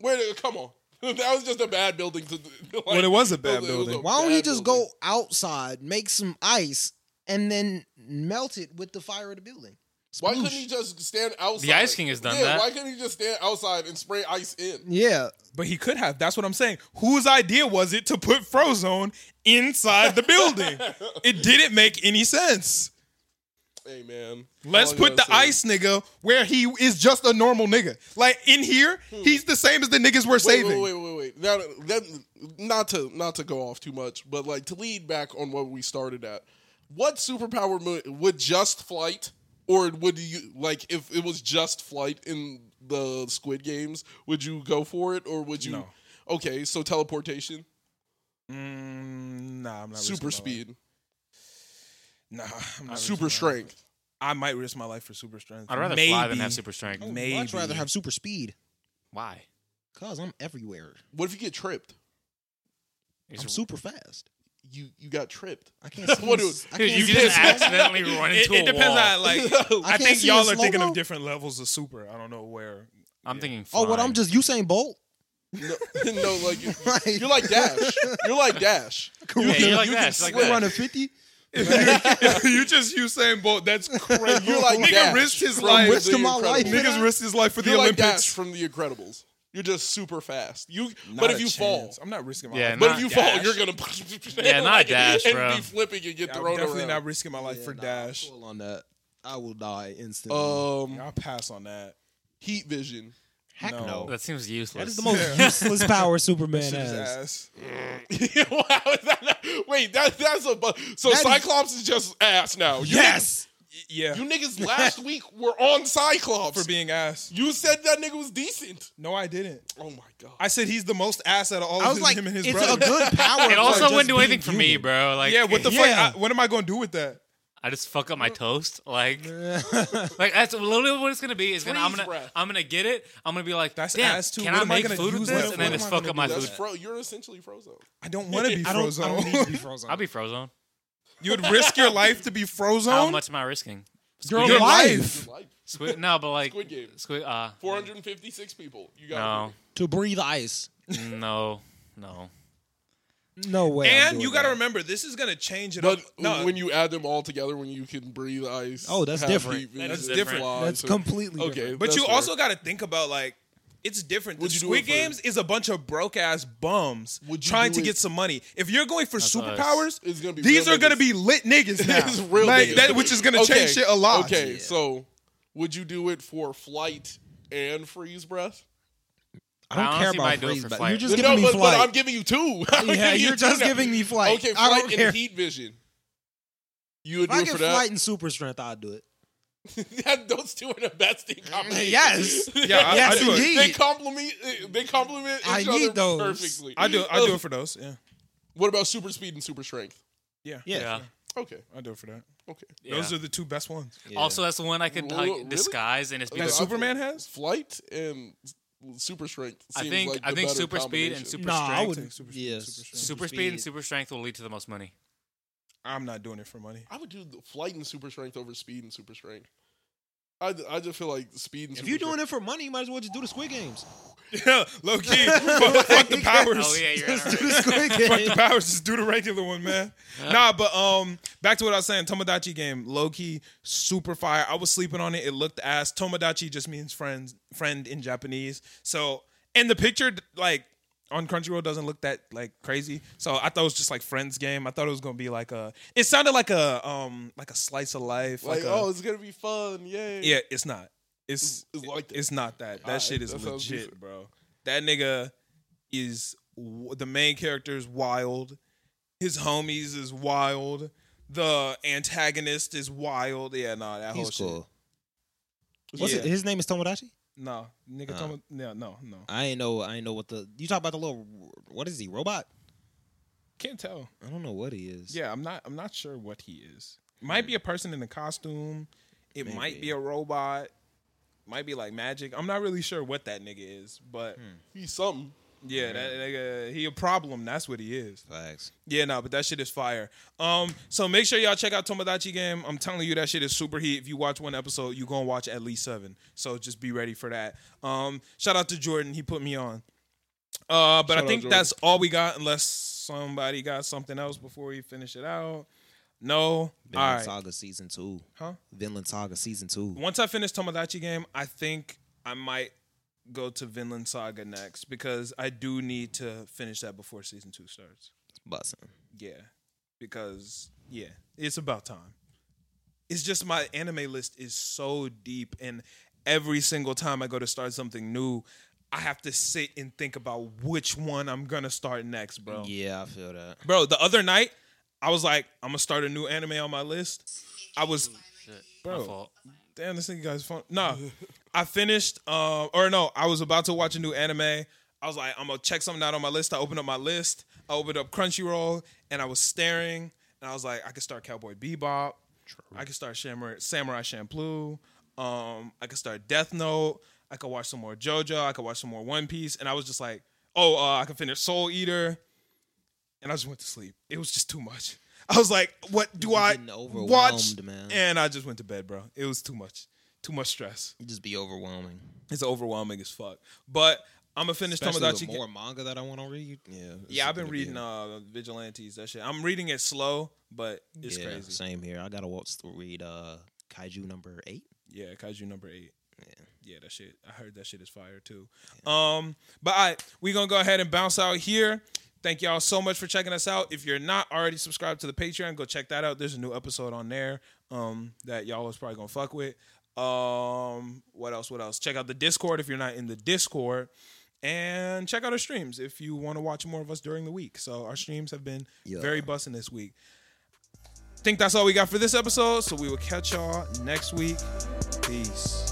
Where? The, come on, that was just a bad building. To, like,
Well, it was a bad
it was a
building.
Why don't
bad
he just
building.
go outside, make some ice, and then melt it with the fire of the building?
Why couldn't he just stand outside?
The Ice King has done
yeah,
that.
Why couldn't he just stand outside and spray ice in?
Yeah,
But he could have. That's what I'm saying. Whose idea was it to put Frozone inside the building? it didn't make any sense.
Hey man,
Let's
All I
put the
gotta say-
ice nigga where he is just a normal nigga. Like in here, he's the same as the niggas we're
Hmm. Wait,
saving.
Wait, wait, wait, wait. Now, that, not to not to go off too much, but like to lead back on what we started at. What superpower mo- would just flight, or would you like if it was just flight in the Squid Games? Would you go for it, or would you?
No.
Okay, so teleportation,
Mm, nah, I'm not risking my
super
life.
speed,
Nah, I'm not risking my
super
life.
strength.
I might risk my life for super strength.
I'd rather fly than have super strength.
Maybe.
much rather have super speed.
Why?
Cause I'm everywhere.
What if you get tripped?
It's-
I'm super fast.
You you got tripped.
I can't see.
What
in s-
do-
I
Dude,
can't
you
see
can
in
just
slow-mo.
accidentally run
It,
into
it
a
depends
wall.
on like.
I
I,
can't
think
see in
y'all are thinking
slow-mo?
of different levels of super. I don't know where.
I'm thinking.
Oh, what? I'm
flying.
just Usain Bolt.
no, no, like you-
Like,
you're like Dash. You're like Dash.
Cool.
Yeah, you're
You
like
can
that. Like
slip.
that.
run a fifty.
if you just Usain Bolt, that's crazy.
You're like
nigga
Dash
risked his
from
life.
Risk of my
Incredibles.
life.
Niggas risked his life for the
You're like Dash
Olympics.
from The Incredibles. You're just super fast. You,
Not
but if
a
you
chance.
fall,
I'm not risking my
Yeah,
life.
not-
but if you fall,
Dash.
you're gonna
Yeah, not Dash,
and
bro.
be flipping and get
I'm
thrown
definitely
around.
not risking my life for Dash.
Full on that. I will die instantly.
um,
I'll pass on that.
heat vision.
Heck
no.
no.
That seems useless.
That is the most useless power Superman
Shit's
has.
ass.
wow, is that not- wait, that that's a bu- so
That is-
Cyclops is, just ass now. You
Yes. Y- Oh, Yeah.
niggas, you niggas last week were on Cyclops.
for being ass.
you said that nigga was decent.
No, I didn't.
Oh my god.
I said he's the most ass out of all
I
of
was
his,
like,
him and his
it's
brother.
a good power.
It also
for
wouldn't
just
do
being
anything for me,
human.
bro. Like,
yeah. What the
Yeah.
fuck? I, what am I gonna do with that?
I just fuck up my
Mm.
toast. Like, like that's literally what it's gonna be. It's gonna I'm
Freeze
gonna
breath.
I'm gonna get it. I'm gonna be like,
That's
damn,
ass too.
can
What
I
am I
make
gonna
food with
use
this?
that
And then
for?
just
What am
fuck
I
up my
gonna do?
that's
food.
fro. You're essentially frozen.
I don't want to be
I don't, I don't need to be
Frozone.
frozen.
I'll be Frozone.
You would risk your life to be Frozone?
How much am I risking?
Your
Your
life.
life.
Like
Squid, no, but like
Squid Game.
Squid, uh,
456 people. You got
no,
to breathe ice.
no, no.
No way. I'm
And
doing
you got to
that.
remember, this is going to change it
But
up. No,
when you add them all together, when you can breathe ice.
Oh, that's
have
different.
heat,
That
it's
is
just
different.
flies,
That's
so-
completely
okay.
different.
but
that's
you
fair.
also got to think about, like, it's different.
Would
the
you do
Squid
it for-
Games is a bunch of broke ass bums
Would you
trying
do
to
it-
get some money. If you're going for superpowers,
It's gonna be
these
real
are going to
niggas.
be lit niggas now.
It's real
like,
niggas.
That, which is going to
Okay,
change shit a lot.
Okay, so would you do it for flight and freeze breath?
I don't
I
care
honestly
about
might do it
freeze,
for
but
flight.
you're just
No,
giving me
but, but I'm
flight.
giving you two. I'm
Yeah,
giving you
you're
two
just
now.
giving me flight.
Okay,
I
flight
don't
and
care.
heat vision. You would
If
do
I
it
get
for that?
flight and super strength, I'd do it.
that. Those two are the best in combination.
Mm, Yes.
Yeah, I,
Yes,
I do it.
indeed.
They complement. They complement each
I
other
need those.
perfectly.
I do, I do it for those. Yeah.
What about super speed and super strength?
Yeah.
Yeah.
Yeah.
Okay.
I do it for that.
Okay.
yeah.
Those are the two best ones.
Also, that's the one I could
Wha-
like,
really?
disguise and it's
Okay,
That
I
because
feel-
Superman has?
flight and super strength.
I
seems
think
like
I
the
think
better
super speed and
combination.
super
Nah, I
strength,
would.
Super speed,
Yes.
super strength.
super speed and super strength will lead to the most money.
I'm not doing it for money.
I would do the flight and super strength over speed and super strength. I, I just feel like speed and
If
super
you're doing it for money, you might as well just do the Squid Games.
Yeah, low key. fuck, fuck the powers.
Oh yeah, you're
Just
right.
do the Squid
Fuck the
Games.
powers. Just do the regular one, man. Nah, but um, back to what I was saying. Tomodachi game, low key, super fire. I was sleeping on it. It looked ass. Tomodachi just means friends, friend in Japanese. So, and the picture like on Crunchyroll doesn't look that like crazy. So I thought it was just like friends game. I thought it was gonna be like a. It sounded like a um like a slice of life.
like,
Like, uh, a,
oh, it's gonna be fun, yay!
yeah, it's not. It's
It's like that.
it's not that. That
Alright,
shit is
that sounds
legit,
decent.
bro. That nigga is w- the main character is wild. His homies is wild. The antagonist is wild. Yeah, nah, that whole
He's cool.
shit.
What's
yeah.
it- his name is Tomodachi.
No, nigga,
Uh.
Toma- yeah, no, no.
I ain't know. I ain't know what the you talk about the little. What is he? Robot?
Can't tell.
I don't know what he is.
Yeah, I'm not. I'm not sure what he is. Might be a person in a costume. It might be
Maybe.
a robot. Might be like magic. I'm not really sure what that nigga is, but
Hmm.
He's something.
yeah, that nigga, he a problem. That's what he is.
Facts.
Yeah, no, but that shit is fire. Um, so make sure y'all check out Tomodachi Game. I'm telling you, that shit is super heat. If you watch one episode, you gonna watch at least seven. So just be ready for that. Um, shout out to Jordan, he put me on. Uh, but
Shout
I
out,
think
Jordan.
that's all we got, unless somebody got something else before we finish it out. No, all
Vinland
right.
Saga season two.
Huh?
Vinland Saga season two.
Once I finish Tomodachi Game, I think I might go to Vinland Saga next because I do need to finish that before season two starts.
Bussin.
Yeah. Because yeah, it's about time. It's just my anime list is so deep and every single time I go to start something new, I have to sit and think about which one I'm going to start next, bro.
Yeah, I feel that.
Bro, the other night I was like, I'm going to start a new anime on my list. I was
My
bro,
fault.
damn, this thing guy's phone. Nah, I finished. Um, or no, I was about to watch a new anime. I was like, I'm gonna check something out on my list. I opened up my list. I opened up Crunchyroll, and I was staring, and I was like, I could start Cowboy Bebop. I could start Samurai, Samurai Champloo. Um, I could start Death Note. I could watch some more JoJo. I could watch some more One Piece. And I was just like, oh, uh, I could finish Soul Eater. And I just went to sleep. It was just too much. I was like, what do I
getting
watch?
overwhelmed, man.
And I just went to bed, bro. It was too much. Too much stress.
It'd Just be overwhelming.
It's overwhelming as fuck. But I'm gonna finish
Especially with
Tomodachi. Game.
more manga that I want to read. Yeah. it's
Yeah, I've been
gonna be-
reading uh, Vigilantes. That shit. I'm reading it slow, but it's
yeah,
crazy.
Same here. I gotta watch read uh Kaiju number eight.
Yeah, Kaiju number eight.
Yeah.
Yeah, that shit. I heard that shit is fire too. Um, but all right, we gonna go ahead and bounce out here. Thank y'all so much for checking us out. If you're not already subscribed to the Patreon, go check that out. There's a new episode on there um, that y'all was probably gonna fuck with. Um, what else? What else? Check out the Discord if you're not in the Discord, and check out our streams if you want to watch more of us during the week. So our streams have been
Yeah.
very busting this week. Think that's all we got for this episode. So we will catch y'all next week. Peace.